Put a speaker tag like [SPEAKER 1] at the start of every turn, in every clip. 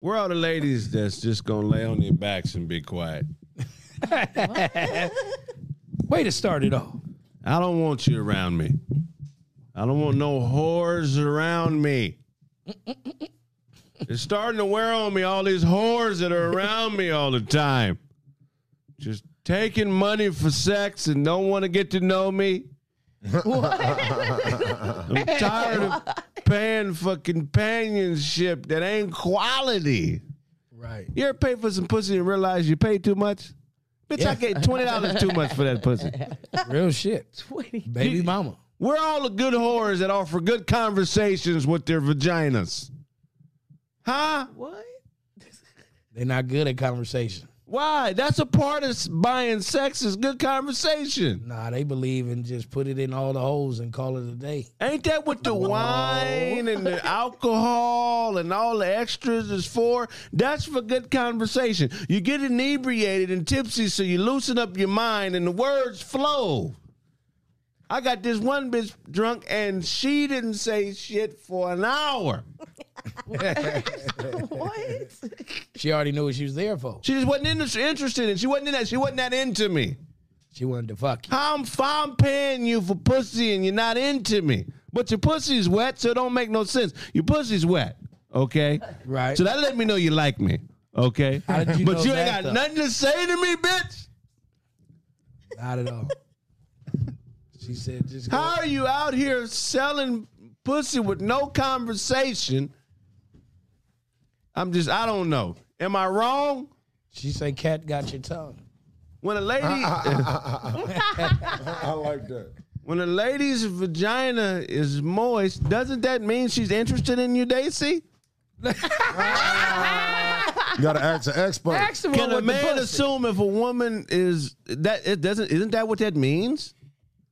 [SPEAKER 1] Where are the ladies that's just gonna lay on their backs and be quiet?
[SPEAKER 2] Way to start it off.
[SPEAKER 1] I don't want you around me. I don't want no whores around me. it's starting to wear on me all these whores that are around me all the time. Just taking money for sex and don't want to get to know me. I'm tired of paying for companionship that ain't quality.
[SPEAKER 2] Right.
[SPEAKER 1] You ever pay for some pussy and realize you paid too much? Bitch, I gave twenty dollars too much for that pussy.
[SPEAKER 2] Real shit.
[SPEAKER 3] Wait.
[SPEAKER 2] Baby mama.
[SPEAKER 1] We're all the good whores that offer good conversations with their vaginas. Huh?
[SPEAKER 3] What?
[SPEAKER 2] They're not good at conversation.
[SPEAKER 1] Why? That's a part of s- buying sex is good conversation.
[SPEAKER 2] Nah, they believe in just put it in all the holes and call it a day.
[SPEAKER 1] Ain't that what the wine and the alcohol and all the extras is for? That's for good conversation. You get inebriated and tipsy, so you loosen up your mind and the words flow. I got this one bitch drunk and she didn't say shit for an hour.
[SPEAKER 3] What?
[SPEAKER 2] She already knew what she was there for.
[SPEAKER 1] She just wasn't in- interested in. She wasn't in that. She wasn't that into me.
[SPEAKER 2] She wanted to fuck you.
[SPEAKER 1] How I'm, I'm paying you for pussy and you're not into me, but your pussy's wet, so it don't make no sense. Your pussy's wet, okay?
[SPEAKER 2] Right.
[SPEAKER 1] So that let me know you like me, okay?
[SPEAKER 2] How did you
[SPEAKER 1] but
[SPEAKER 2] know
[SPEAKER 1] you
[SPEAKER 2] that,
[SPEAKER 1] ain't got
[SPEAKER 2] though?
[SPEAKER 1] nothing to say to me, bitch.
[SPEAKER 2] Not at all. She said, just go.
[SPEAKER 1] How are you out here selling pussy with no conversation? I'm just, I don't know. Am I wrong?
[SPEAKER 2] She said, cat got your tongue.
[SPEAKER 1] When a lady.
[SPEAKER 4] I like that.
[SPEAKER 1] When a lady's vagina is moist, doesn't that mean she's interested in you, Daisy?
[SPEAKER 4] You gotta ask an expert.
[SPEAKER 3] Ask him
[SPEAKER 1] Can a
[SPEAKER 3] what the
[SPEAKER 1] man
[SPEAKER 3] pussy.
[SPEAKER 1] assume if a woman is that it doesn't isn't that what that means?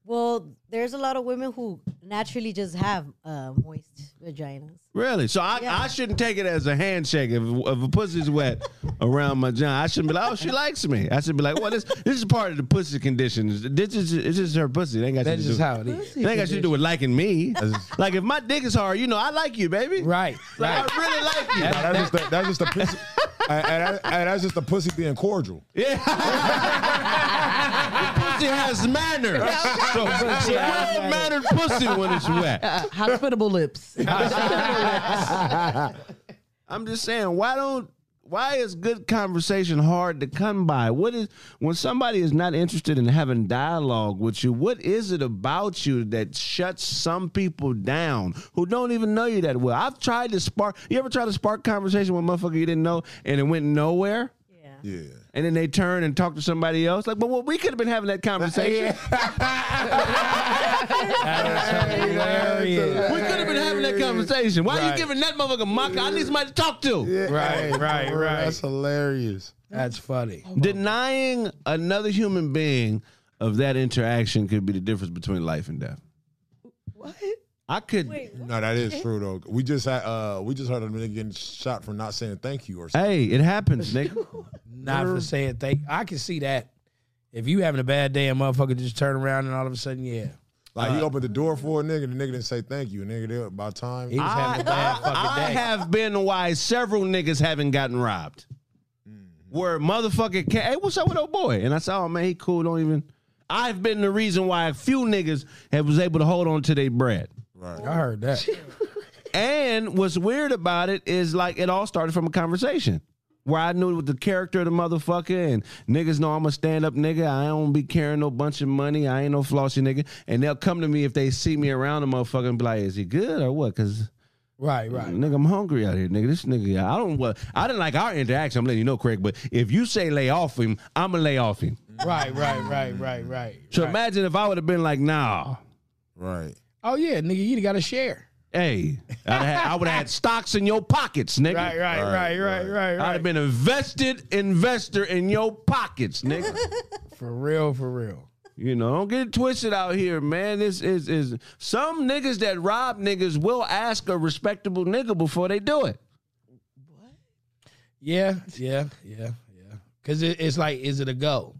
[SPEAKER 5] Well, there's a lot of women who naturally just have uh, moist vaginas.
[SPEAKER 1] Really? So I,
[SPEAKER 5] Yeah.
[SPEAKER 1] I shouldn't take it as a handshake if, if a pussy's wet around my vagina. I shouldn't be like, oh, she likes me. I should be like, well, this this is part of the pussy conditions. This is it's just her pussy. It ain't got shit
[SPEAKER 2] That's
[SPEAKER 1] to
[SPEAKER 2] just
[SPEAKER 1] do-
[SPEAKER 2] how it is.
[SPEAKER 1] it ain't got shit to do with liking me. like if my dick is hard, you know I like you, baby.
[SPEAKER 2] Right. Right.
[SPEAKER 1] Like, I really like you.
[SPEAKER 4] That's just the, that's just the pussy. and, and, and that's just the pussy being cordial.
[SPEAKER 1] Yeah. pussy has manners. so it's a well mannered pussy when it's wet.
[SPEAKER 3] Hospitable lips.
[SPEAKER 1] I'm just saying, why don't why is good conversation hard to come by? What is when somebody is not interested in having dialogue with you, what is it about you that shuts some people down who don't even know you that well? I've tried to spark you ever try to spark conversation with a motherfucker you didn't know and it went nowhere?
[SPEAKER 5] Yeah.
[SPEAKER 4] Yeah.
[SPEAKER 1] And then they turn and talk to somebody else. Like, but well, we could have been having that conversation.
[SPEAKER 2] Hilarious.
[SPEAKER 1] We could have been having that conversation. Why are you
[SPEAKER 2] Right.
[SPEAKER 1] giving that motherfucker mock? I need somebody to talk to.
[SPEAKER 2] Right, right,
[SPEAKER 4] bro,
[SPEAKER 2] right.
[SPEAKER 4] That's hilarious.
[SPEAKER 2] That's funny.
[SPEAKER 1] Denying another human being of that interaction could be the difference between life and death.
[SPEAKER 3] What?
[SPEAKER 1] I could.
[SPEAKER 5] Wait, what?
[SPEAKER 4] No, that is true though. We just had uh we just heard a nigga getting shot for not saying thank you or something.
[SPEAKER 1] Hey, it happens, nigga.
[SPEAKER 2] Not for saying thank. I can see that. If you having a bad day, a motherfucker just turn around and all of a sudden, yeah, Uh,
[SPEAKER 4] Like he opened the door for a nigga, the nigga didn't say thank you. Nigga, there by time.
[SPEAKER 2] he was having a bad
[SPEAKER 1] I
[SPEAKER 2] fucking day.
[SPEAKER 1] have been why several niggas haven't gotten robbed.
[SPEAKER 4] Mm-hmm.
[SPEAKER 1] Where motherfucker, ca- hey, what's up with old boy? And I said, oh man, he cool. Don't even. I've been the reason why a few niggas have was able to hold on to their bread.
[SPEAKER 2] I heard that.
[SPEAKER 1] And what's weird about it is like it all started from a conversation where I knew the character of the motherfucker and niggas know I'm a stand up nigga. I don't be carrying no bunch of money. I ain't no flossy nigga. And they'll come to me if they see me around the motherfucker and be like, is he good or what? Cause
[SPEAKER 2] Right, right.
[SPEAKER 1] nigga, I'm hungry out here, nigga. This nigga, I don't well, I didn't like our interaction. I'm letting you know, Craig, but if you say lay off him, I'ma lay off him.
[SPEAKER 2] Right, right, right, right, right.
[SPEAKER 1] So
[SPEAKER 2] right.
[SPEAKER 1] imagine if I would have been like, nah.
[SPEAKER 4] Right.
[SPEAKER 2] oh yeah, nigga, you got to share.
[SPEAKER 1] Hey, I'd have had- I would have had stocks in your pockets, nigga.
[SPEAKER 2] Right, right, right, right, right,
[SPEAKER 1] I'd
[SPEAKER 2] right.
[SPEAKER 1] have been a vested investor in your pockets, nigga.
[SPEAKER 2] for real, for real.
[SPEAKER 1] you know, don't get it twisted out here, man. This is is some niggas that rob niggas will ask a respectable nigga before they do it.
[SPEAKER 2] Yeah, yeah, yeah, yeah. Cause it, it's like, is it a go?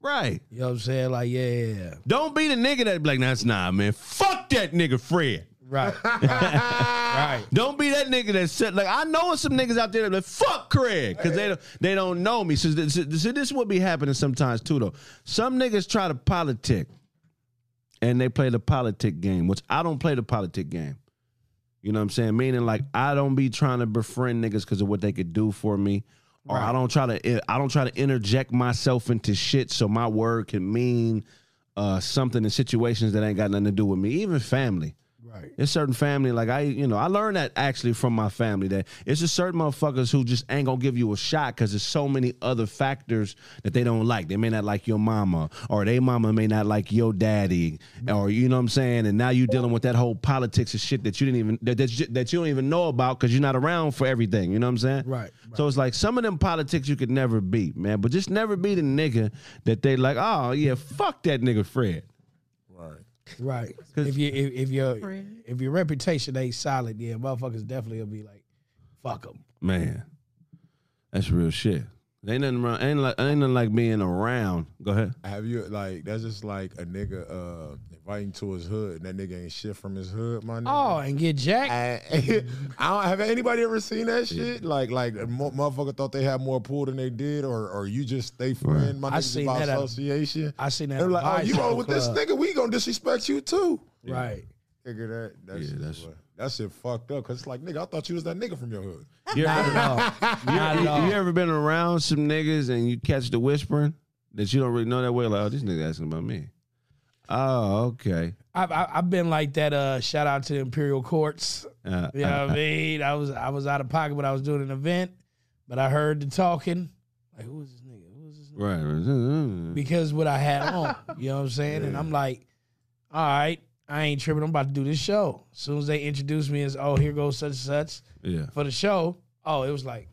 [SPEAKER 1] Right.
[SPEAKER 2] You know what I'm saying? Like, yeah, yeah, yeah.
[SPEAKER 1] Don't be the nigga that be like, that's nah, man. Fuck that nigga Fred.
[SPEAKER 2] Right. Right. right.
[SPEAKER 1] Don't be that nigga that said like I know some niggas out there that be like fuck Craig because they don't they don't know me. So this, this, see, this would be happening sometimes too though. Some niggas try to politic, and they play the politic game, which I don't play the politic game. You know what I'm saying? Meaning like I don't be trying to befriend niggas because of what they could do for me, or I don't try to eh, I don't try to interject myself into shit so my word can mean uh, something in situations that ain't got nothing to do with me, even family.
[SPEAKER 2] Right.
[SPEAKER 1] It's certain family, like I, you know, I learned that actually from my family that it's just certain motherfuckers who just ain't gonna give you a shot because there's so many other factors that they don't like. They may not like your mama, or they mama may not like your daddy, or you know what I'm saying. And now you dealing with that whole politics and shit that you didn't even that that, you- that you don't even know about because you're not around for everything. You know what I'm saying?
[SPEAKER 2] Right,
[SPEAKER 1] So it's like some of them politics you could never beat, man. But just never be the nigga that they like. Oh yeah, fuck that nigga Fred.
[SPEAKER 4] Right.
[SPEAKER 2] Right. If you if, if your
[SPEAKER 3] Friend.
[SPEAKER 2] if your reputation ain't solid, yeah, motherfuckers definitely will be like, fuck them.
[SPEAKER 1] Man, that's real shit. Ain't nothing wrong. Ain't like ain't nothing like being around. Go ahead.
[SPEAKER 4] Have you like that's just like a nigga uh inviting to his hood and that nigga ain't shit from his hood, my nigga.
[SPEAKER 2] Oh, and get jacked.
[SPEAKER 4] I, I don't have anybody ever seen that shit. Like, like a mo- motherfucker thought they had more pull than they did, or or you just stay friend. My
[SPEAKER 2] I
[SPEAKER 4] nigga
[SPEAKER 2] seen
[SPEAKER 4] by
[SPEAKER 2] that at-
[SPEAKER 4] association.
[SPEAKER 2] I seen that.
[SPEAKER 4] They're like, oh,
[SPEAKER 2] at the
[SPEAKER 4] you
[SPEAKER 2] bicycle
[SPEAKER 4] on with this
[SPEAKER 2] club.
[SPEAKER 4] nigga? We gonna disrespect you too.
[SPEAKER 2] Right.
[SPEAKER 4] Nigga, that that,
[SPEAKER 1] Yeah,
[SPEAKER 4] shit,
[SPEAKER 1] that's-
[SPEAKER 4] that's, that shit fucked up. Cause it's like, nigga, I thought you was that nigga from your hood.
[SPEAKER 1] You
[SPEAKER 2] Not
[SPEAKER 1] ever,
[SPEAKER 2] at all. Not
[SPEAKER 1] you-
[SPEAKER 2] at all.
[SPEAKER 1] you ever been around some niggas and you catch the whispering that you don't really know that way? Like, oh, this nigga asking about me. Oh, okay.
[SPEAKER 2] I've, I've I've been like that. Uh, shout out to Imperial Courts.
[SPEAKER 1] Uh,
[SPEAKER 2] You know what I mean? I was I was out of pocket, but I was doing an event. But I heard the talking. Like, who is this nigga? Who is this nigga?
[SPEAKER 1] right.
[SPEAKER 2] Because what I had on, you know what I'm saying? And I'm like, all right, I ain't tripping. I'm about to do this show. As soon as they introduced me as, oh, here goes such and such
[SPEAKER 1] Yeah.
[SPEAKER 2] for the show. Oh, it was like,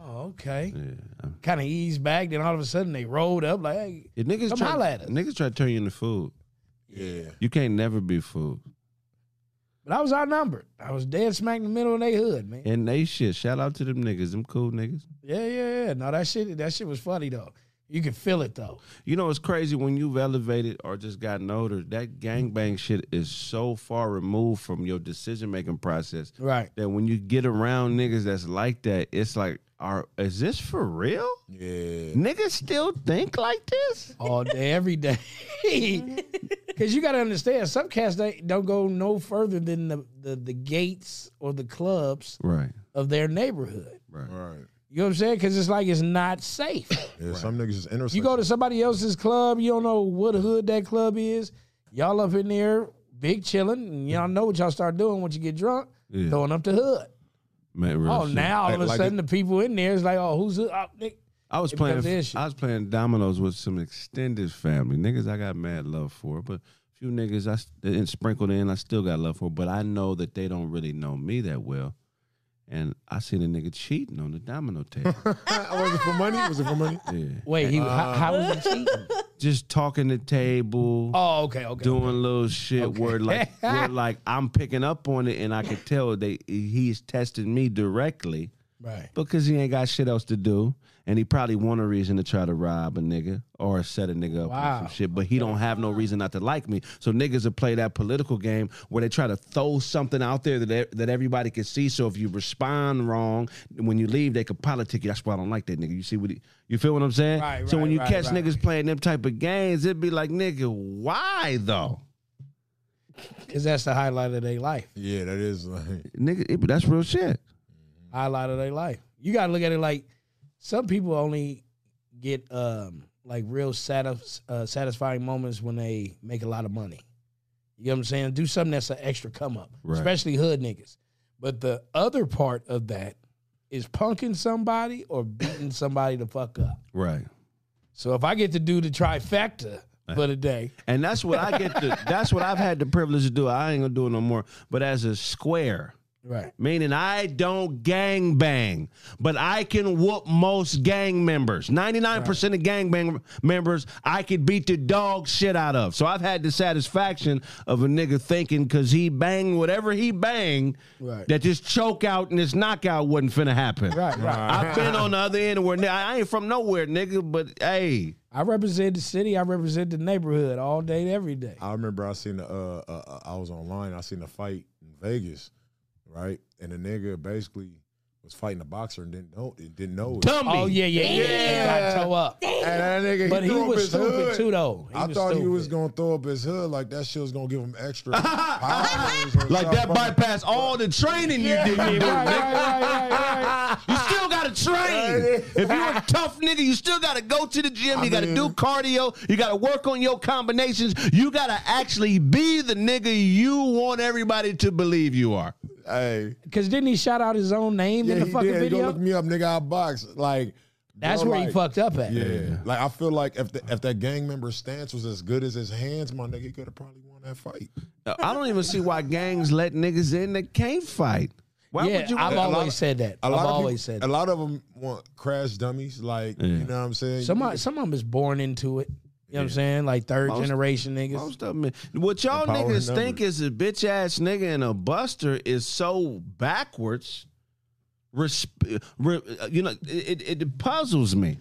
[SPEAKER 2] oh, okay.
[SPEAKER 1] Yeah. Um,
[SPEAKER 2] Kind of eased back. Then all of a sudden they rolled up like, hey,
[SPEAKER 1] yeah, niggas
[SPEAKER 2] Come
[SPEAKER 1] try,
[SPEAKER 2] holla at us.
[SPEAKER 1] Niggas try to turn you into food.
[SPEAKER 4] Yeah,
[SPEAKER 1] You can't never be food.
[SPEAKER 2] but I was outnumbered. I was dead smack in the middle of their hood, man.
[SPEAKER 1] And they shit. Shout out to them niggas. Them cool niggas.
[SPEAKER 2] Yeah, yeah, yeah. No, that shit, that shit was funny though. You could feel it though.
[SPEAKER 1] You know, it's crazy when you've elevated or just gotten older. That gangbang shit is so far removed from your decision making process
[SPEAKER 2] Right.
[SPEAKER 1] that when you get around niggas that's like that, it's like, are is this for real?
[SPEAKER 4] yeah.
[SPEAKER 1] Niggas still think like this? Mm-hmm.
[SPEAKER 2] All day, every day. Cause you gotta understand, some cats they don't go no further than the, the, the gates or the clubs
[SPEAKER 1] Right,
[SPEAKER 2] of their neighborhood.
[SPEAKER 1] right.
[SPEAKER 4] Right.
[SPEAKER 2] You know what I'm saying? Cause it's like it's not safe.
[SPEAKER 4] Yeah, some niggas is innocent.
[SPEAKER 2] You go to somebody else's club, you don't know what hood that club is. Y'all up in there, big chilling, and y'all know what y'all start doing once you get drunk,
[SPEAKER 1] Yeah.
[SPEAKER 2] throwing up the hood.
[SPEAKER 1] Man, real
[SPEAKER 2] Oh,
[SPEAKER 1] shit.
[SPEAKER 2] now all
[SPEAKER 4] Like-
[SPEAKER 2] of a
[SPEAKER 4] like
[SPEAKER 2] sudden the people in there is like, oh, who's who- oh, Nick?
[SPEAKER 1] I was
[SPEAKER 2] It
[SPEAKER 1] playing.
[SPEAKER 2] becomes an issue.
[SPEAKER 1] I was playing dominoes with some extended family niggas. I got mad love for, but a few niggas I s- and sprinkled in. I still got love for, but I know that they don't really know me that well. And I seen a nigga cheating on the domino table.
[SPEAKER 4] was it for money? Was it for money?
[SPEAKER 1] yeah,
[SPEAKER 2] Wait, he
[SPEAKER 4] Uh,
[SPEAKER 2] how, how was he cheating?
[SPEAKER 1] just talking the table.
[SPEAKER 2] Oh, okay, okay.
[SPEAKER 1] doing little shit where like where like I'm picking up on it and I could tell they he's testing me directly
[SPEAKER 2] Right.
[SPEAKER 1] because he ain't got shit else to do and he probably want a reason to try to rob a nigga or set a nigga up
[SPEAKER 2] Wow.
[SPEAKER 1] or some shit but he don't have no reason not to like me so niggas will play that political game where they try to throw something out there that e, that everybody can see so if you respond wrong when you leave they could politic you that's why I don't like that nigga you see what he, you feel what I'm saying
[SPEAKER 2] Right,
[SPEAKER 1] so when
[SPEAKER 2] right,
[SPEAKER 1] you
[SPEAKER 2] right,
[SPEAKER 1] catch
[SPEAKER 2] right.
[SPEAKER 1] niggas playing them type of games it'd be like nigga why though
[SPEAKER 2] Because that's the highlight of their life.
[SPEAKER 4] Yeah, that is like
[SPEAKER 1] nigga, it, that's real shit.
[SPEAKER 2] Highlight of their life. You got to look at it like some people only get um like real satis- uh, satisfying moments when they make a lot of money. You know what I'm saying? Do something that's an extra come up,
[SPEAKER 1] Right.
[SPEAKER 2] especially hood niggas. But the other part of that is punking somebody or beating somebody the fuck up.
[SPEAKER 1] Right.
[SPEAKER 2] So if I get to do the trifecta for the day,
[SPEAKER 1] And that's what I get to that's what I've had the privilege to do. I ain't gonna do it no more. But as a square,
[SPEAKER 2] Right.
[SPEAKER 1] meaning I don't gang bang, but I can whoop most gang members. 99% of gang bang members, I could beat the dog shit out of. So I've had the satisfaction of a nigga thinking because he banged whatever he banged,
[SPEAKER 2] Right.
[SPEAKER 1] that this choke out and this knockout wasn't finna happen.
[SPEAKER 2] Right. Right.
[SPEAKER 1] I've been on the other end where ni- I ain't from nowhere, nigga, but hey,
[SPEAKER 2] I represent the city. I represent the neighborhood all day, every day.
[SPEAKER 4] I remember I seen the uh, uh uh, I was online. I seen a fight in Vegas, right? And the nigga basically was fighting a boxer and didn't know didn't know it.
[SPEAKER 1] dummy.
[SPEAKER 2] Oh yeah, yeah, yeah.
[SPEAKER 4] Yeah.
[SPEAKER 2] It Got toe up.
[SPEAKER 4] And that nigga,
[SPEAKER 2] But he
[SPEAKER 4] threw up
[SPEAKER 2] was
[SPEAKER 4] his
[SPEAKER 2] stupid
[SPEAKER 4] hood.
[SPEAKER 2] too, though. He
[SPEAKER 4] I
[SPEAKER 2] was
[SPEAKER 4] thought he was
[SPEAKER 2] stupid.
[SPEAKER 4] gonna throw up his hood like that shit was gonna give him extra powers. or
[SPEAKER 1] Like that
[SPEAKER 4] something.
[SPEAKER 1] bypassed all the training you
[SPEAKER 2] Right,
[SPEAKER 1] did.
[SPEAKER 2] right, right, right, right.
[SPEAKER 1] You still gotta train. if you're a tough nigga, you still gotta go to the gym.
[SPEAKER 4] I
[SPEAKER 1] you gotta
[SPEAKER 4] mean-
[SPEAKER 1] do cardio. You gotta work on your combinations. You gotta actually be the nigga you want everybody to believe you are.
[SPEAKER 4] Hey,
[SPEAKER 2] Cause didn't he shout out his own name
[SPEAKER 4] yeah,
[SPEAKER 2] in the
[SPEAKER 4] he
[SPEAKER 2] fucking
[SPEAKER 4] did. Go
[SPEAKER 2] video?
[SPEAKER 4] look me up, nigga. I box like.
[SPEAKER 2] That's
[SPEAKER 4] bro,
[SPEAKER 2] where he
[SPEAKER 4] like-
[SPEAKER 2] fucked up at.
[SPEAKER 4] Yeah. like I feel like if the, if that gang member's stance was as good as his hands, my nigga, he could have probably won that fight.
[SPEAKER 1] Uh, I don't even see why gangs let niggas in that can't fight. Why
[SPEAKER 2] Yeah,
[SPEAKER 1] would you?
[SPEAKER 2] I've
[SPEAKER 4] a lot
[SPEAKER 2] always
[SPEAKER 4] of-
[SPEAKER 2] said that.
[SPEAKER 4] A
[SPEAKER 2] I've
[SPEAKER 4] lot of
[SPEAKER 2] always
[SPEAKER 4] people,
[SPEAKER 2] said
[SPEAKER 4] a
[SPEAKER 2] that.
[SPEAKER 4] lot of them want crash dummies, like you know what I'm saying.
[SPEAKER 2] Some are- some of them is born into it. You know what I'm saying? Like third generation niggas.
[SPEAKER 1] Most of 'em is- What y'all
[SPEAKER 4] The power in
[SPEAKER 1] niggas think
[SPEAKER 4] numbers.
[SPEAKER 1] is a bitch ass nigga and a buster is so backwards. uh, Resp- re- you know, it, it, it puzzles me.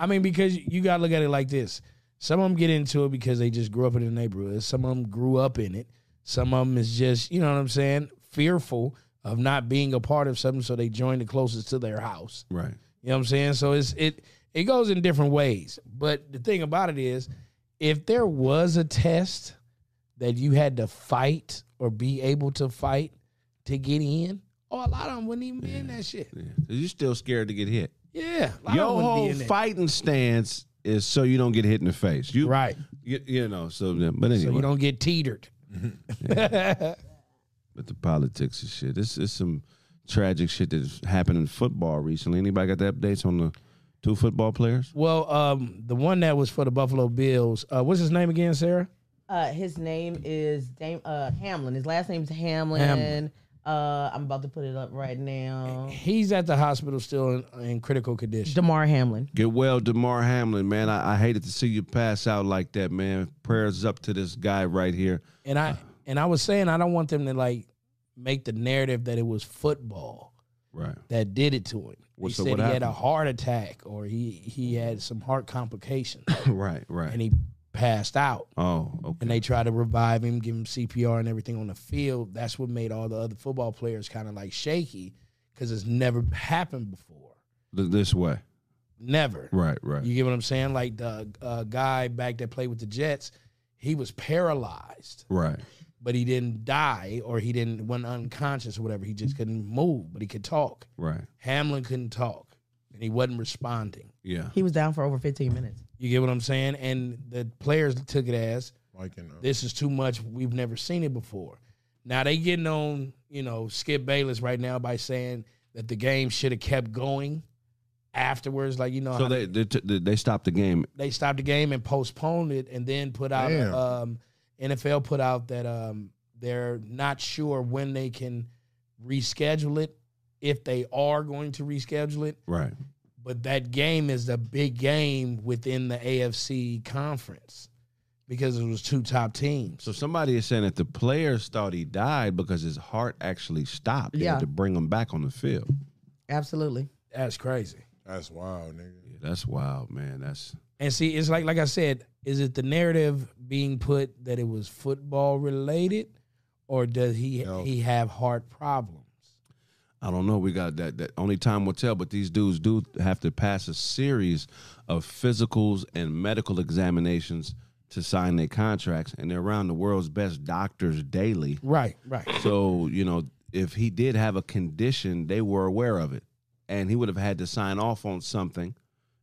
[SPEAKER 2] I mean, because you gotta look at it like this. Some of them get into it because they just grew up in the neighborhood. Some of them grew up in it. Some of them is just, you know what I'm saying, fearful of not being a part of something, so they join the closest to their house.
[SPEAKER 1] Right.
[SPEAKER 2] You know what I'm saying? So it's it it goes in different ways. But the thing about it is, if there was a test that you had to fight or be able to fight to get in, oh, a lot of them wouldn't even be in that shit.
[SPEAKER 1] You're still scared to get hit.
[SPEAKER 2] Yeah, a lot of 'em
[SPEAKER 1] Your
[SPEAKER 2] wouldn't be
[SPEAKER 1] whole
[SPEAKER 2] in that.
[SPEAKER 1] fighting stance is so you don't get hit in the face. You
[SPEAKER 2] right?
[SPEAKER 1] You, you know. So, then- but anyway,
[SPEAKER 2] So you don't get teetered.
[SPEAKER 1] but the politics and shit. This is some tragic shit that's happened in football recently. Anybody got the updates on the two football players?
[SPEAKER 2] Well, um, the one that was for the Buffalo Bills, uh, what's his name again, Sarah?
[SPEAKER 3] Uh, his name is Dame, uh, Hamlin. His last name's Hamlin.
[SPEAKER 2] Hamlin.
[SPEAKER 3] Uh, I'm about to put it up right now.
[SPEAKER 2] He's at the hospital still in, in critical condition.
[SPEAKER 3] Damar Hamlin.
[SPEAKER 1] Get well, Demar Hamlin, man. I, I hated to see you pass out like that, man. Prayers up to this guy right here.
[SPEAKER 2] And I and I was saying I don't want them to like make the narrative that it was football.
[SPEAKER 1] Right.
[SPEAKER 2] that did it to him.
[SPEAKER 1] Well,
[SPEAKER 2] he
[SPEAKER 1] so
[SPEAKER 2] said
[SPEAKER 1] what
[SPEAKER 2] he had a
[SPEAKER 1] happened?
[SPEAKER 2] heart attack or he he had some heart complications
[SPEAKER 1] right. Right.
[SPEAKER 2] and he passed out.
[SPEAKER 1] oh. Okay.
[SPEAKER 2] And they tried to revive him, give him CPR and everything on the field. That's what made all the other football players kind of like shaky because it's never happened before.
[SPEAKER 1] Th- this way.
[SPEAKER 2] Never.
[SPEAKER 1] Right. Right.
[SPEAKER 2] You get what I'm saying? Like the uh, guy back that played with the Jets, he was paralyzed,
[SPEAKER 1] right.
[SPEAKER 2] but he didn't die or he didn't went unconscious or whatever. He just couldn't move, but he could talk.
[SPEAKER 1] Right.
[SPEAKER 2] Hamlin couldn't talk, and he wasn't responding.
[SPEAKER 1] Yeah.
[SPEAKER 3] He was down for over 15 minutes.
[SPEAKER 2] You get what I'm saying? And the players took it as
[SPEAKER 4] Like, you know,
[SPEAKER 2] this is too much. We've never seen it before. Now they getting on, you know, Skip Bayless right now by saying that the game should have kept going afterwards. Like you know,
[SPEAKER 1] So
[SPEAKER 2] how
[SPEAKER 1] they they, t- they stopped the game.
[SPEAKER 2] they stopped the game and postponed it, and then put out
[SPEAKER 4] Damn.
[SPEAKER 2] um, NFL put out that um, they're not sure when they can reschedule it, if they are going to reschedule it.
[SPEAKER 1] Right.
[SPEAKER 2] but that game is the big game within the AFC conference because it was two top teams.
[SPEAKER 1] So somebody is saying that the players thought he died because his heart actually stopped. They
[SPEAKER 3] Yeah.
[SPEAKER 1] had to bring him back on the field.
[SPEAKER 3] Absolutely.
[SPEAKER 2] That's crazy.
[SPEAKER 4] that's wild, nigga.
[SPEAKER 1] Yeah, that's wild, man. That's
[SPEAKER 2] And see, it's like like I said, is it the narrative being put that it was football related, or does he
[SPEAKER 4] No.
[SPEAKER 2] he have heart problems?
[SPEAKER 1] I don't know. We got that. That only time will tell. But these dudes do have to pass a series of physicals and medical examinations to sign their contracts, and they're around the world's best doctors daily.
[SPEAKER 2] Right, right.
[SPEAKER 1] So you know, if he did have a condition, they were aware of it, and he would have had to sign off on something,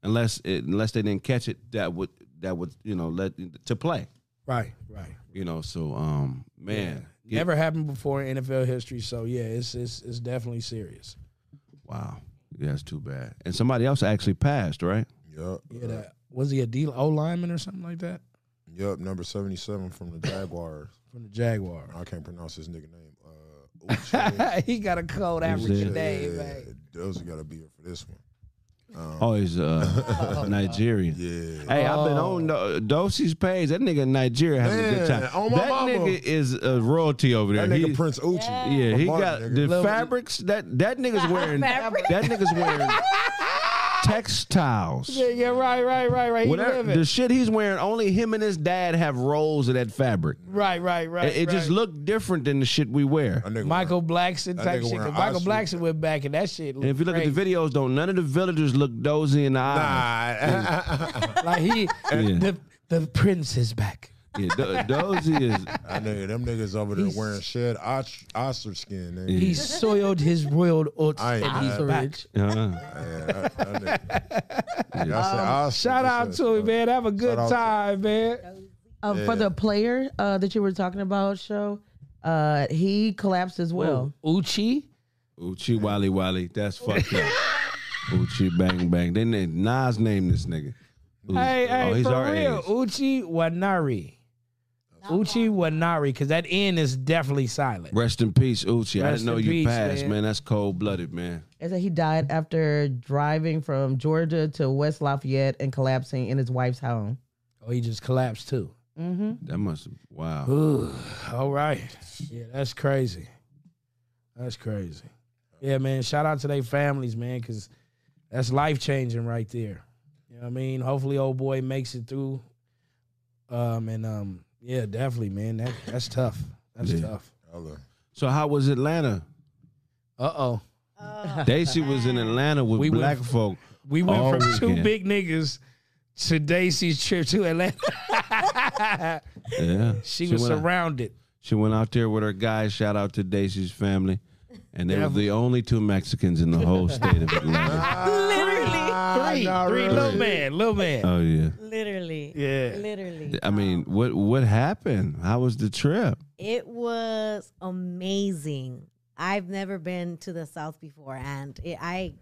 [SPEAKER 1] unless it, unless they didn't catch it. That would that would you know let to play.
[SPEAKER 2] Right, right.
[SPEAKER 1] You know, so um, man, get-
[SPEAKER 2] Never happened before in NFL history, so yeah, it's it's it's definitely serious.
[SPEAKER 1] wow, yeah, that's too bad. And somebody else actually passed, right?
[SPEAKER 4] Yup.
[SPEAKER 2] Yeah, that, was he a D O lineman or something like that
[SPEAKER 4] Yup, number 77 from the Jaguars.
[SPEAKER 2] from the Jaguars?
[SPEAKER 4] I can't pronounce his nigga name. Uh, Uche.
[SPEAKER 2] he got a cold
[SPEAKER 1] Yeah.
[SPEAKER 2] African name, man.
[SPEAKER 4] Those gotta be here for this one.
[SPEAKER 1] Oh, he's uh, Nigerian.
[SPEAKER 4] Yeah.
[SPEAKER 1] Hey, I've been on uh, Dosey's page. That nigga in Nigeria having a good
[SPEAKER 4] Man,
[SPEAKER 1] time.
[SPEAKER 4] on my
[SPEAKER 1] that
[SPEAKER 4] mama.
[SPEAKER 1] nigga is a royalty over there.
[SPEAKER 4] That nigga
[SPEAKER 1] He-
[SPEAKER 4] Prince Uchi.
[SPEAKER 1] yeah,
[SPEAKER 4] From
[SPEAKER 1] he
[SPEAKER 4] Martin,
[SPEAKER 1] got
[SPEAKER 4] nigga.
[SPEAKER 1] the fabrics. That that nigga's wearing
[SPEAKER 5] Fabric.
[SPEAKER 1] that nigga's wearing textiles.
[SPEAKER 2] Yeah, yeah, right, right, right, right. He
[SPEAKER 1] Whatever
[SPEAKER 2] living.
[SPEAKER 1] the shit he's wearing, only him and his dad have rolls of that fabric.
[SPEAKER 2] right, right, right.
[SPEAKER 1] It, it just
[SPEAKER 2] right.
[SPEAKER 1] looked different than the shit we wear.
[SPEAKER 4] That nigga
[SPEAKER 2] Michael Blackson
[SPEAKER 4] That
[SPEAKER 2] type
[SPEAKER 4] nigga
[SPEAKER 2] shit. 'cause
[SPEAKER 4] wearing
[SPEAKER 2] Michael
[SPEAKER 4] ostrich.
[SPEAKER 2] Blackson went back and that shit.
[SPEAKER 1] And if you look at
[SPEAKER 2] crazy.
[SPEAKER 1] the videos, though, none of the villagers look dozy in the eye.
[SPEAKER 4] Nah.
[SPEAKER 2] like he,
[SPEAKER 1] Yeah.
[SPEAKER 2] the the prince is back.
[SPEAKER 1] Yeah, do- dozy is
[SPEAKER 4] I know them niggas over there
[SPEAKER 2] He's-
[SPEAKER 4] wearing shed ostr- ostrich skin. Nigga.
[SPEAKER 2] He soiled his royal oats
[SPEAKER 4] I ain't
[SPEAKER 2] and he's
[SPEAKER 4] mad.
[SPEAKER 2] back.
[SPEAKER 1] uh,
[SPEAKER 4] Yeah, that- that nigga. Yeah, I said ostrich.
[SPEAKER 2] Um, Shout out to him, man. Have a good
[SPEAKER 4] Shout out to-
[SPEAKER 2] time, man.
[SPEAKER 3] Um, For the player uh, that you were talking about, show, uh, he collapsed as well.
[SPEAKER 2] Uchi.
[SPEAKER 1] Uchi Wally Wally. That's fucked up. Uchi Bang Bang. They named Nas named this nigga. Uchi-
[SPEAKER 2] Hey, hey,
[SPEAKER 1] oh, he's
[SPEAKER 2] for
[SPEAKER 1] our
[SPEAKER 2] real.
[SPEAKER 1] age.
[SPEAKER 2] Uchi Wanari. Uchi Wanari, because that N is definitely silent.
[SPEAKER 1] Rest in peace, Uchi. I
[SPEAKER 2] Rest
[SPEAKER 1] didn't know
[SPEAKER 2] in
[SPEAKER 1] you
[SPEAKER 2] peace,
[SPEAKER 1] passed,
[SPEAKER 2] man.
[SPEAKER 1] man. That's cold blooded, man.
[SPEAKER 3] It said he died after driving from Georgia to West Lafayette and collapsing in his wife's home. Mm-hmm.
[SPEAKER 2] Oh, he just collapsed too.
[SPEAKER 1] That must have wow.
[SPEAKER 2] Ooh, all right. Yeah, that's crazy. That's crazy. Yeah, man. Shout out to their families, man, because that's life changing right there. You know what I mean? Hopefully, old boy makes it through. Um, and um, yeah, definitely, man. That that's tough. That's
[SPEAKER 1] Yeah.
[SPEAKER 2] tough.
[SPEAKER 4] Hello.
[SPEAKER 1] So how was Atlanta?
[SPEAKER 2] Uh oh.
[SPEAKER 1] Daisy was in Atlanta with
[SPEAKER 2] We went-
[SPEAKER 1] black folk.
[SPEAKER 2] We went
[SPEAKER 1] All
[SPEAKER 2] from two
[SPEAKER 1] weekend.
[SPEAKER 2] big niggas to Daisy's trip to Atlanta.
[SPEAKER 1] Yeah.
[SPEAKER 2] she, was
[SPEAKER 1] went out,
[SPEAKER 2] surrounded.
[SPEAKER 1] she went out there with her guys. Shout out to Daisy's family. And they were the only two Mexicans in the whole state of Atlanta.
[SPEAKER 2] Three, three, little man, little man.
[SPEAKER 1] Oh yeah.
[SPEAKER 5] Literally.
[SPEAKER 2] Yeah.
[SPEAKER 5] Literally.
[SPEAKER 1] I mean, what what happened? How was the trip?
[SPEAKER 5] It was amazing. I've never been to the South before, and it, I,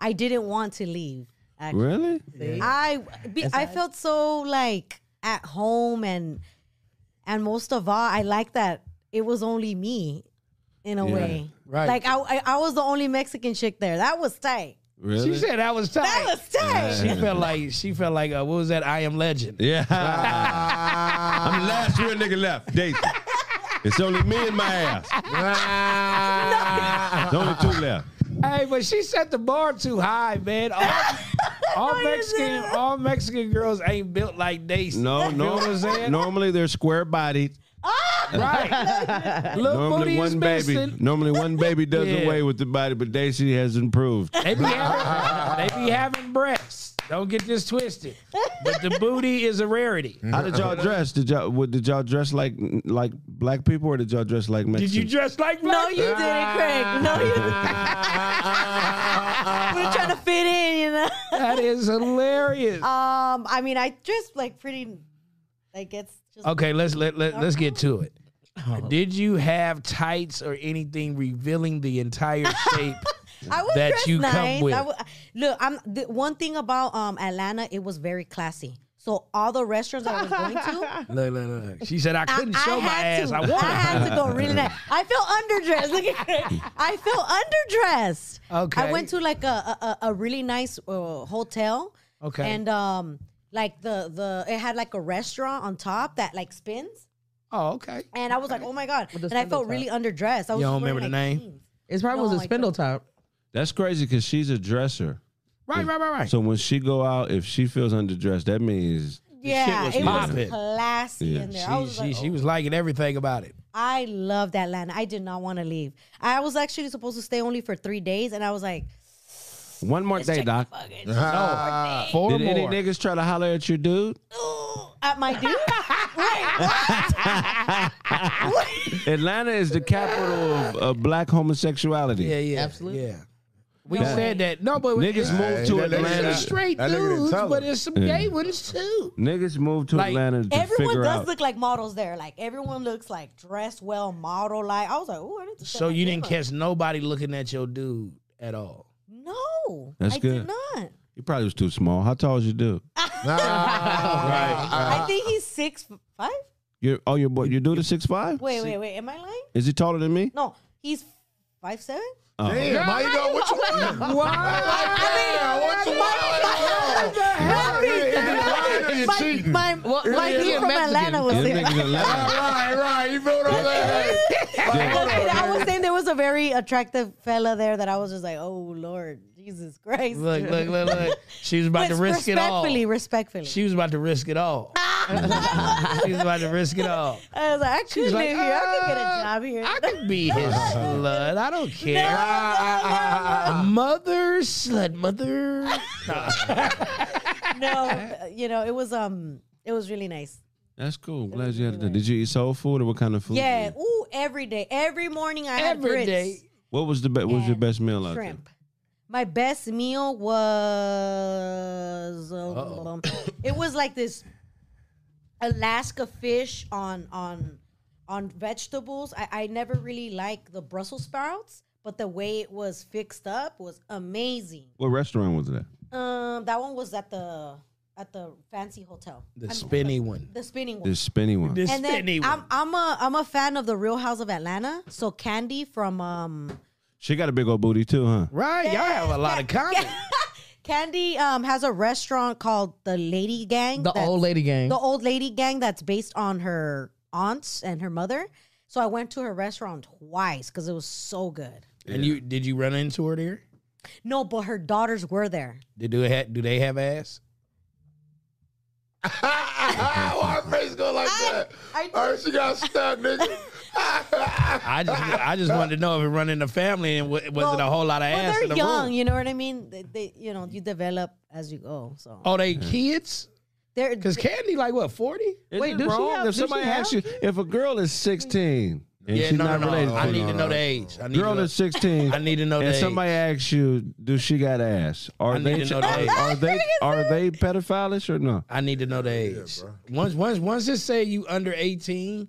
[SPEAKER 5] I didn't want to leave. Actually.
[SPEAKER 1] Really?
[SPEAKER 5] I be, I felt so like at home, and and most of all, I like that it was only me, in a
[SPEAKER 1] Yeah.
[SPEAKER 5] way.
[SPEAKER 2] Right.
[SPEAKER 5] Like I, I, I was the only Mexican chick there. That was tight.
[SPEAKER 1] Really?
[SPEAKER 2] She said that was tight.
[SPEAKER 5] That was tight.
[SPEAKER 2] she felt like she felt like uh, what was that? I am legend.
[SPEAKER 1] Yeah. I'm the last real nigga left, Daisy. It's only me and my ass. There's only two left.
[SPEAKER 2] Hey, but she set the bar too high, man. All, all Mexican, all Mexican girls ain't built like Daisy.
[SPEAKER 1] No,
[SPEAKER 2] you know what I'm
[SPEAKER 1] no.
[SPEAKER 2] saying?
[SPEAKER 1] Normally they're square bodied.
[SPEAKER 2] Right, little
[SPEAKER 1] Normally
[SPEAKER 2] booty is
[SPEAKER 1] one baby.
[SPEAKER 2] missing.
[SPEAKER 1] Normally one baby does
[SPEAKER 2] Yeah.
[SPEAKER 1] away with the body, but Daisy has improved.
[SPEAKER 2] They be having, they be having breasts. Don't get this twisted. But the booty is a rarity.
[SPEAKER 1] How did y'all dress? Did y'all what, did y'all dress like like black people or did y'all dress like Mexicans?
[SPEAKER 2] Did you dress like
[SPEAKER 5] No,
[SPEAKER 2] black?
[SPEAKER 5] you didn't, Craig. No, you didn't. We're trying to fit in, you know.
[SPEAKER 2] That is hilarious.
[SPEAKER 5] Um, I mean, I just like pretty, like it's just
[SPEAKER 2] Okay, let's let, let let's get to it.
[SPEAKER 5] Oh.
[SPEAKER 2] Did you have tights or anything revealing the entire shape?
[SPEAKER 5] I was
[SPEAKER 2] that
[SPEAKER 5] dressed
[SPEAKER 2] you come
[SPEAKER 5] nice. I
[SPEAKER 2] with.
[SPEAKER 5] wa- look, I'm the one thing about um Atlanta, it was very classy. So all the restaurants I was going to,
[SPEAKER 2] look, look, look, look. She said I
[SPEAKER 5] I,
[SPEAKER 2] couldn't
[SPEAKER 5] I
[SPEAKER 2] show my
[SPEAKER 5] had
[SPEAKER 2] ass.
[SPEAKER 5] to,
[SPEAKER 2] I
[SPEAKER 5] I,
[SPEAKER 2] wanted.
[SPEAKER 5] had to go really nice. I felt underdressed. Look at I felt underdressed.
[SPEAKER 2] Okay.
[SPEAKER 5] I went to like a a, a- a really nice uh, hotel.
[SPEAKER 2] Okay.
[SPEAKER 5] And um, like the the it had like a restaurant on top that like spins.
[SPEAKER 2] oh, okay.
[SPEAKER 5] And I was like, oh my god!
[SPEAKER 3] the
[SPEAKER 5] And I felt
[SPEAKER 3] spindle
[SPEAKER 5] really underdressed. I was
[SPEAKER 2] You don't
[SPEAKER 5] just wearing,
[SPEAKER 2] remember the
[SPEAKER 5] like,
[SPEAKER 2] name?
[SPEAKER 5] jeans.
[SPEAKER 3] His
[SPEAKER 5] No,
[SPEAKER 3] probably was a
[SPEAKER 5] I
[SPEAKER 3] spindle top.
[SPEAKER 1] That's crazy because she's a dresser.
[SPEAKER 2] Right, right, right, right.
[SPEAKER 1] So when she go out, if she feels underdressed, that means
[SPEAKER 5] Yeah,
[SPEAKER 1] was
[SPEAKER 5] it
[SPEAKER 2] poppin'.
[SPEAKER 5] was classy
[SPEAKER 1] Yeah.
[SPEAKER 5] in there. I
[SPEAKER 2] she
[SPEAKER 5] was
[SPEAKER 2] she,
[SPEAKER 5] like, oh.
[SPEAKER 2] she was liking everything about it.
[SPEAKER 5] I loved Atlanta. I did not want to leave. I was actually supposed to stay only for three days, and I was like,
[SPEAKER 1] one more day, doc.
[SPEAKER 4] Ah,
[SPEAKER 2] No, four
[SPEAKER 1] Did any
[SPEAKER 2] more.
[SPEAKER 1] niggas try to holler at your dude?
[SPEAKER 5] "Ooh," at my dude. Right. What?
[SPEAKER 1] Atlanta is the capital of, of black homosexuality.
[SPEAKER 2] yeah, yeah,
[SPEAKER 3] Absolutely.
[SPEAKER 2] Yeah, we
[SPEAKER 5] No
[SPEAKER 2] said that. No, but
[SPEAKER 1] Niggas moved to
[SPEAKER 4] that nigga-
[SPEAKER 1] Atlanta.
[SPEAKER 2] It's straight
[SPEAKER 4] That nigga didn't
[SPEAKER 2] dudes,
[SPEAKER 4] tell
[SPEAKER 2] but
[SPEAKER 4] her.
[SPEAKER 2] it's some gay ones too.
[SPEAKER 1] Niggas moved to
[SPEAKER 2] Like,
[SPEAKER 1] Atlanta to
[SPEAKER 5] everyone
[SPEAKER 1] figure
[SPEAKER 5] does
[SPEAKER 1] out.
[SPEAKER 5] look like models there. Like everyone looks like dressed well, model like. I was like, "Ooh, I need to." set
[SPEAKER 2] So
[SPEAKER 5] my
[SPEAKER 2] you didn't
[SPEAKER 5] game up."
[SPEAKER 2] catch nobody looking at your dude at all.
[SPEAKER 5] No,
[SPEAKER 1] That's
[SPEAKER 5] I
[SPEAKER 1] good.
[SPEAKER 5] did not.
[SPEAKER 1] you probably was too small. How tall is your dude?
[SPEAKER 2] Ah.
[SPEAKER 5] I think he's six five.
[SPEAKER 1] Your oh your boy your dude is six five.
[SPEAKER 5] Wait, wait, wait. Am I lying?
[SPEAKER 1] Is he taller than me?
[SPEAKER 5] No, He's five seven.
[SPEAKER 1] Uh-huh.
[SPEAKER 4] Damn, how you know what you want?
[SPEAKER 5] My, my, my dude from Atlanta was
[SPEAKER 1] Them
[SPEAKER 5] there.
[SPEAKER 1] niggas in Atlanta.
[SPEAKER 4] Right, right. You feel what I'm saying?
[SPEAKER 5] I was saying there was a very attractive fella there that I was just like, oh Lord, Jesus Christ.
[SPEAKER 2] Look, look, look, look. She was about
[SPEAKER 5] But
[SPEAKER 2] to risk it all.
[SPEAKER 5] respectfully, respectfully.
[SPEAKER 2] She was about to risk it all. she was about to risk it all.
[SPEAKER 5] I was like, I could live
[SPEAKER 2] like, "Ah!"
[SPEAKER 5] here. I could get a job here.
[SPEAKER 2] I could be his slut. I don't care. Mother slut, mother.
[SPEAKER 5] no, you know, it was um, it was really nice.
[SPEAKER 1] That's cool. Glad you had it. done. Did you eat soul food or what kind of food?
[SPEAKER 5] Yeah. Ooh, every day, every morning I had
[SPEAKER 2] Every
[SPEAKER 5] grits,
[SPEAKER 2] day.
[SPEAKER 1] What was the be- what was your best meal out
[SPEAKER 5] shrimp. My best meal was um, it was like this Alaska fish on on on vegetables. I, I never really liked the Brussels sprouts, but the way it was fixed up was amazing.
[SPEAKER 1] there? What restaurant was it at?
[SPEAKER 5] Um, that one was at the at the fancy hotel.
[SPEAKER 2] The spinny one.
[SPEAKER 5] The spinning one.
[SPEAKER 1] The spinny one.
[SPEAKER 2] The
[SPEAKER 5] and then
[SPEAKER 2] spinny
[SPEAKER 5] I'm
[SPEAKER 2] one.
[SPEAKER 5] I'm a I'm a fan of the Real House of Atlanta. So Candy from um
[SPEAKER 1] She got a big old booty too, huh?
[SPEAKER 2] Right? Y'all have a lot of common.
[SPEAKER 5] Candy um has a restaurant called the Lady Gang.
[SPEAKER 3] The
[SPEAKER 5] that's-
[SPEAKER 3] old lady gang.
[SPEAKER 5] the old lady gang that's based on her aunts and her mother. So I went to her restaurant twice because it was so good.
[SPEAKER 2] And you did you run into her there?
[SPEAKER 5] No, but her daughters were there.
[SPEAKER 2] Did do ha- do they have ass?
[SPEAKER 4] Why her face go like that?
[SPEAKER 5] I-
[SPEAKER 4] All right, she got stuck, nigga.
[SPEAKER 2] I just I just wanted to know if it run in the family and w- was it a
[SPEAKER 5] Well,
[SPEAKER 2] whole lot of
[SPEAKER 5] Well,
[SPEAKER 2] ass
[SPEAKER 5] they're
[SPEAKER 2] in the
[SPEAKER 5] young,
[SPEAKER 2] room.
[SPEAKER 5] you know what I mean? They, they- you know, you develop as you go. So
[SPEAKER 2] Oh, they kids?
[SPEAKER 5] they're
[SPEAKER 2] Cause Candy like what forty?
[SPEAKER 1] Is
[SPEAKER 3] Wait,
[SPEAKER 1] it
[SPEAKER 3] do she
[SPEAKER 1] wrong
[SPEAKER 3] have-
[SPEAKER 1] if
[SPEAKER 3] do
[SPEAKER 1] somebody
[SPEAKER 3] she have
[SPEAKER 1] asks you if a girl is sixteen and
[SPEAKER 2] Yeah,
[SPEAKER 1] she's
[SPEAKER 2] no, no,
[SPEAKER 1] not
[SPEAKER 2] no.
[SPEAKER 1] related,
[SPEAKER 2] I
[SPEAKER 1] to
[SPEAKER 2] need
[SPEAKER 1] you,
[SPEAKER 2] to know the age. I need
[SPEAKER 1] girl
[SPEAKER 2] to know,
[SPEAKER 1] is sixteen.
[SPEAKER 2] I need to know the
[SPEAKER 1] and
[SPEAKER 2] age.
[SPEAKER 1] somebody asks you, do she got ass? Are
[SPEAKER 2] I need
[SPEAKER 1] they
[SPEAKER 2] to know the
[SPEAKER 1] are,
[SPEAKER 2] age.
[SPEAKER 1] are they are they pedophilish or no?
[SPEAKER 2] I need to know the age. once once once it say you under eighteen,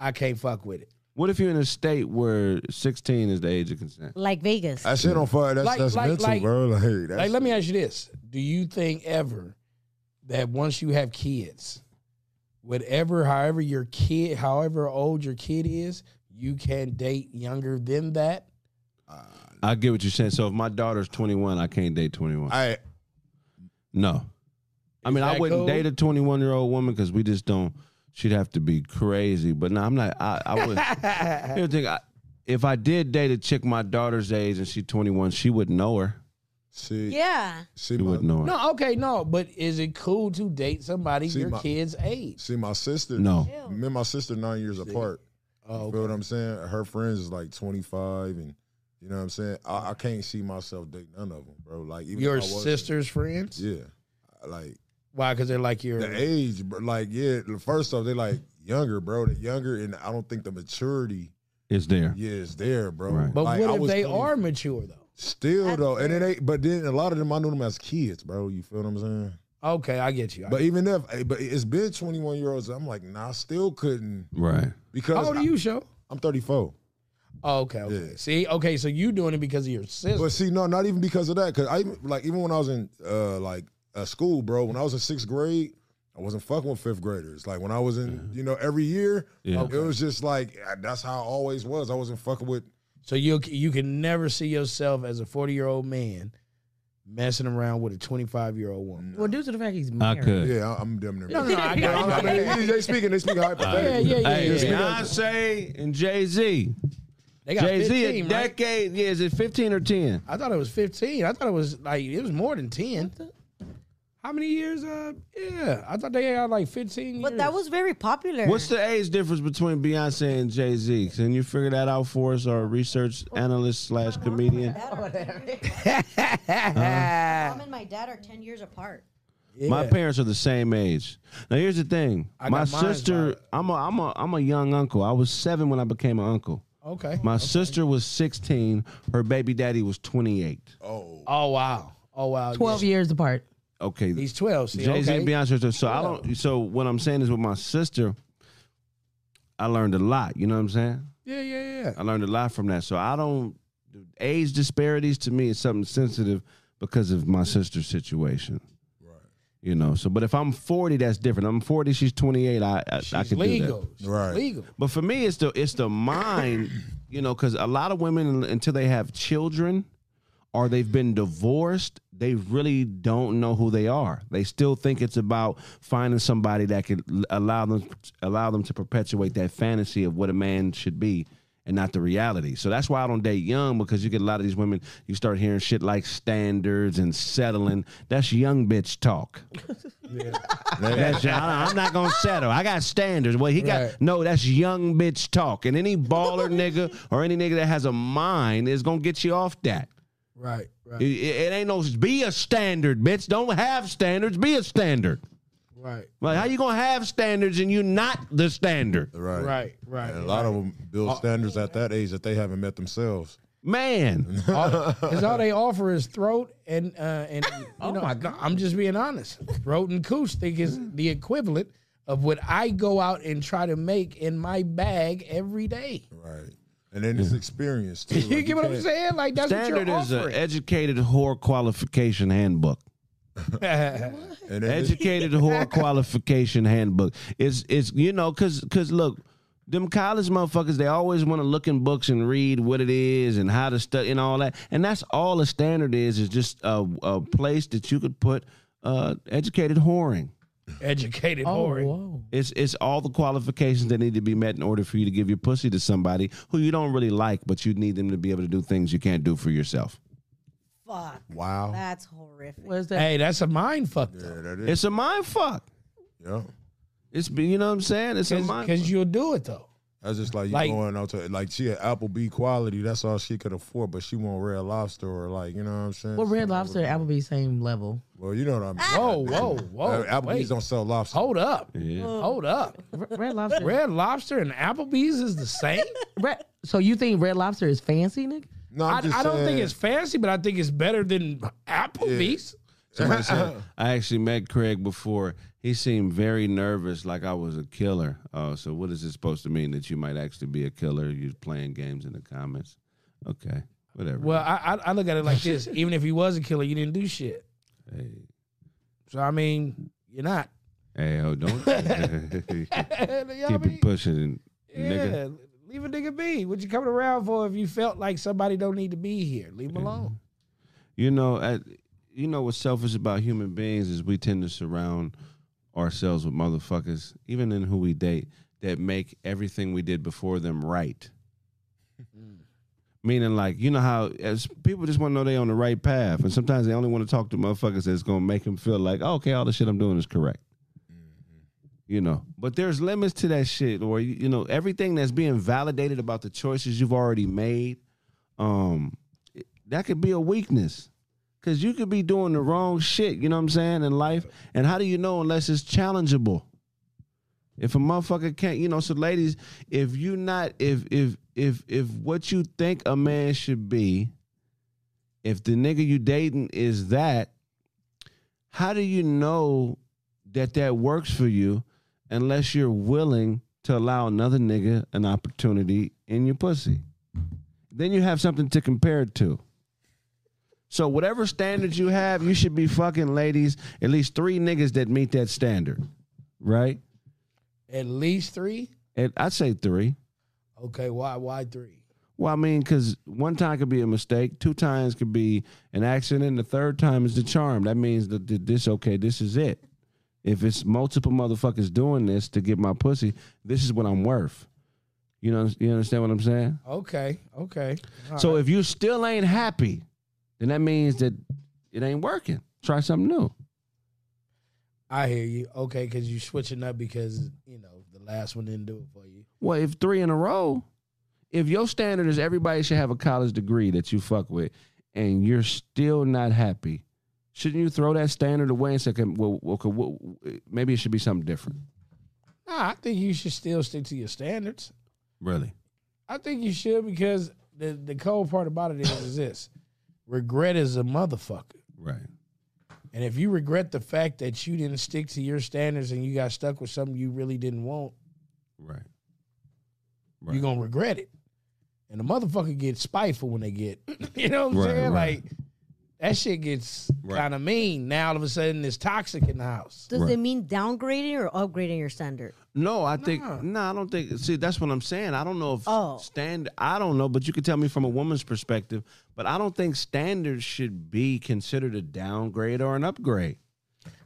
[SPEAKER 2] I can't fuck with it.
[SPEAKER 1] What if you're in a state where sixteen is the age of consent?
[SPEAKER 5] like Vegas.
[SPEAKER 4] That shit on fire. That's,
[SPEAKER 2] Like-
[SPEAKER 4] that's
[SPEAKER 2] like-
[SPEAKER 4] mental,
[SPEAKER 2] like-
[SPEAKER 4] bro. Like, that's,
[SPEAKER 2] Like, let me ask you this: Do you think ever that once you have kids, whatever, however your kid, however old your kid is, you can date younger than that?
[SPEAKER 1] I get what you're saying. So if my daughter's 21, I can't date 21.
[SPEAKER 4] I,
[SPEAKER 1] no, I mean I
[SPEAKER 2] that
[SPEAKER 1] wouldn't
[SPEAKER 2] cool?
[SPEAKER 1] date a 21 year old woman because we just don't. She'd have to be crazy. But no, I'm not. I, I would. Here's the thing. I, if I did date a chick my daughter's age and she's 21, she wouldn't know her.
[SPEAKER 4] see,
[SPEAKER 5] yeah.
[SPEAKER 4] see,
[SPEAKER 1] She
[SPEAKER 4] my,
[SPEAKER 1] wouldn't know her.
[SPEAKER 2] no, okay, no, but is it cool to date somebody
[SPEAKER 4] See,
[SPEAKER 2] your
[SPEAKER 4] my-
[SPEAKER 2] kid's age?
[SPEAKER 4] see, my sister.
[SPEAKER 1] No.
[SPEAKER 4] Me and my sister nine years apart.
[SPEAKER 2] Oh,
[SPEAKER 4] You feel what I'm saying? Her friends is like 25, and you know what I'm saying. I, I can't see myself dating none of them, bro. Like even if I
[SPEAKER 2] your
[SPEAKER 4] was-
[SPEAKER 2] sister's friends?
[SPEAKER 4] Yeah, like
[SPEAKER 2] Why? Because they're like your.
[SPEAKER 4] the age, bro. Like yeah, first off, they like younger, bro. They're younger, and I don't think the maturity
[SPEAKER 1] It's there.
[SPEAKER 4] yeah is there, bro.
[SPEAKER 1] Right.
[SPEAKER 2] But
[SPEAKER 4] Like,
[SPEAKER 2] what
[SPEAKER 4] I
[SPEAKER 2] if
[SPEAKER 4] was
[SPEAKER 2] they
[SPEAKER 4] 20
[SPEAKER 2] are mature though?
[SPEAKER 4] Still though, and it ain't. But then a lot of them, I knew them as kids, bro. You feel what I'm saying?
[SPEAKER 2] Okay, I get you. I
[SPEAKER 4] But even if, eh, but it's been 21 year olds. I'm like, nah, I still couldn't
[SPEAKER 1] Right.
[SPEAKER 4] because
[SPEAKER 2] How old are you, show?
[SPEAKER 4] I, am 34.
[SPEAKER 2] Oh, okay. okay.
[SPEAKER 4] Yeah.
[SPEAKER 2] See, okay, so you doing it because of your sister.
[SPEAKER 4] But see, no, not even because of that. Because I even- like even when I was in uh like uh, school, bro. When I was in sixth grade, I wasn't fucking with fifth graders. Like when I was in, you know, every year,
[SPEAKER 1] Yeah.
[SPEAKER 4] it was just like eh, that's how I always was. I wasn't fucking with.
[SPEAKER 2] So you you can never see yourself as a forty year old man messing around with a twenty five year old woman.
[SPEAKER 3] well, due to the fact he's
[SPEAKER 1] I
[SPEAKER 3] married.
[SPEAKER 1] could.
[SPEAKER 4] Yeah, I- I'm damn near.
[SPEAKER 2] No, no, I got you.
[SPEAKER 4] I mean, they, they speaking. They speaking
[SPEAKER 2] Yeah,
[SPEAKER 4] hypothetically.
[SPEAKER 2] yeah, yeah.
[SPEAKER 1] Hey,
[SPEAKER 2] yeah.
[SPEAKER 1] Beyonce and Jay Z.
[SPEAKER 2] They got
[SPEAKER 1] Jay Z, a
[SPEAKER 2] 15, right?
[SPEAKER 1] decade. Yeah, is it 15 or 10?
[SPEAKER 2] I thought it was fifteen. I thought it was like it was more than ten. How many years? Uh, yeah, I thought they had like fifteen.
[SPEAKER 5] But
[SPEAKER 2] years.
[SPEAKER 5] that was very popular.
[SPEAKER 1] What's the age difference between Beyonce and Jay Z? Can you figure that out for us, or research analyst slash comedian?
[SPEAKER 5] Mom and my dad are ten years apart.
[SPEAKER 2] Yeah.
[SPEAKER 1] My parents are the same age. Now here's the thing.
[SPEAKER 2] I
[SPEAKER 1] my
[SPEAKER 2] got mine's
[SPEAKER 1] sister, I'm a, I'm a, I'm a young uncle. I was seven when I became an uncle.
[SPEAKER 2] Okay.
[SPEAKER 1] My sister was 16. Her baby daddy was 28.
[SPEAKER 4] Oh,
[SPEAKER 2] oh wow. Oh wow. yeah.
[SPEAKER 3] Twelve years apart.
[SPEAKER 1] Okay,
[SPEAKER 2] He's twelve. See,
[SPEAKER 1] Jay Z
[SPEAKER 2] okay.
[SPEAKER 1] and Beyonce. are- So I don't. So what I'm saying is, with my sister, I learned a lot. You know what I'm saying?
[SPEAKER 2] yeah, yeah, yeah.
[SPEAKER 1] I learned a lot from that. So I don't age disparities to me is something sensitive because of my sister's situation.
[SPEAKER 4] Right.
[SPEAKER 1] You know. So, but if I'm 40, that's different. I'm 40. She's 28. I I, I
[SPEAKER 2] She's
[SPEAKER 1] could do that.
[SPEAKER 2] legal. She's
[SPEAKER 4] Right.
[SPEAKER 2] Legal.
[SPEAKER 1] But for me, it's the it's the mind. you know, because a lot of women until they have children or they've been divorced, they really don't know who they are. They still think it's about finding somebody that could l- allow them allow them to perpetuate that fantasy of what a man should be and not the reality. So that's why I don't date young because you get a lot of these women you start hearing shit like standards and settling. That's young bitch talk. That's- I- I'm not gonna settle. I got standards. Well, he
[SPEAKER 2] Right.
[SPEAKER 1] got no. That's young bitch talk. And any baller nigga or any nigga that has a mind is gonna get you off that.
[SPEAKER 2] Right, right,
[SPEAKER 1] It, it- it ain't no be a standard, bitch. Don't have standards. Be a standard.
[SPEAKER 2] right,
[SPEAKER 1] Like how you gonna have standards and you not the standard,
[SPEAKER 4] Right.
[SPEAKER 2] right, right.
[SPEAKER 4] And a lot of them build
[SPEAKER 1] Uh,
[SPEAKER 4] standards at that age that they haven't met themselves.
[SPEAKER 1] man?
[SPEAKER 2] Because all they offer is throat and uh, and you
[SPEAKER 3] Oh
[SPEAKER 2] know,
[SPEAKER 3] my God.
[SPEAKER 2] I'm just being honest. Throat and cooch think is the equivalent of what I go out and try to make in my bag every day.
[SPEAKER 4] Right. And then it's experience too.
[SPEAKER 2] You
[SPEAKER 4] Like,
[SPEAKER 2] get what I'm
[SPEAKER 4] can't-
[SPEAKER 2] sayed? Like that's
[SPEAKER 1] Standard
[SPEAKER 2] what
[SPEAKER 1] is
[SPEAKER 2] you're
[SPEAKER 1] an
[SPEAKER 2] offering.
[SPEAKER 1] educated whore qualification handbook.
[SPEAKER 4] And then it's-
[SPEAKER 1] Educated whore qualification handbook. It's it's you know cause cause look, them college motherfuckers they always want to look in books and read what it is and how to study and all that. And that's all a standard is is just a, a place that you could put uh, educated whoring.
[SPEAKER 2] Educated
[SPEAKER 3] Oh,
[SPEAKER 2] whoring.
[SPEAKER 3] whoa.
[SPEAKER 1] It's it's all the qualifications that need to be met in order for you to give your pussy to somebody who you don't really like, but you need them to be able to do things you can't do for yourself.
[SPEAKER 5] Fuck.
[SPEAKER 4] wow.
[SPEAKER 5] That's horrific.
[SPEAKER 3] Where's that?
[SPEAKER 2] Hey, that's a mind fuck though.
[SPEAKER 4] Yeah, that is.
[SPEAKER 1] It's a mind fuck.
[SPEAKER 4] Yeah.
[SPEAKER 1] It's be- you know what I'm saying. It's a mind.
[SPEAKER 2] Because you'll do it though.
[SPEAKER 4] That's just like you
[SPEAKER 2] Like-
[SPEAKER 4] going out to like she had Applebee quality. That's all she could afford, but she want Red Lobster or like you know what I'm saying.
[SPEAKER 3] Well, Red Lobster and Applebee's same level.
[SPEAKER 4] Well, you know what I mean.
[SPEAKER 2] Whoa, whoa, whoa.
[SPEAKER 4] Uh, Applebee's
[SPEAKER 2] Wait.
[SPEAKER 4] don't sell lobster.
[SPEAKER 2] Hold up.
[SPEAKER 1] Yeah.
[SPEAKER 5] Oh.
[SPEAKER 2] Hold up.
[SPEAKER 3] R- Red Lobster.
[SPEAKER 2] Red lobster and Applebee's is the same?
[SPEAKER 3] Red- so you think Red Lobster is fancy, nigga?
[SPEAKER 4] No,
[SPEAKER 2] I,
[SPEAKER 4] I'm just
[SPEAKER 2] I don't think
[SPEAKER 4] saying-
[SPEAKER 2] it's fancy, but I think it's better than Applebee's.
[SPEAKER 1] Somebody said, I actually met Craig before. He seemed very nervous, like I was a killer. Oh, so what is this supposed to mean that you might actually be a killer? You're playing games in the comments. Okay, whatever.
[SPEAKER 2] Well, I, I I look at it like this: even if he was a killer, you didn't do shit.
[SPEAKER 1] Hey,
[SPEAKER 2] So I mean, you're not.
[SPEAKER 1] hey, oh, don't keep
[SPEAKER 2] You know what I mean?
[SPEAKER 1] it pushing,
[SPEAKER 2] yeah,
[SPEAKER 1] nigga.
[SPEAKER 2] leave a nigga be. What you coming around for? If you felt like somebody don't need to be here, leave him alone.
[SPEAKER 1] You know, at, you know what's selfish about human beings is we tend to surround ourselves with motherfuckers, even in who we date, that make everything we did before them right. Meaning, like you know how as people just want to know they on the right path, and sometimes they only want to talk to motherfuckers that's gonna make them feel like, oh, okay, all the shit I'm doing is correct. You know, but there's limits to that shit, or you you know, everything that's being validated about the choices you've already made. Um, that could be a weakness because you could be doing the wrong shit you know what i'm saying in life and how do you know unless it's challengeable if a motherfucker can't you know so ladies if you not if if if if what you think a man should be if the nigga you dating is that how do you know that that works for you unless you're willing to allow another nigga an opportunity in your pussy then you have something to compare it to. So whatever standards you have, you should be fucking ladies at least three niggas that meet that standard, right?
[SPEAKER 2] At least three.
[SPEAKER 1] And I'd say three.
[SPEAKER 2] Okay, why why three?
[SPEAKER 1] Well, I mean, because one time could be a mistake, two times could be an accident, and the third time is the charm. That means that th- this okay, this is it. If it's multiple motherfuckers doing this to get my pussy, this is what I'm worth. You know, you understand what I'm saying?
[SPEAKER 2] Okay, okay. All
[SPEAKER 1] So if you still ain't happy, then that means that it ain't working. Try something new.
[SPEAKER 2] I hear you. Okay, because you switching up because you know the last one didn't do it for you.
[SPEAKER 1] Well, if three in a row, if your standard is everybody should have a college degree that you fuck with, and you're still not happy, shouldn't you throw that standard away and say, okay, well, well, okay, well, maybe it should be something different?
[SPEAKER 2] Nah, I think you should still stick to your standards.
[SPEAKER 1] Really?
[SPEAKER 2] I think you should because the the cold part about it is, is this: regret is a motherfucker.
[SPEAKER 1] Right.
[SPEAKER 2] And if you regret the fact that you didn't stick to your standards and you got stuck with something you really didn't want,
[SPEAKER 1] Right.
[SPEAKER 2] you're gonna regret it. And the motherfucker gets spiteful when they get, you know what I'm
[SPEAKER 1] Right,
[SPEAKER 2] saying?
[SPEAKER 1] right.
[SPEAKER 2] Like that shit gets
[SPEAKER 1] Right.
[SPEAKER 2] kind of mean. Now all of a sudden it's toxic in the house.
[SPEAKER 5] Does
[SPEAKER 1] Right.
[SPEAKER 5] it mean downgrading or upgrading your standard?
[SPEAKER 1] No, I think no, I don't think. See, that's what I'm saying. I don't know if
[SPEAKER 5] Oh.
[SPEAKER 1] standard. I don't know, but you could tell me from a woman's perspective. But I don't think standards should be considered a downgrade or an upgrade.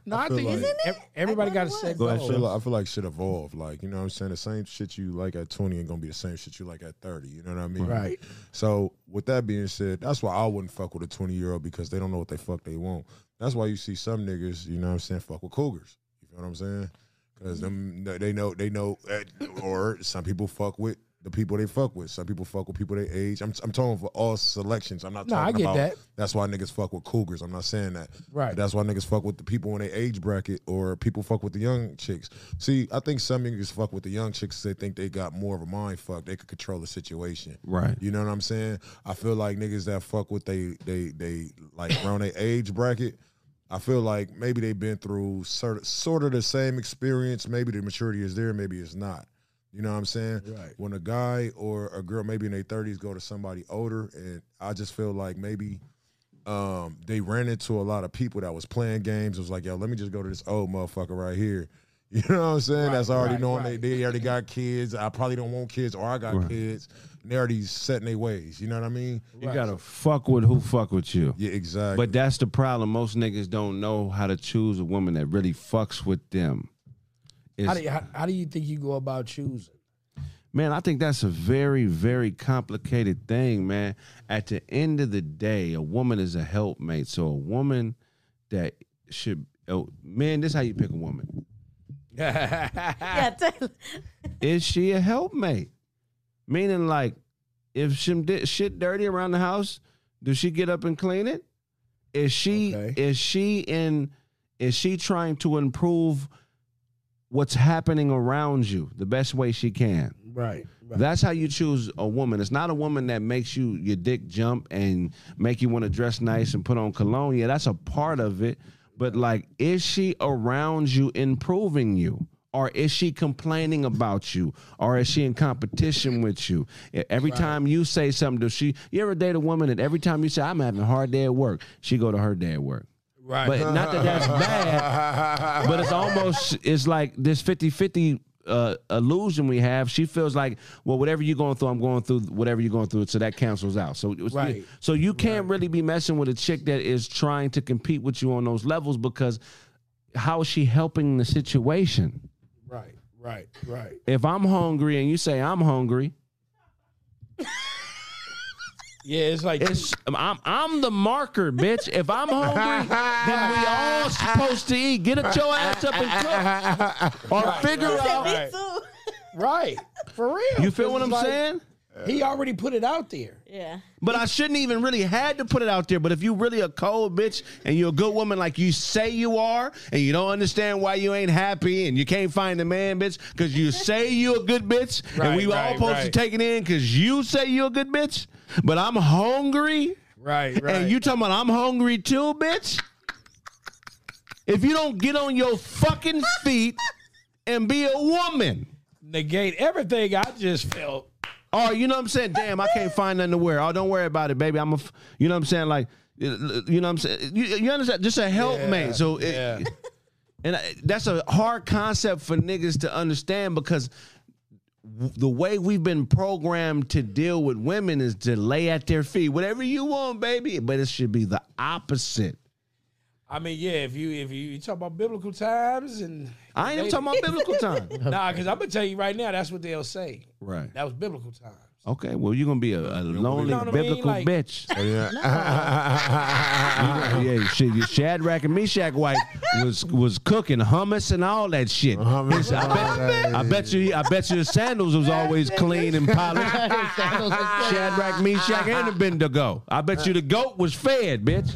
[SPEAKER 2] No, I,
[SPEAKER 4] feel
[SPEAKER 2] think
[SPEAKER 4] like- Isn't
[SPEAKER 2] ev- everybody
[SPEAKER 5] I
[SPEAKER 2] got
[SPEAKER 5] thought
[SPEAKER 2] to
[SPEAKER 5] it was.
[SPEAKER 2] set
[SPEAKER 1] Go
[SPEAKER 2] goals.
[SPEAKER 1] ahead,
[SPEAKER 4] I feel, like, I feel like shit evolved. Like, you know what I'm saying? The same shit you like at 20 ain't gonna be the same shit you like at 30. You know what I mean?
[SPEAKER 2] Right.
[SPEAKER 4] So, with that being said, that's why I wouldn't fuck with a 20 year old because they don't know what they fuck they want. That's why you see some niggas, you know what I'm saying, fuck with cougars. You feel what I'm saying? Because them they know, they know, eh, or some people fuck with the people they fuck with. Some people fuck with people they age. I'm, I'm talking for all selections. I'm not
[SPEAKER 2] No, I
[SPEAKER 4] talking
[SPEAKER 2] get
[SPEAKER 4] about
[SPEAKER 2] that.
[SPEAKER 4] that's why niggas fuck with cougars. I'm not saying that.
[SPEAKER 2] Right.
[SPEAKER 4] But that's why niggas fuck with the people in their age bracket or people fuck with the young chicks. See, I think some niggas fuck with the young chicks 'cause they think they got more of a mind fuck. They could control the situation.
[SPEAKER 1] Right.
[SPEAKER 4] You know what I'm saying? I feel like niggas that fuck with they they they like around their age bracket. I feel like maybe they've been through sort of, sort of the same experience. Maybe the maturity is there, maybe it's not. You know what I'm saying?
[SPEAKER 2] Right.
[SPEAKER 4] When a guy or a girl, maybe in their 30s, go to somebody older, and I just feel like maybe um, they ran into a lot of people that was playing games. It was like, yo, let me just go to this old motherfucker right here. You know what I'm saying? That's already
[SPEAKER 2] right,
[SPEAKER 4] knowing
[SPEAKER 2] right.
[SPEAKER 4] They, they already got kids. I probably don't want kids, or I got kids. And they already set in their ways. You know what I mean?
[SPEAKER 1] You gotta fuck with who fuck with you.
[SPEAKER 4] Yeah, exactly.
[SPEAKER 1] But that's the problem. Most niggas don't know how to choose a woman that really fucks with them.
[SPEAKER 2] How
[SPEAKER 1] It's-
[SPEAKER 2] do, you, how, how do you think you go about choosing?
[SPEAKER 1] Man, I think that's a very, very complicated thing, man. At the end of the day, a woman is a helpmate. So a woman that should, oh, man, this is how you pick a woman.
[SPEAKER 5] yeah, Taylor.
[SPEAKER 1] Is she a helpmate? Meaning, like, if some di- shit dirty around the house, does she get up and clean it? Is she
[SPEAKER 2] Okay.
[SPEAKER 1] is she in? Is she trying to improve what's happening around you the best way she can?
[SPEAKER 2] Right. right.
[SPEAKER 1] That's how you choose a woman. It's not a woman that makes you your dick jump and make you want to dress nice and put on cologne. Yeah, that's a part of it. But like, is she around you improving you? Or is she complaining about you? Or is she in competition with you? E- Every time you say something, does she you ever date a woman and every time you say, I'm having a hard day at work, she go to her day at work.
[SPEAKER 2] right.
[SPEAKER 1] But not that that's bad but it's almost it's like this 50-50 uh, illusion we have she feels like well whatever you're going through i'm going through whatever you're going through so that cancels out so it was-
[SPEAKER 2] Right.
[SPEAKER 1] so you can't really be messing with a chick that is trying to compete with you on those levels because how is she helping the situation
[SPEAKER 2] right. Right. Right.
[SPEAKER 1] if i'm hungry and you say i'm hungry
[SPEAKER 2] Yeah, it's like
[SPEAKER 1] it's i'm, I'm the marker bitch if i'm hungry then we all supposed to eat get up your ass up and cook or figure out
[SPEAKER 5] Me
[SPEAKER 2] Right.
[SPEAKER 5] too.
[SPEAKER 2] right for real.
[SPEAKER 1] you feel what
[SPEAKER 2] It's
[SPEAKER 1] i'm
[SPEAKER 2] like,
[SPEAKER 1] saying
[SPEAKER 2] He already put it out there.
[SPEAKER 5] Yeah.
[SPEAKER 1] But I shouldn't even really had to put it out there. But if you really a cold bitch and you're a good woman like you say you are, and you don't understand why you ain't happy and you can't find a man, bitch, because you say you a good bitch, and
[SPEAKER 2] Right,
[SPEAKER 1] we all
[SPEAKER 2] right,
[SPEAKER 1] supposed to
[SPEAKER 2] right.
[SPEAKER 1] take it in because you say you a good bitch. But I'm hungry,
[SPEAKER 2] Right. Right.
[SPEAKER 1] and you talking about I'm hungry too, bitch. If you don't get on your fucking feet and be a woman.
[SPEAKER 2] negate everything I just felt.
[SPEAKER 1] Oh, you know what I'm saying? Damn, I can't find nothing to wear. Oh, don't worry about it, baby. I'm a, f- you know what I'm saying? Like, you know what I'm saying? You, you understand? Just a helpmate.
[SPEAKER 2] Yeah,
[SPEAKER 1] so, it,
[SPEAKER 2] yeah.
[SPEAKER 1] and I, that's a hard concept for niggas to understand because w- the way we've been programmed to deal with women is to lay at their feet, whatever you want, baby. But it should be the opposite.
[SPEAKER 2] I mean, yeah. If you if you, you talk about biblical times and
[SPEAKER 1] I ain't even talking about biblical time.
[SPEAKER 2] nah, because I'm gonna tell you right now, that's what they'll say.
[SPEAKER 1] Right.
[SPEAKER 2] That was biblical times.
[SPEAKER 1] Okay, well, you're going to be a, a lonely
[SPEAKER 2] what I mean?
[SPEAKER 1] biblical
[SPEAKER 2] Like-
[SPEAKER 1] bitch.
[SPEAKER 4] yeah.
[SPEAKER 1] Yeah, shit. your Shadrach and Meshach White was was cooking hummus and all that shit.
[SPEAKER 4] Hummus and all that.
[SPEAKER 1] I bet you, I bet you, his sandals was always clean and polished.
[SPEAKER 3] Sandals was clean.
[SPEAKER 1] Shadrach, Meshach, and Abednego. I bet you the goat was fed, bitch.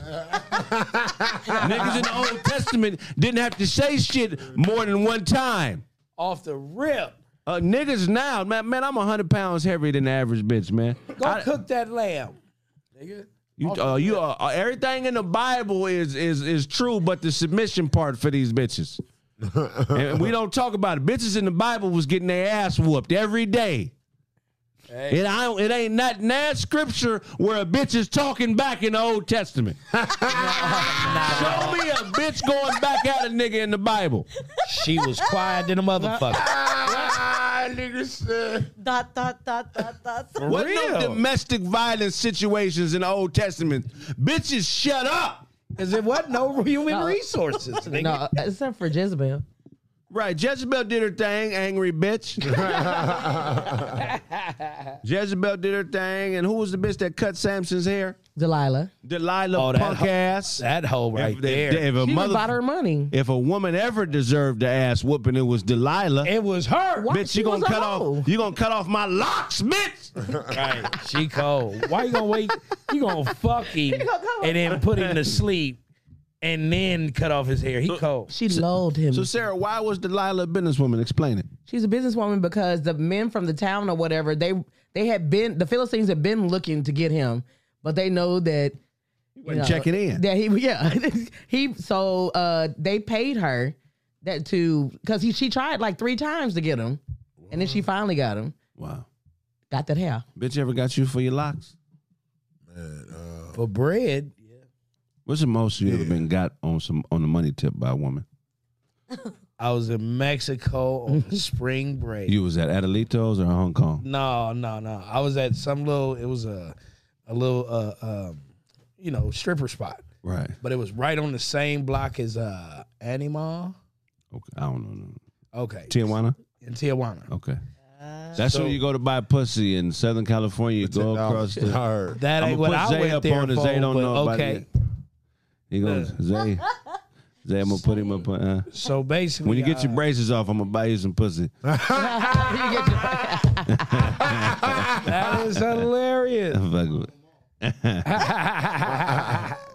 [SPEAKER 1] Niggas in the Old Testament didn't have to say shit more than one time.
[SPEAKER 2] Off the rip,
[SPEAKER 1] Uh, niggas now, man, man, I'm hundred pounds heavier than the average bitch, man.
[SPEAKER 2] go
[SPEAKER 1] I-
[SPEAKER 2] cook that lamb, nigga.
[SPEAKER 1] You,
[SPEAKER 2] Off
[SPEAKER 1] uh,
[SPEAKER 2] the
[SPEAKER 1] you,
[SPEAKER 2] rip.
[SPEAKER 1] uh, everything in the Bible is is is true, but the submission part for these bitches, and we don't talk about it. Bitches in the Bible was getting their ass whooped every day. It, I, don't- it ain't nothing that scripture where a bitch is talking back in the Old Testament. Show me a bitch going back at a nigga in the Bible.
[SPEAKER 2] She was quiet than a motherfucker.
[SPEAKER 4] Ah, nigga said.
[SPEAKER 5] Dot dot dot dot dot. dot.
[SPEAKER 1] What no
[SPEAKER 2] real.
[SPEAKER 1] domestic violence situations in the Old Testament? Bitches, shut up.
[SPEAKER 2] Because it wasn't no human
[SPEAKER 3] No.
[SPEAKER 2] resources. nigga.
[SPEAKER 3] No, except for Jezebel.
[SPEAKER 1] Right, Jezebel did her thing, angry bitch. Jezebel did her thing, and who was the bitch that cut Samson's hair?
[SPEAKER 3] Delilah.
[SPEAKER 1] Delilah
[SPEAKER 2] Oh, that
[SPEAKER 1] punk
[SPEAKER 2] hoe-
[SPEAKER 1] ass.
[SPEAKER 2] That hoe right
[SPEAKER 1] if, they-
[SPEAKER 2] there.
[SPEAKER 1] if a
[SPEAKER 3] She was
[SPEAKER 1] mother,
[SPEAKER 3] about her money.
[SPEAKER 1] if a woman ever deserved the ass whooping, it was Delilah.
[SPEAKER 2] it was her.
[SPEAKER 3] Why?
[SPEAKER 1] bitch,
[SPEAKER 3] she
[SPEAKER 1] you gonna
[SPEAKER 3] was a
[SPEAKER 1] cut
[SPEAKER 3] hoe.
[SPEAKER 1] off? You gonna cut off my locks, bitch?
[SPEAKER 2] Right. She cold. Why you gonna wait? You gonna fuck him and then put him to sleep and then cut off his hair. He cold.
[SPEAKER 3] She lulled him.
[SPEAKER 1] so Sarah, why was Delilah a businesswoman? Explain it.
[SPEAKER 3] She's a businesswoman because the men from the town or whatever they they had been the Philistines had been looking to get him, but they know that you know,
[SPEAKER 1] checking in.
[SPEAKER 3] That he yeah he so uh they paid her that to because he she tried like three times to get him, and then she finally got him.
[SPEAKER 1] Wow,
[SPEAKER 3] Got that hair.
[SPEAKER 1] bitch, ever got you for your locks?
[SPEAKER 4] Man, uh,
[SPEAKER 2] For bread.
[SPEAKER 1] What's the most you ever been got on some on the money tip by a woman?
[SPEAKER 2] I was in Mexico on spring break.
[SPEAKER 1] You was at Adelitos or Hong Kong?
[SPEAKER 2] No, no, no. I was at some little. It was a, a little, uh, um, you know, stripper spot,
[SPEAKER 1] Right.
[SPEAKER 2] but it was right on the same block as uh, Anima.
[SPEAKER 1] Okay. I don't know. no.
[SPEAKER 2] Okay,
[SPEAKER 1] Tijuana.
[SPEAKER 2] in Tijuana.
[SPEAKER 1] Okay. That's
[SPEAKER 2] So- uh,
[SPEAKER 1] where you go to buy pussy in Southern California. You go across the.
[SPEAKER 4] Hard.
[SPEAKER 2] That
[SPEAKER 1] I'ma
[SPEAKER 2] ain't what
[SPEAKER 1] put
[SPEAKER 2] I
[SPEAKER 1] Zay
[SPEAKER 2] went
[SPEAKER 1] up
[SPEAKER 2] there
[SPEAKER 1] on it.
[SPEAKER 2] for.
[SPEAKER 1] Zay don't
[SPEAKER 2] but
[SPEAKER 1] know about
[SPEAKER 2] okay,
[SPEAKER 1] it. He goes Zay. Zay, I'm gonna put him up. On, uh,
[SPEAKER 2] so basically,
[SPEAKER 1] when you get
[SPEAKER 2] uh,
[SPEAKER 1] your braces off, I'm gonna buy you some pussy.
[SPEAKER 2] that is hilarious.
[SPEAKER 1] Fuck with it.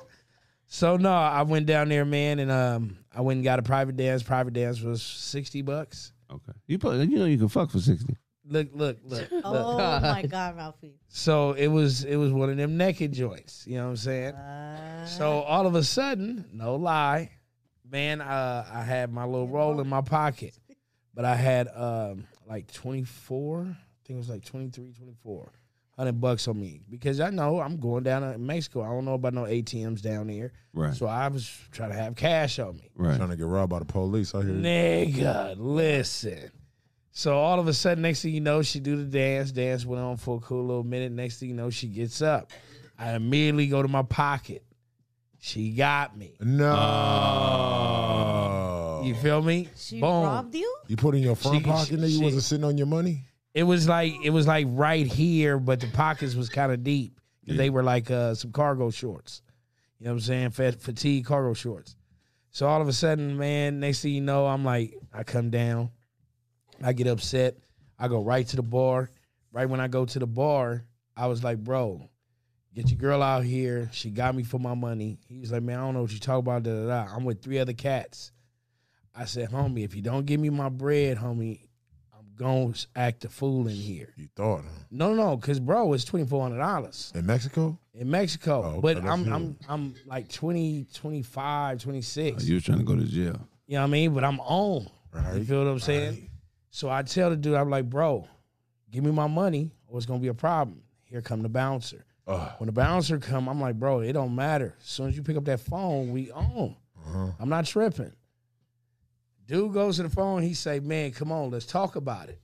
[SPEAKER 2] So no, I went down there, man, and um, I went and got a private dance. Private dance was sixty bucks.
[SPEAKER 1] Okay. You put, you know you can fuck for sixty.
[SPEAKER 2] Look, look, look, look.
[SPEAKER 5] Oh my God, Ralphie.
[SPEAKER 2] So it was it was one of them naked joints. You know what I'm saying? so all of a sudden, no lie, man, uh, I had my little roll in my pocket, but I had um, like 24. I think it was like 23, 24. 100 bucks on me because I know I'm going down to Mexico. I don't know about no ATMs down there.
[SPEAKER 1] Right.
[SPEAKER 2] So I was trying to have cash on me.
[SPEAKER 1] Right.
[SPEAKER 4] Trying to get robbed by the police. I hear you.
[SPEAKER 2] Nigga, listen. So all of a sudden, next thing you know, she do the dance. Dance went on for a cool little minute. Next thing you know, she gets up. I immediately go to my pocket. She got me.
[SPEAKER 4] No.
[SPEAKER 2] You feel me?
[SPEAKER 5] She
[SPEAKER 2] Boom.
[SPEAKER 5] robbed you?
[SPEAKER 4] you put in your front
[SPEAKER 2] She-
[SPEAKER 4] pocket and you
[SPEAKER 2] she-
[SPEAKER 4] wasn't sitting on your money?
[SPEAKER 2] It was like it was like right here, but the pockets was kind of deep. They were like uh, some cargo shorts. You know what I'm saying? Fat fatigue cargo shorts. So all of a sudden, man, next thing you know, I'm like, I come down, I get upset, I go right to the bar. Right when I go to the bar, I was like, bro, get your girl out here. She got me for my money. He was like, man, I don't know what you talk about. Da, da, da. I'm with three other cats. I said, homie, if you don't give me my bread, homie, I'm going to act a fool in here.
[SPEAKER 4] You thought, huh?
[SPEAKER 2] No, no, because bro, it's twenty four hundred dollars
[SPEAKER 4] In Mexico?
[SPEAKER 2] in Mexico.
[SPEAKER 4] Oh, okay,
[SPEAKER 2] but
[SPEAKER 4] that's
[SPEAKER 2] I'm
[SPEAKER 4] good.
[SPEAKER 2] I'm I'm like 20, 25, 26.
[SPEAKER 1] Uh, Oh, You was trying to go to jail.
[SPEAKER 2] You know what I mean? But I'm on. You
[SPEAKER 4] Right,
[SPEAKER 2] feel what I'm saying?
[SPEAKER 4] right.
[SPEAKER 2] So I tell the dude, I'm like, bro, give me my money or it's gonna be a problem. Here come the bouncer.
[SPEAKER 4] Ugh.
[SPEAKER 2] When the bouncer come, I'm like, bro, it don't matter. As soon as you pick up that phone, we on.
[SPEAKER 4] Uh-huh.
[SPEAKER 2] I'm not tripping. Dude goes to the phone. He say, "Man, come on, let's talk about it."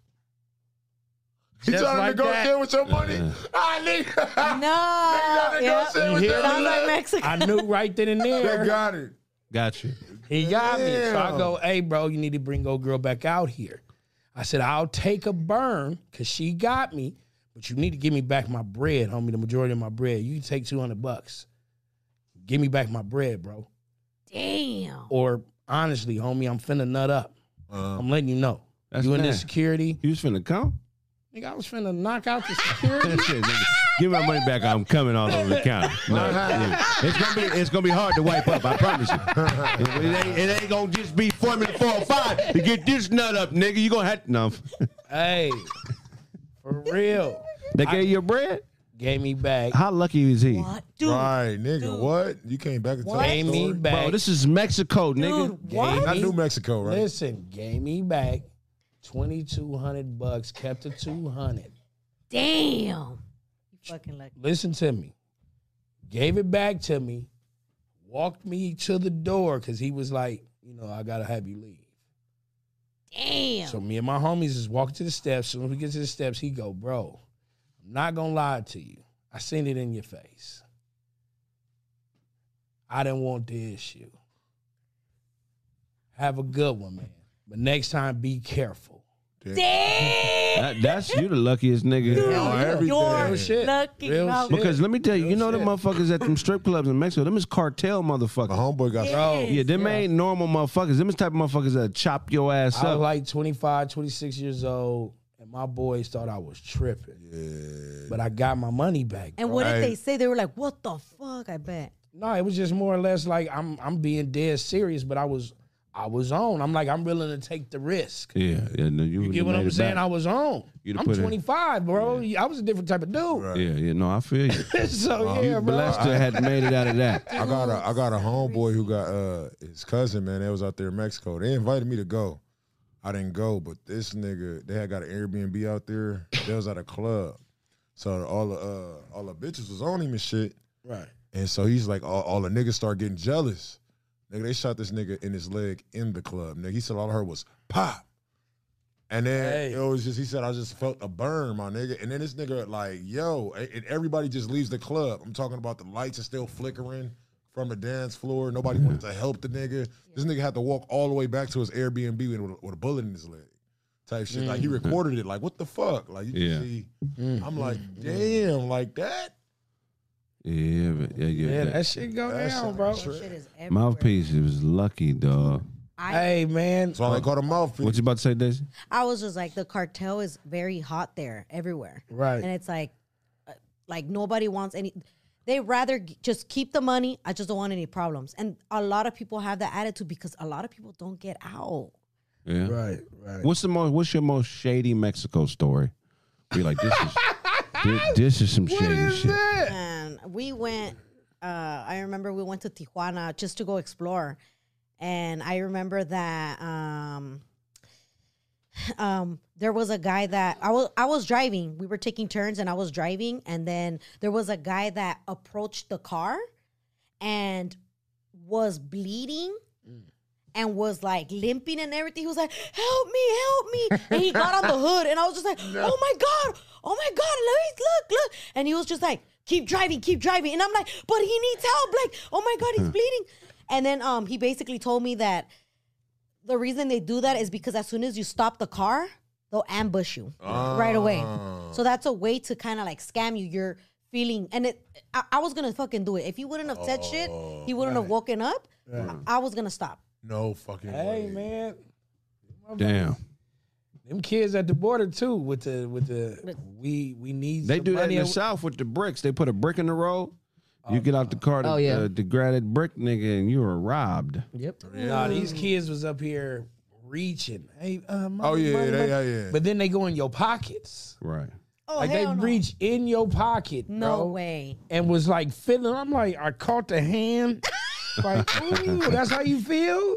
[SPEAKER 4] You
[SPEAKER 2] Just
[SPEAKER 4] trying
[SPEAKER 2] like
[SPEAKER 4] to go
[SPEAKER 2] that.
[SPEAKER 4] there with your money? Ah, nigga.
[SPEAKER 5] No.
[SPEAKER 4] They
[SPEAKER 5] Yeah.
[SPEAKER 4] gotta go sit with
[SPEAKER 2] You
[SPEAKER 4] their
[SPEAKER 2] hear me?
[SPEAKER 5] Sounds like
[SPEAKER 4] money.
[SPEAKER 5] Mexico.
[SPEAKER 2] I knew right then and
[SPEAKER 4] They
[SPEAKER 2] there.
[SPEAKER 4] got it.
[SPEAKER 1] Got you.
[SPEAKER 2] He got me. So I
[SPEAKER 4] Damn.
[SPEAKER 2] go, hey, bro, you need to bring old girl back out here. I said, I'll take a burn because she got me, but you need to give me back my bread, homie, the majority of my bread. You can take 200 bucks. Give me back my bread, bro.
[SPEAKER 5] Damn.
[SPEAKER 2] Or honestly, homie, I'm finna nut up.
[SPEAKER 4] Uh,
[SPEAKER 2] I'm letting you know.
[SPEAKER 1] That's
[SPEAKER 2] you in this
[SPEAKER 1] nice.
[SPEAKER 2] security?
[SPEAKER 1] You was finna come.
[SPEAKER 2] Nigga, I was finna knock out the security.
[SPEAKER 1] That's it, nigga. Give me my money back. I'm coming all over the counter. No, nigga. it's gonna be it's gonna be hard to wipe up. I promise you. It, it ain't, it ain't gonna just be Formula Four or Five to get this nut up, nigga. You gonna have to. No.
[SPEAKER 2] hey, for real.
[SPEAKER 1] They gave you bread.
[SPEAKER 2] Gave me back.
[SPEAKER 1] How lucky is he?
[SPEAKER 5] What? Dude.
[SPEAKER 4] right, nigga. What? You came back and told the
[SPEAKER 2] Gave me
[SPEAKER 4] story?
[SPEAKER 2] back.
[SPEAKER 1] Bro, this is Mexico, nigga.
[SPEAKER 5] Dude, what?
[SPEAKER 4] Not New Mexico, right?
[SPEAKER 2] Listen, gave me back twenty two hundred bucks, kept the two hundred.
[SPEAKER 5] damn. You fucking lucky.
[SPEAKER 2] listen to me. Gave it back to me, walked me to the door because he was like, you know, I gotta have you leave.
[SPEAKER 5] Damn.
[SPEAKER 2] So me and my homies is walking to the steps. Soon as we get to the steps, he go, bro, I'm not gonna lie to you. I seen it in your face. I didn't want the issue. Have a good one, man. But next time, be careful.
[SPEAKER 5] damn.
[SPEAKER 1] That- that's you the luckiest nigga.
[SPEAKER 4] Yeah. everything.
[SPEAKER 5] You're
[SPEAKER 4] Real
[SPEAKER 2] shit.
[SPEAKER 5] lucky.
[SPEAKER 2] Real
[SPEAKER 5] mother-
[SPEAKER 2] shit.
[SPEAKER 1] Because let me tell you, you know the
[SPEAKER 2] shit.
[SPEAKER 1] motherfuckers at them strip clubs in Mexico, them is cartel
[SPEAKER 4] My
[SPEAKER 1] motherfuckers.
[SPEAKER 4] homeboy got
[SPEAKER 2] Bro,
[SPEAKER 1] Yeah, them ain't normal motherfuckers. Them is type of motherfuckers that chop your ass
[SPEAKER 2] I was
[SPEAKER 1] up.
[SPEAKER 2] like 25, 26 years old, and my boys thought I was tripping. But I got my money back.
[SPEAKER 5] And
[SPEAKER 2] bro.
[SPEAKER 5] what did
[SPEAKER 4] Hey.
[SPEAKER 5] they say? They were like, "What the fuck?" I bet.
[SPEAKER 2] No, it was just more or less like I'm I'm being dead serious, but I was I was on. I'm like I'm willing to take the risk.
[SPEAKER 1] yeah, yeah, no, you,
[SPEAKER 2] You
[SPEAKER 1] would've
[SPEAKER 2] get what
[SPEAKER 1] made
[SPEAKER 2] I'm
[SPEAKER 1] it
[SPEAKER 2] saying? I
[SPEAKER 1] back.
[SPEAKER 2] was on.
[SPEAKER 1] You'd've
[SPEAKER 2] I'm
[SPEAKER 1] put in-
[SPEAKER 2] 25, bro. I was a different type of dude.
[SPEAKER 4] Right.
[SPEAKER 1] Yeah, yeah, no, I feel you.
[SPEAKER 2] so
[SPEAKER 4] Wow.
[SPEAKER 2] yeah, bro.
[SPEAKER 1] Blessed to had made it out of that.
[SPEAKER 4] I got a I got a homeboy who got uh his cousin man. They was out there in Mexico. They invited me to go. I didn't go, but this nigga they had got an Airbnb out there. They was at a club, so all the uh, all the bitches was on him and shit.
[SPEAKER 2] Right.
[SPEAKER 4] And so he's like, all, all the niggas start getting jealous. Nigga, they shot this nigga in his leg in the club. Nigga, he said all I heard was pop. And then
[SPEAKER 2] Hey.
[SPEAKER 4] it was just, he said, I just felt a burn, my nigga. And then this nigga, like, yo, a- and everybody just leaves the club. I'm talking about the lights are still flickering from the dance floor. Nobody wanted to help the nigga. This nigga had to walk all the way back to his Airbnb with, with, a bullet in his leg. Type shit. Like, he recorded it. Like, what the fuck? Like, you can
[SPEAKER 1] Yeah.
[SPEAKER 4] see. I'm like, damn, like that?
[SPEAKER 1] Yeah, but yeah, yeah.
[SPEAKER 2] Yeah,
[SPEAKER 1] that-
[SPEAKER 2] that shit go
[SPEAKER 4] That
[SPEAKER 2] down,
[SPEAKER 4] sounds
[SPEAKER 2] bro.
[SPEAKER 5] That shit is everywhere.
[SPEAKER 1] Mouthpiece, it was lucky, dog.
[SPEAKER 5] I,
[SPEAKER 2] Hey man.
[SPEAKER 4] That's why they call him mouthpiece.
[SPEAKER 1] What you about to say, Daisy?
[SPEAKER 5] I was just like, the cartel is very hot there, everywhere. And
[SPEAKER 2] Right.
[SPEAKER 5] it's like, uh, like nobody wants any. They rather g- just keep the money. I just don't want any problems. And a lot of people have that attitude because a lot of people don't get out.
[SPEAKER 1] Yeah.
[SPEAKER 2] Right, right.
[SPEAKER 1] What's the most? What's your most shady Mexico story? We like this is this, this is some shady shit.
[SPEAKER 5] and we went uh i remember we went to tijuana just to go explore and i remember that um um there was a guy that i was i was driving we were taking turns and i was driving and then there was a guy that approached the car and was bleeding and was like limping and everything. He was like, "Help me, help me!" And he got on the hood, and I was just like, "Oh my god, oh my god, look, look, look!" And he was just like, "Keep driving, keep driving," and I'm like, "But he needs help!" Like, "Oh my god, he's bleeding!" And then um, he basically told me that the reason they do that is because as soon as you stop the car, they'll ambush you right away.
[SPEAKER 3] Ah.
[SPEAKER 1] Ah.
[SPEAKER 5] So that's a way to kind of like scam you. You're feeling, and it, I, I was gonna fucking do it. If he wouldn't have said shit, he wouldn't have woken up. I, I was gonna stop.
[SPEAKER 4] No fucking
[SPEAKER 2] Hey
[SPEAKER 4] way.
[SPEAKER 2] man.
[SPEAKER 1] Damn,
[SPEAKER 2] Them kids at the border too with the with the we we need
[SPEAKER 1] they
[SPEAKER 2] some
[SPEAKER 1] do that
[SPEAKER 2] money
[SPEAKER 1] in the
[SPEAKER 2] aw-
[SPEAKER 1] south with the bricks. They put a brick in the road. You get out the car to,
[SPEAKER 3] Oh, yeah.
[SPEAKER 1] uh, to grab that brick, nigga, and you were robbed.
[SPEAKER 3] Yep.
[SPEAKER 2] Nah, these kids was up here reaching. Hey, uh, money,
[SPEAKER 4] Oh, yeah,
[SPEAKER 2] money,
[SPEAKER 4] they-
[SPEAKER 2] money.
[SPEAKER 4] yeah, yeah.
[SPEAKER 2] But then they go in your pockets.
[SPEAKER 1] Right.
[SPEAKER 5] Oh,
[SPEAKER 2] like they
[SPEAKER 5] hell no.
[SPEAKER 2] reach in your pocket,
[SPEAKER 5] No
[SPEAKER 2] bro,
[SPEAKER 5] way.
[SPEAKER 2] and was like feeling. I'm like, I caught the hand. like, ooh, that's how you feel.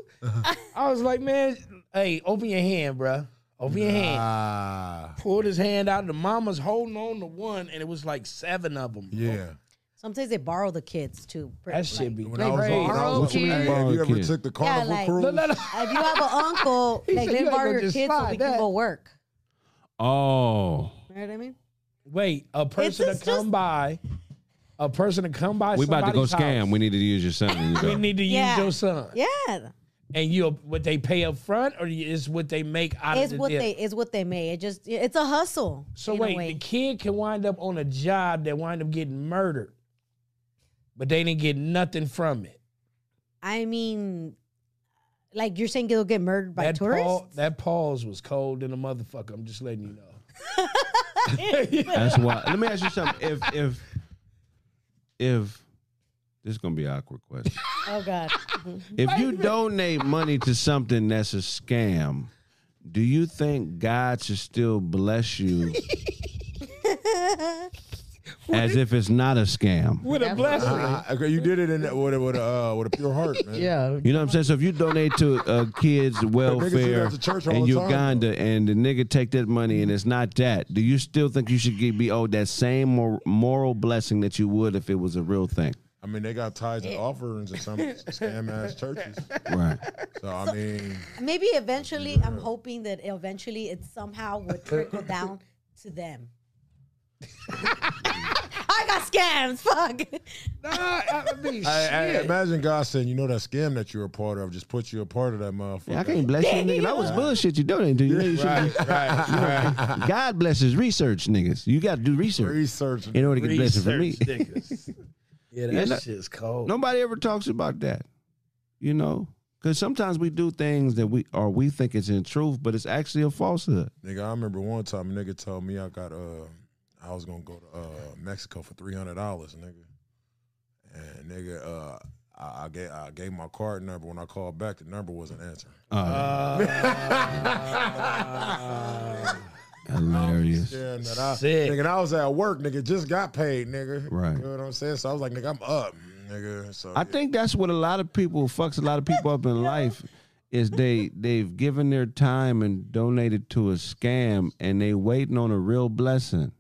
[SPEAKER 2] I was like, man, hey, open your hand, bro. Open your hand.
[SPEAKER 4] Ah,
[SPEAKER 2] Pulled his hand out. The mama's holding on to one, and it was like seven of them.
[SPEAKER 4] yeah.
[SPEAKER 5] Sometimes they borrow the kids too.
[SPEAKER 2] That shit be
[SPEAKER 4] When I was
[SPEAKER 2] crazy.
[SPEAKER 4] on, when I was
[SPEAKER 3] Borrow
[SPEAKER 4] on, hey, have you
[SPEAKER 1] kids.
[SPEAKER 4] ever took the carnival
[SPEAKER 5] like-
[SPEAKER 4] cruise?
[SPEAKER 2] No, no, no.
[SPEAKER 5] If you have an uncle,
[SPEAKER 2] He
[SPEAKER 5] like
[SPEAKER 2] said, "You
[SPEAKER 5] they
[SPEAKER 2] ain't
[SPEAKER 5] borrow
[SPEAKER 2] gonna
[SPEAKER 5] your
[SPEAKER 2] just
[SPEAKER 5] kids so
[SPEAKER 2] slide
[SPEAKER 5] we
[SPEAKER 2] that."
[SPEAKER 5] can go work.
[SPEAKER 1] Oh,
[SPEAKER 5] You know what I mean?
[SPEAKER 2] Wait, a person to
[SPEAKER 5] just-
[SPEAKER 2] come by, a person to come by.
[SPEAKER 1] we about to go
[SPEAKER 2] somebody's
[SPEAKER 1] scam.
[SPEAKER 2] house.
[SPEAKER 1] We need to use your son.
[SPEAKER 2] We need to
[SPEAKER 5] Yeah.
[SPEAKER 2] use your son.
[SPEAKER 5] Yeah,
[SPEAKER 2] And you what they pay up front or is what they make out
[SPEAKER 5] it's
[SPEAKER 2] of the
[SPEAKER 5] what
[SPEAKER 2] deal?
[SPEAKER 5] they it's what they made. It just it's a hustle.
[SPEAKER 2] So
[SPEAKER 5] in a
[SPEAKER 2] wait,
[SPEAKER 5] way.
[SPEAKER 2] the kid can wind up on a job that wind up getting murdered, but they didn't get nothing from it.
[SPEAKER 5] I mean, like you're saying they'll get murdered by
[SPEAKER 2] that
[SPEAKER 5] tourists.
[SPEAKER 2] pau- that pause was cold in a motherfucker. I'm just letting you know.
[SPEAKER 1] That's why. Let me ask you something. If if if this is gonna be an awkward question.
[SPEAKER 5] Oh god,
[SPEAKER 1] If you donate money to something that's a scam, do you
[SPEAKER 4] Mm.
[SPEAKER 1] think God should still bless you as if it's not a scam.
[SPEAKER 2] With a blessing.
[SPEAKER 4] Uh, okay, you did it in that, with a with a uh, with a pure heart, man.
[SPEAKER 3] Yeah.
[SPEAKER 1] You know what I'm saying? So if you donate to uh, kids welfare
[SPEAKER 4] that to church all
[SPEAKER 1] in
[SPEAKER 4] the time,
[SPEAKER 1] Uganda and the nigga take that money and it's not that, do you still think you should get, be owed that same mor- moral blessing that you would if it was a real thing?
[SPEAKER 4] I mean, they got tithes and offerings in some scam ass churches.
[SPEAKER 1] Right.
[SPEAKER 4] So I mean,
[SPEAKER 5] Maybe eventually, I'm hoping that eventually it somehow would trickle down to them. I got scams. Fuck.
[SPEAKER 2] Nah, I I mean,
[SPEAKER 4] I, I-
[SPEAKER 2] shit.
[SPEAKER 4] imagine God saying, "You know that scam that you're a part of, just put you a part of that motherfucker."
[SPEAKER 1] I can't bless you, nigga. That was bullshit you donated to. You know you should
[SPEAKER 2] Right, right, right.
[SPEAKER 1] God blesses research, niggas. You got to do research
[SPEAKER 4] research.
[SPEAKER 1] in order to get blessed from me.
[SPEAKER 6] Research niggas.
[SPEAKER 2] Yeah,
[SPEAKER 1] Yeah,
[SPEAKER 2] that
[SPEAKER 1] no-
[SPEAKER 2] shit's cold.
[SPEAKER 1] Nobody ever talks about that, you know, because sometimes we do things that we or we think it's in truth, but it's actually a falsehood.
[SPEAKER 4] Nigga, I remember one time a nigga told me I got uh I was gonna go to uh Mexico for three hundred dollars, nigga. And nigga, uh I, I gave I gave my card number. When I called back, the number wasn't answered.
[SPEAKER 1] Ah. Hilarious.
[SPEAKER 4] Yeah, that I,
[SPEAKER 2] Sick.
[SPEAKER 4] Nigga, and I was at work, nigga, just got paid, nigga.
[SPEAKER 1] Right.
[SPEAKER 4] You know what I'm saying? So I was like, nigga, I'm up, nigga. So
[SPEAKER 1] I think that's what a lot of people fucks a lot of people up in life is they they've given their time and donated to a scam and they waiting on a real blessing.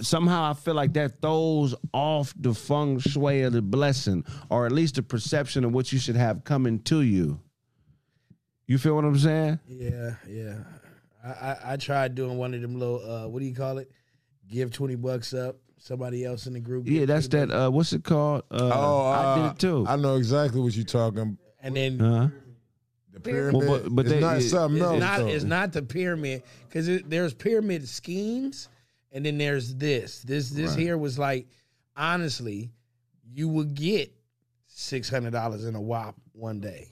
[SPEAKER 1] Somehow I feel like that throws off the feng shui of the blessing, or at least the perception of what you should have coming to you. You feel what I'm saying?
[SPEAKER 2] Yeah, yeah. I, I, I tried doing one of them little uh, what do you call it? Give twenty bucks up. Somebody else in the group.
[SPEAKER 1] Yeah,
[SPEAKER 2] give
[SPEAKER 1] that's
[SPEAKER 2] 20
[SPEAKER 1] that. Uh, what's it called? Uh,
[SPEAKER 4] Oh,
[SPEAKER 1] I did
[SPEAKER 4] uh,
[SPEAKER 1] it too.
[SPEAKER 4] I know exactly what you're talking.
[SPEAKER 2] bucks. And then
[SPEAKER 1] huh?
[SPEAKER 4] The pyramid,
[SPEAKER 1] Well, but- but
[SPEAKER 4] it's
[SPEAKER 1] they-
[SPEAKER 4] not
[SPEAKER 1] it-
[SPEAKER 4] something
[SPEAKER 2] it's
[SPEAKER 4] else.
[SPEAKER 2] not
[SPEAKER 4] though.
[SPEAKER 2] it's not the pyramid because there's pyramid schemes, and then there's this. This this here was like honestly, you would get six hundred dollars in a wop one day.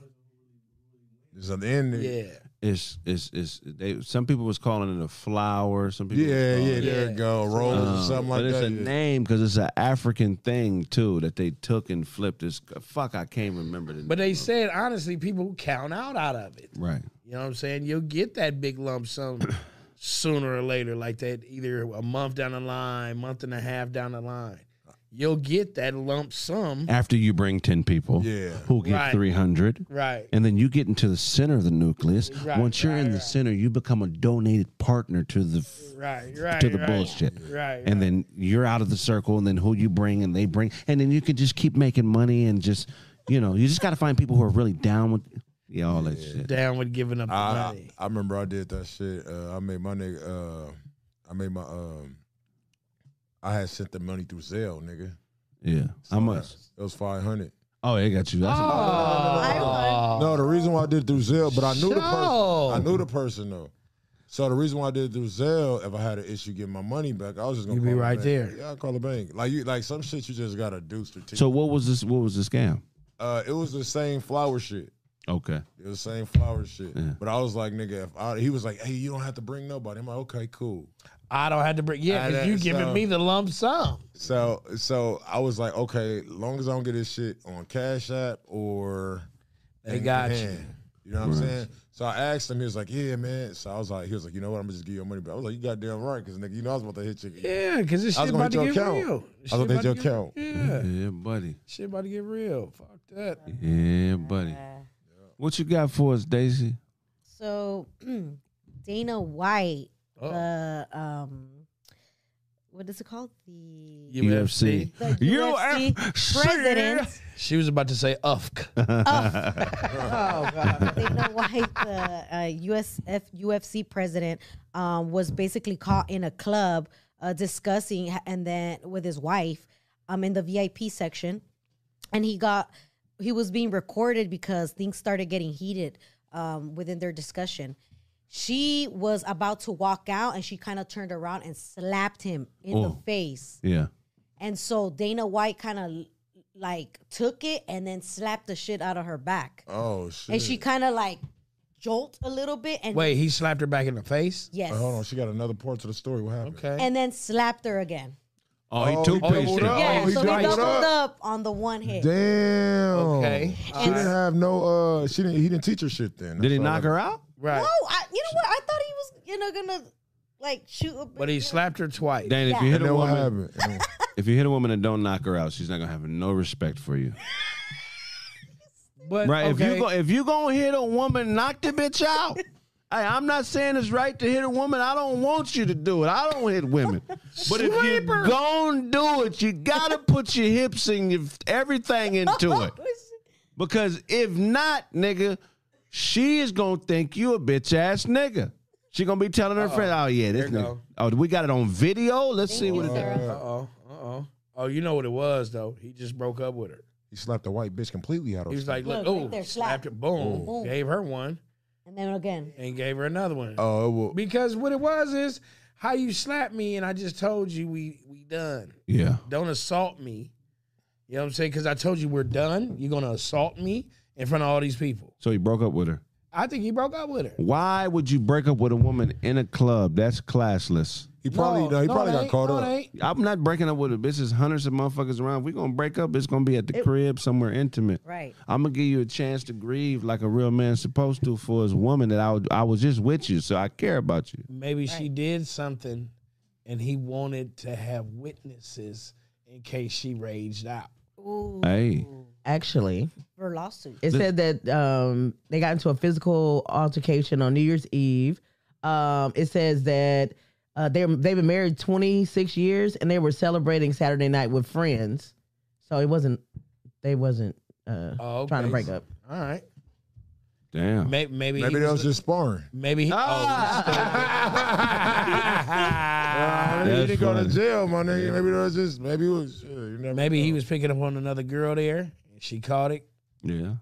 [SPEAKER 4] It's at the end. There.
[SPEAKER 2] Yeah,
[SPEAKER 1] It's it's it's. They, some people was calling it a flower. Some people. was
[SPEAKER 4] Yeah,
[SPEAKER 1] calling
[SPEAKER 4] yeah,
[SPEAKER 1] it-
[SPEAKER 4] there
[SPEAKER 2] Yeah.
[SPEAKER 4] it go. Rolls
[SPEAKER 1] Um,
[SPEAKER 4] or something like
[SPEAKER 1] but it's
[SPEAKER 4] that.
[SPEAKER 1] a
[SPEAKER 4] yeah.
[SPEAKER 1] name because it's an African thing too that they took and flipped. This fuck, I can't remember the
[SPEAKER 2] but
[SPEAKER 1] name.
[SPEAKER 2] they said honestly, people count out out of it.
[SPEAKER 1] right.
[SPEAKER 2] You know what I'm saying? You'll get that big lump sum sooner or later, like that, either a month down the line, month and a half down the line. You'll get that lump sum.
[SPEAKER 1] After you bring ten people,
[SPEAKER 4] Yeah.
[SPEAKER 1] who get
[SPEAKER 2] Right.
[SPEAKER 1] three hundred,
[SPEAKER 2] Right.
[SPEAKER 1] and then you get into the center of the nucleus.
[SPEAKER 2] Right,
[SPEAKER 1] Once you're
[SPEAKER 2] right,
[SPEAKER 1] in the
[SPEAKER 2] right.
[SPEAKER 1] center, you become a donated partner to the f-
[SPEAKER 2] Right, right.
[SPEAKER 1] to the
[SPEAKER 2] right,
[SPEAKER 1] bullshit.
[SPEAKER 2] Right.
[SPEAKER 1] And then you're out of the circle, and then who you bring, and they bring, and then you can just keep making money and just, you know, you just got to find people who are really down with, yeah, all that shit.
[SPEAKER 2] down with giving up the
[SPEAKER 4] I,
[SPEAKER 2] money.
[SPEAKER 4] I remember I did that shit. Uh, I made my nigga. Uh, I made my. Um, I had sent the money through Zelle, nigga.
[SPEAKER 1] Yeah, how much?
[SPEAKER 4] It was five hundred.
[SPEAKER 1] Oh, they got you. That's a-
[SPEAKER 5] I won.
[SPEAKER 4] No, the reason why I did it through Zelle, but I knew the person. I
[SPEAKER 2] So-
[SPEAKER 4] knew the person though. So the reason why I did it through Zelle, if I had an issue getting my money back, I was just gonna
[SPEAKER 2] You be
[SPEAKER 4] call the
[SPEAKER 2] right
[SPEAKER 4] bank.
[SPEAKER 2] there.
[SPEAKER 4] Yeah, I call the bank. Like you, like some shit you just gotta do strategic.
[SPEAKER 1] So what was this? What was the scam?
[SPEAKER 4] uh, it was the same flower shit.
[SPEAKER 1] Okay.
[SPEAKER 4] It was the same flower shit. But I was like, nigga, if I, he was like, hey, you don't have to bring nobody. I'm like, okay, cool.
[SPEAKER 2] I don't have to bring. Yeah,
[SPEAKER 4] I
[SPEAKER 2] because
[SPEAKER 4] know,
[SPEAKER 2] you giving
[SPEAKER 4] so-
[SPEAKER 2] me the lump sum.
[SPEAKER 4] So so I was like, okay, long as I don't get this shit on Cash App or
[SPEAKER 2] They got you.
[SPEAKER 4] You know what I'm saying? So I asked him, he was like, Yeah, man. So I was like, he was like, you know what, I'm gonna just give you your money back. I was like, You goddamn right, cause nigga, you know I was about to hit you.
[SPEAKER 2] Yeah, because this
[SPEAKER 4] I
[SPEAKER 2] shit
[SPEAKER 4] was
[SPEAKER 2] about
[SPEAKER 4] gonna
[SPEAKER 2] to
[SPEAKER 4] hit
[SPEAKER 2] get
[SPEAKER 4] your account.
[SPEAKER 2] real.
[SPEAKER 4] I was
[SPEAKER 2] Shit
[SPEAKER 4] gonna hit
[SPEAKER 2] about
[SPEAKER 4] your
[SPEAKER 2] to get-
[SPEAKER 4] account.
[SPEAKER 2] Yeah,
[SPEAKER 1] Yeah, buddy.
[SPEAKER 2] shit about to get real. Fuck that.
[SPEAKER 1] Yeah, buddy. What you got for us, Daisy?
[SPEAKER 5] So mm, Dana White,
[SPEAKER 2] Oh.
[SPEAKER 5] the um, what is it called? The,
[SPEAKER 1] UFC.
[SPEAKER 5] the UFC president.
[SPEAKER 2] She was about to say ufk.
[SPEAKER 5] Dana White, the uh, USF UFC president, um, was basically caught in a club uh, discussing, and then with his wife, um, in the VIP section, and he got he was being recorded because things started getting heated um, within their discussion. She was about to walk out, and she kind of turned around and slapped him in the
[SPEAKER 1] Oh.
[SPEAKER 5] face.
[SPEAKER 1] Yeah.
[SPEAKER 5] And so Dana White kind of like took it and then slapped the shit out of her back.
[SPEAKER 4] Oh shit.
[SPEAKER 5] And she kind of like jolt a little bit and
[SPEAKER 2] Wait, he slapped her back in the face.
[SPEAKER 5] yes.
[SPEAKER 4] Wait, Uh, hold on, she got another part to the story. What happened?
[SPEAKER 2] Okay.
[SPEAKER 5] And then slapped her again.
[SPEAKER 1] Oh, he
[SPEAKER 4] Oh,
[SPEAKER 1] two
[SPEAKER 4] he
[SPEAKER 1] pieced
[SPEAKER 4] doubled
[SPEAKER 1] it.
[SPEAKER 4] up.
[SPEAKER 5] yeah,
[SPEAKER 2] Oh, he
[SPEAKER 5] so he
[SPEAKER 2] doubled
[SPEAKER 5] doubled
[SPEAKER 4] up.
[SPEAKER 5] up. on the one hit.
[SPEAKER 4] Damn.
[SPEAKER 2] Okay.
[SPEAKER 4] She didn't have no uh she didn't he didn't teach her shit then.
[SPEAKER 1] Did he
[SPEAKER 4] That's all
[SPEAKER 1] knock
[SPEAKER 4] I-
[SPEAKER 1] her out?
[SPEAKER 2] Right.
[SPEAKER 5] Oh, I, you know what? I thought he was, you know, gonna like shoot. A,
[SPEAKER 2] But he slapped her twice.
[SPEAKER 1] Dan, if
[SPEAKER 5] Yeah.
[SPEAKER 1] you hit
[SPEAKER 4] And
[SPEAKER 1] a
[SPEAKER 4] then what
[SPEAKER 1] woman,
[SPEAKER 4] happened? And-
[SPEAKER 1] if you hit a woman and don't knock her out, she's not gonna have no respect for you.
[SPEAKER 2] But
[SPEAKER 1] Right? If
[SPEAKER 2] okay,
[SPEAKER 1] you go, if you gonna hit a woman, knock the bitch out. Hey, I'm not saying it's right to hit a woman. I don't want you to do it. I don't hit women. But if you gonna do it, you gotta put your hips and your everything into
[SPEAKER 5] Oh,
[SPEAKER 1] it. Because if not, nigga, she is gonna think you a bitch ass nigga. She gonna be telling her friend, "Oh yeah, this
[SPEAKER 2] There you
[SPEAKER 1] nigga.
[SPEAKER 2] go.
[SPEAKER 1] Oh, we got it on video. Let's see
[SPEAKER 5] Thank
[SPEAKER 1] what
[SPEAKER 5] you,
[SPEAKER 1] it is."
[SPEAKER 5] Sarah.
[SPEAKER 2] Uh oh. Uh oh. Oh, you know what it was though. He just broke up with her.
[SPEAKER 4] he slapped a white bitch completely out of
[SPEAKER 2] He was like, "Look,
[SPEAKER 5] Look,
[SPEAKER 2] oh,
[SPEAKER 5] right there,
[SPEAKER 2] slapped
[SPEAKER 5] slap.
[SPEAKER 2] her, boom,
[SPEAKER 5] Boom.
[SPEAKER 2] gave her one,
[SPEAKER 5] and then again,
[SPEAKER 2] and gave her another one."
[SPEAKER 4] oh, it will,
[SPEAKER 2] Because what it was is how you slapped me, and I just told you we we done.
[SPEAKER 1] Yeah.
[SPEAKER 2] Don't assault me. You know what I'm saying? Because I told you we're done. You're gonna assault me in front of all these people.
[SPEAKER 1] So he broke up with her.
[SPEAKER 2] I think he broke up with her.
[SPEAKER 1] Why would you break up with a woman in a club? That's classless.
[SPEAKER 4] he probably no, he probably
[SPEAKER 2] it
[SPEAKER 4] got
[SPEAKER 2] ain't.
[SPEAKER 4] caught
[SPEAKER 2] No, it
[SPEAKER 4] up.
[SPEAKER 2] ain't.
[SPEAKER 1] I'm not breaking up with a bitch. There's hundreds of motherfuckers around. If we gonna break up, it's gonna be at the crib somewhere intimate.
[SPEAKER 5] right?
[SPEAKER 1] I'm gonna give you a chance to grieve like a real man's supposed to for his woman that I, would- I was just with you, so I care about you.
[SPEAKER 2] Maybe she did something, and he wanted to have witnesses in case she raged out.
[SPEAKER 5] Ooh,
[SPEAKER 1] Hey,
[SPEAKER 3] Actually,
[SPEAKER 5] for lawsuit.
[SPEAKER 3] it said that um, they got into a physical altercation on New Year's Eve. Um, it says that uh, they they've been married 26 years and they were celebrating Saturday night with friends. So it wasn't they wasn't uh,
[SPEAKER 2] Oh,
[SPEAKER 3] trying to
[SPEAKER 2] okay.
[SPEAKER 3] break up.
[SPEAKER 2] All right.
[SPEAKER 1] damn.
[SPEAKER 2] Maybe maybe he
[SPEAKER 4] Maybe that was just sparring.
[SPEAKER 2] maybe he, oh,
[SPEAKER 4] Ah,
[SPEAKER 1] That's
[SPEAKER 4] he didn't go to
[SPEAKER 1] funny.
[SPEAKER 4] jail, my nigga. Maybe that was just maybe it was. uh, you
[SPEAKER 2] oh,
[SPEAKER 4] never
[SPEAKER 2] maybe
[SPEAKER 4] know.
[SPEAKER 2] he was picking up on another girl there. and She caught it.
[SPEAKER 1] Yeah.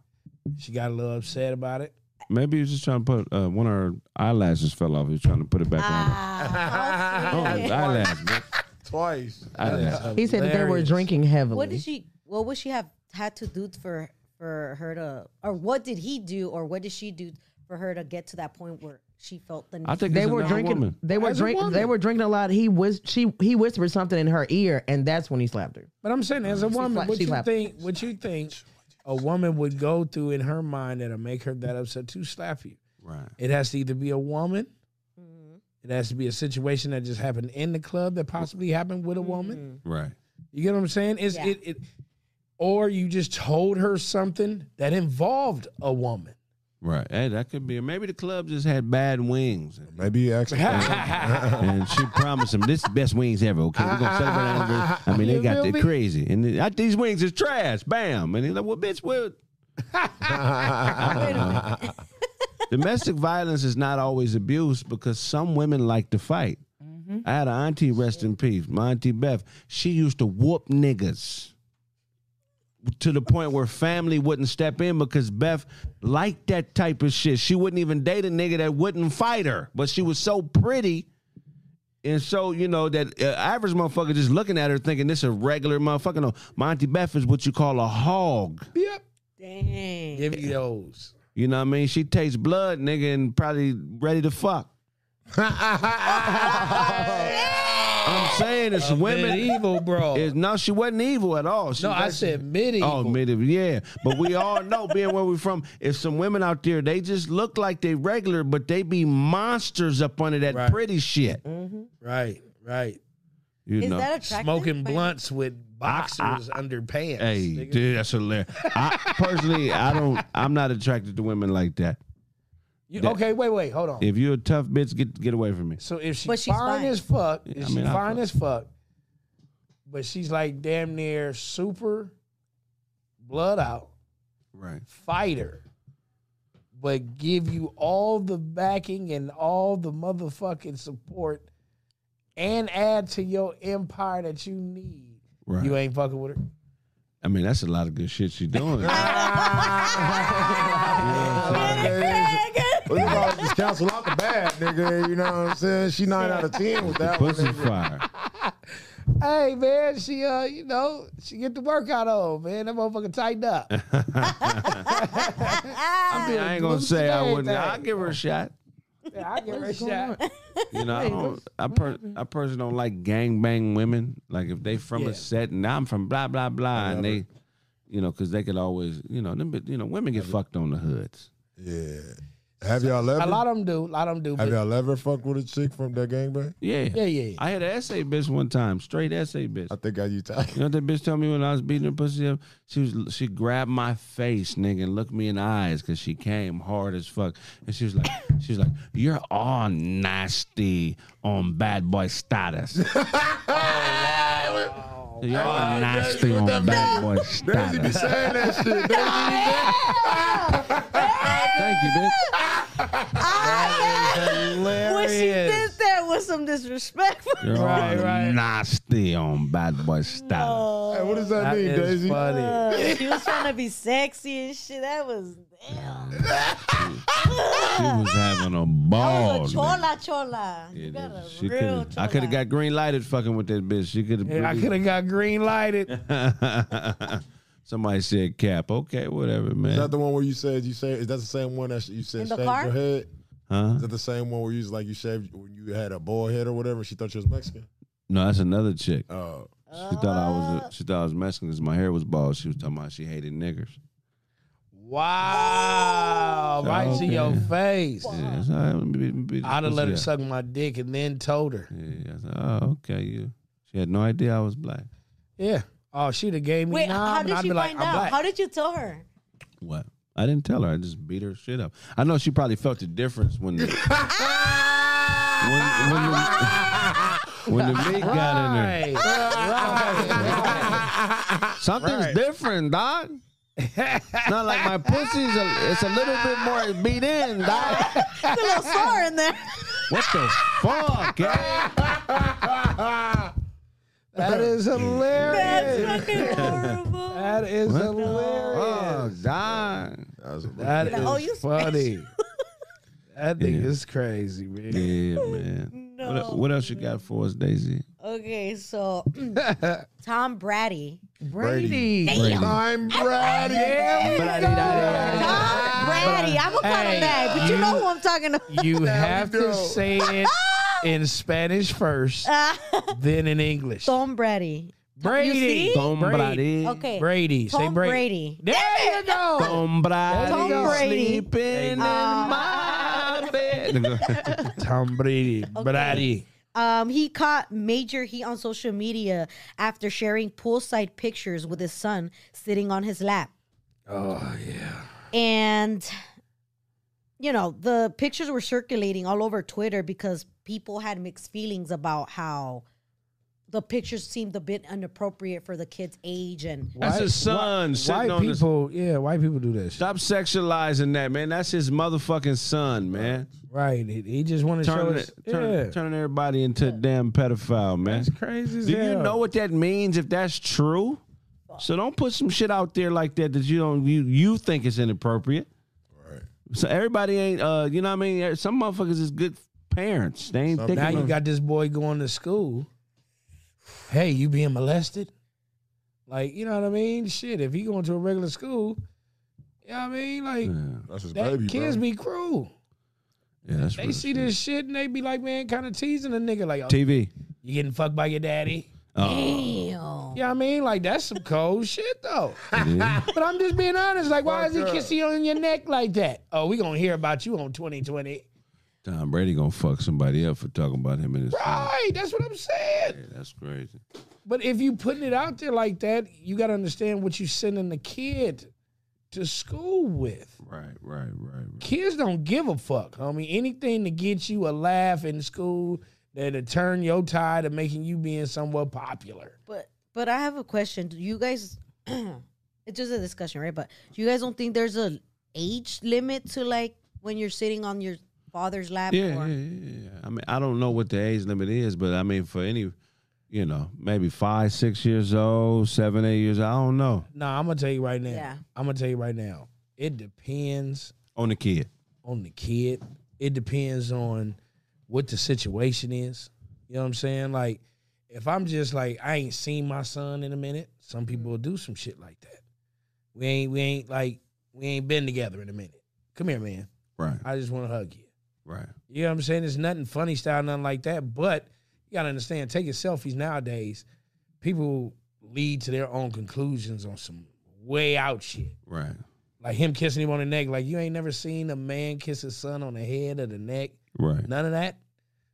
[SPEAKER 2] She got a little upset about it.
[SPEAKER 1] Maybe he was just trying to put uh, one of her eyelashes fell off. He was trying to put it back
[SPEAKER 5] Ah, how
[SPEAKER 1] on. Her. Oh,
[SPEAKER 5] sweet.
[SPEAKER 1] his eyelash, man.
[SPEAKER 4] twice.
[SPEAKER 1] Eyelash.
[SPEAKER 3] He said that they were
[SPEAKER 2] Hilarious.
[SPEAKER 3] drinking heavily.
[SPEAKER 5] what did she? What would she have had to do for for her to, or what did he do, or what did she do for her to get to that point where she felt the need?
[SPEAKER 1] I think
[SPEAKER 3] they
[SPEAKER 1] it's
[SPEAKER 3] were
[SPEAKER 1] another
[SPEAKER 3] drinking.
[SPEAKER 1] Woman.
[SPEAKER 3] They were
[SPEAKER 2] As a
[SPEAKER 3] drinking. They
[SPEAKER 2] woman.
[SPEAKER 3] were drinking a lot. He was she. He whispered something in her ear, and that's when he slapped her.
[SPEAKER 2] But I'm saying, as a woman,
[SPEAKER 3] fla-
[SPEAKER 2] what
[SPEAKER 3] she
[SPEAKER 2] you
[SPEAKER 3] flapped.
[SPEAKER 2] think? What you think? A woman would go through in her mind that'll make her that upset to slap you.
[SPEAKER 1] Right.
[SPEAKER 2] It has to either be a woman.
[SPEAKER 3] Mm-hmm.
[SPEAKER 2] It has to be a situation that just happened in the club that possibly happened with a
[SPEAKER 3] Mm-hmm.
[SPEAKER 2] woman.
[SPEAKER 1] Right.
[SPEAKER 2] You get what I'm saying? It's
[SPEAKER 5] Yeah.
[SPEAKER 2] it, it, or you just told her something that involved a woman.
[SPEAKER 1] Right. Hey, that could be. Maybe the club just had bad wings.
[SPEAKER 4] Maybe he asked.
[SPEAKER 1] and she promised him this is the best wings ever. Okay, we're gonna celebrate our anniversary. I mean, they
[SPEAKER 2] You
[SPEAKER 1] got
[SPEAKER 2] feel
[SPEAKER 1] that
[SPEAKER 2] me?
[SPEAKER 1] crazy, and they- I, these wings is trash. Bam, and he's like, "Well, bitch, well, domestic violence is not always abuse because some women like to fight." I had an auntie, rest in peace, my auntie Beth. She used to whoop niggas to the point where family wouldn't step in because Beth liked that type of shit. She wouldn't even date a nigga that wouldn't fight her, but she was so pretty. And so, you know, that uh, average motherfucker just looking at her thinking this a regular motherfucker. No, Monty Beth is what you call a hog.
[SPEAKER 2] Yep.
[SPEAKER 5] Dang.
[SPEAKER 2] Give you those.
[SPEAKER 1] You know what I mean? She takes blood, nigga, and probably ready to fuck. I'm saying it's women.
[SPEAKER 2] medieval, bro.
[SPEAKER 1] Is, no, she wasn't evil at all. She
[SPEAKER 2] no, I
[SPEAKER 1] was-
[SPEAKER 2] said medieval.
[SPEAKER 1] Oh, medieval, yeah. But we all know, being where we're from, if some women out there, they just look like they regular, but they be monsters up under that
[SPEAKER 2] Right.
[SPEAKER 1] pretty shit.
[SPEAKER 2] Mm-hmm. right, right.
[SPEAKER 1] You
[SPEAKER 5] Is
[SPEAKER 1] know,
[SPEAKER 5] that attractive?
[SPEAKER 2] Smoking
[SPEAKER 5] Like,
[SPEAKER 2] blunts with boxers under pants.
[SPEAKER 1] Hey,
[SPEAKER 2] nigga.
[SPEAKER 1] dude, that's hilarious. I personally, I don't. I'm not attracted to women like that.
[SPEAKER 2] You-
[SPEAKER 1] that-
[SPEAKER 2] okay, wait, wait, hold on.
[SPEAKER 1] If you're a tough bitch, get get away from me.
[SPEAKER 2] so if she's,
[SPEAKER 5] But she's
[SPEAKER 2] fine,
[SPEAKER 5] fine.
[SPEAKER 2] as fuck,
[SPEAKER 1] Yeah,
[SPEAKER 2] if
[SPEAKER 1] I
[SPEAKER 2] she's
[SPEAKER 1] mean, I
[SPEAKER 2] fine
[SPEAKER 1] fuck.
[SPEAKER 2] as fuck, but she's like damn near super blood out
[SPEAKER 1] Right.
[SPEAKER 2] fighter, but give you all the backing and all the motherfucking support and add to your empire that you need.
[SPEAKER 1] Right.
[SPEAKER 2] You ain't fucking with her.
[SPEAKER 1] I mean, that's a lot of good shit she doing.
[SPEAKER 4] We about to just cancel out the bad, nigga. You know what I'm saying? She nine out of ten with that one.
[SPEAKER 1] Pussy
[SPEAKER 4] nigga.
[SPEAKER 1] fire.
[SPEAKER 2] Hey man, she uh, you know, she get the workout on, man. That motherfucker tightened up.
[SPEAKER 1] I mean, I ain't gonna say I wouldn't. I'll give her a shot.
[SPEAKER 2] Yeah, I give her a shot.
[SPEAKER 1] You know, I don't, I, per, I personally don't like gangbang women. Like if they from
[SPEAKER 2] Yeah.
[SPEAKER 1] a set and I'm from blah blah blah, and they, you know, because they could always, you know, them, bit- you know, women get fucked on the hoods.
[SPEAKER 4] Yeah. Have y'all ever?
[SPEAKER 2] A lot of them do. A lot of them do.
[SPEAKER 4] have
[SPEAKER 2] but-
[SPEAKER 4] y'all ever fucked with a chick from that gangbang?
[SPEAKER 1] Yeah.
[SPEAKER 2] yeah, yeah.
[SPEAKER 1] I had an essay bitch one time, straight essay bitch.
[SPEAKER 4] I think I used to.
[SPEAKER 1] You know what that bitch told me when I was beating her pussy up? She was she grabbed my face, nigga, and looked me in the eyes because she came hard as fuck. And she was like, she was like, You're all nasty on bad boy status. You're all nasty on bad boy status.
[SPEAKER 4] saying that shit.
[SPEAKER 1] Thank you, bitch.
[SPEAKER 5] What she did
[SPEAKER 2] Hilarious.
[SPEAKER 5] that was some disrespectful.
[SPEAKER 1] You're
[SPEAKER 2] Right,
[SPEAKER 1] all
[SPEAKER 2] right.
[SPEAKER 1] nasty on bad boy status.
[SPEAKER 4] Hey, what does that,
[SPEAKER 2] That
[SPEAKER 4] mean,
[SPEAKER 2] is
[SPEAKER 4] Daisy?
[SPEAKER 2] funny.
[SPEAKER 5] Uh, she was trying to be sexy and shit. That was damn.
[SPEAKER 1] She was having a
[SPEAKER 5] That
[SPEAKER 1] ball.
[SPEAKER 5] was a
[SPEAKER 1] nigga.
[SPEAKER 5] chola chola. You got a
[SPEAKER 1] She
[SPEAKER 5] real
[SPEAKER 1] coulda-
[SPEAKER 5] chola.
[SPEAKER 1] I could have got green lighted fucking with that bitch. She could
[SPEAKER 2] Yeah, I could have got green lighted.
[SPEAKER 1] Somebody said cap. Okay, whatever,
[SPEAKER 4] Is that
[SPEAKER 1] man.
[SPEAKER 4] the one where you said you said? Is that the same one that you said
[SPEAKER 5] In the
[SPEAKER 4] shaved
[SPEAKER 5] car?
[SPEAKER 4] your head?
[SPEAKER 1] Huh?
[SPEAKER 4] Is that the same one where you was like you shaved when you had a bald head or whatever? She thought you was Mexican.
[SPEAKER 1] No, that's another chick.
[SPEAKER 4] Oh,
[SPEAKER 1] She thought I was.
[SPEAKER 4] Ah.
[SPEAKER 1] A, she thought I was Mexican because my hair was bald. She was talking about she hated niggers.
[SPEAKER 2] Wow. Right to
[SPEAKER 1] Okay.
[SPEAKER 2] your face.
[SPEAKER 1] Yeah, that's all right. Let me beat- beat this
[SPEAKER 2] I'd have let her
[SPEAKER 1] pussy up.
[SPEAKER 2] suck my dick and then told her.
[SPEAKER 1] Yeah, I said, oh, okay. You. She had no idea I was black.
[SPEAKER 2] Yeah. Oh, she'd have gave me
[SPEAKER 5] Wait,
[SPEAKER 2] nah,
[SPEAKER 5] how
[SPEAKER 2] and
[SPEAKER 5] did
[SPEAKER 2] I'd
[SPEAKER 5] she
[SPEAKER 2] be like,
[SPEAKER 5] find
[SPEAKER 2] I'm
[SPEAKER 5] out?
[SPEAKER 2] black.
[SPEAKER 5] How did you tell her?
[SPEAKER 1] What? I didn't tell her. I just beat her shit up. I know she probably felt the difference when the when, when the, when the meat got in there.
[SPEAKER 2] Right. Right.
[SPEAKER 1] Something's different, dog. It's not like my pussy's a, it's a little bit more beat in, dog.
[SPEAKER 5] There's a little sore in there.
[SPEAKER 1] What the fuck? eh?
[SPEAKER 2] That is
[SPEAKER 5] That's
[SPEAKER 2] hilarious.
[SPEAKER 5] fucking horrible.
[SPEAKER 2] That is
[SPEAKER 1] What?
[SPEAKER 2] hilarious.
[SPEAKER 1] Oh, dog.
[SPEAKER 4] that was a
[SPEAKER 2] That is
[SPEAKER 5] Oh, you
[SPEAKER 2] funny. That thing
[SPEAKER 1] Yeah.
[SPEAKER 2] is crazy, man.
[SPEAKER 1] Yeah, man.
[SPEAKER 5] No.
[SPEAKER 1] What, what else you got for us, Daisy?
[SPEAKER 5] Okay, so Tom Brady.
[SPEAKER 4] Brady.
[SPEAKER 1] Brady.
[SPEAKER 4] I'm
[SPEAKER 5] Tom
[SPEAKER 4] Brady.
[SPEAKER 5] Brady. I'm gonna call
[SPEAKER 2] Hey,
[SPEAKER 5] him that, but you,
[SPEAKER 2] you-
[SPEAKER 5] know who I'm talking to.
[SPEAKER 2] You have
[SPEAKER 4] go.
[SPEAKER 2] to say it in Spanish first, then in English.
[SPEAKER 5] Tom Brady.
[SPEAKER 2] Brady.
[SPEAKER 5] see?
[SPEAKER 1] Tom Brady.
[SPEAKER 5] Okay.
[SPEAKER 2] Brady. Say
[SPEAKER 5] Tom
[SPEAKER 2] Brady.
[SPEAKER 5] Brady.
[SPEAKER 2] There you go.
[SPEAKER 1] Tom Brady.
[SPEAKER 2] Tom Brady.
[SPEAKER 1] Sleeping in
[SPEAKER 5] Uh,
[SPEAKER 1] my bed.
[SPEAKER 2] Tom Brady. Brady.
[SPEAKER 5] Um, he caught Major He on social media after sharing poolside pictures with his son sitting on his lap.
[SPEAKER 2] Oh, yeah.
[SPEAKER 5] And, you know, the pictures were circulating all over Twitter because people had mixed feelings about how the pictures seemed a bit inappropriate for the kid's age. And
[SPEAKER 1] That's his son
[SPEAKER 2] White
[SPEAKER 1] sitting on his-
[SPEAKER 2] people, yeah, white people do that shit.
[SPEAKER 1] Stop sexualizing that, man. That's his motherfucking son, man.
[SPEAKER 2] Right. He, he just want to show
[SPEAKER 1] Turning
[SPEAKER 2] us.
[SPEAKER 1] turn,
[SPEAKER 2] yeah.
[SPEAKER 1] turning everybody into a damn pedophile, man.
[SPEAKER 2] It's crazy as
[SPEAKER 1] Do you
[SPEAKER 2] hell.
[SPEAKER 1] know what that means if that's true? So don't put some shit out there like that that you don't you you think is inappropriate.
[SPEAKER 4] Right.
[SPEAKER 1] So everybody ain't uh you know what I mean some motherfuckers is good parents. They ain't
[SPEAKER 4] Some-
[SPEAKER 1] thinking
[SPEAKER 2] Now you
[SPEAKER 1] of-
[SPEAKER 2] got this boy going to school. Hey, you being molested? Like, you know what I mean? Shit, if he going to a regular school, you know what I mean? Like,
[SPEAKER 4] That's his
[SPEAKER 2] that
[SPEAKER 4] baby,
[SPEAKER 2] kids
[SPEAKER 4] bro.
[SPEAKER 2] be cruel.
[SPEAKER 1] yeah, that's
[SPEAKER 2] They
[SPEAKER 1] real
[SPEAKER 2] see
[SPEAKER 1] shit.
[SPEAKER 2] this shit and they be like, man, kind of teasing a nigga. Like, oh,
[SPEAKER 1] TV.
[SPEAKER 2] you getting fucked by your daddy?
[SPEAKER 1] Oh,
[SPEAKER 5] damn.
[SPEAKER 2] You know what I mean? Like, that's some cold shit, though.
[SPEAKER 1] yeah.
[SPEAKER 2] But I'm just being honest. Like, why is he
[SPEAKER 4] Fucked up.
[SPEAKER 2] kissing you on your neck like that? Oh, we going to hear about you on 2020.
[SPEAKER 1] Tom Brady gonna fuck somebody up for talking about him in his. family.
[SPEAKER 2] Right, that's what I'm saying.
[SPEAKER 1] Yeah, that's crazy.
[SPEAKER 2] But if you putting it out there like that, you got to understand what you sending the kid to school with.
[SPEAKER 1] Right, right, right. right.
[SPEAKER 2] Kids don't give a fuck, homie. Anything to get you a laugh in school that'll turn your tide of making you being somewhat popular.
[SPEAKER 5] But but I have a question. Do you guys? it's just a discussion, right? But you guys don't think there's a age limit to like when you're sitting on your father's lap?
[SPEAKER 1] Yeah, yeah,
[SPEAKER 5] or,
[SPEAKER 1] yeah, yeah. I mean, I don't know what the age limit is, but I mean, for any, you know, maybe five, six years old, seven, eight years. I don't know
[SPEAKER 2] Nah, I'm gonna tell you right now.
[SPEAKER 5] Yeah.
[SPEAKER 2] I'm gonna tell you right now. It depends
[SPEAKER 1] on the kid.
[SPEAKER 2] on the kid. It depends on what the situation is. You know what I'm saying? Like, if I'm just like, I ain't seen my son in a minute, some
[SPEAKER 1] Mm-hmm.
[SPEAKER 2] people will do some shit like that. We ain't, we ain't like, we ain't been together in a minute. Come here, man.
[SPEAKER 1] Right,
[SPEAKER 2] I just want to hug you.
[SPEAKER 1] right.
[SPEAKER 2] You know what I'm saying? There's nothing funny style, nothing like that. But you gotta understand, taking selfies nowadays, people lead to their own conclusions on some way out shit.
[SPEAKER 1] Right.
[SPEAKER 2] Like him kissing him on the neck. Like you ain't never seen a man kiss his son on the head or the neck.
[SPEAKER 1] Right.
[SPEAKER 2] None of that.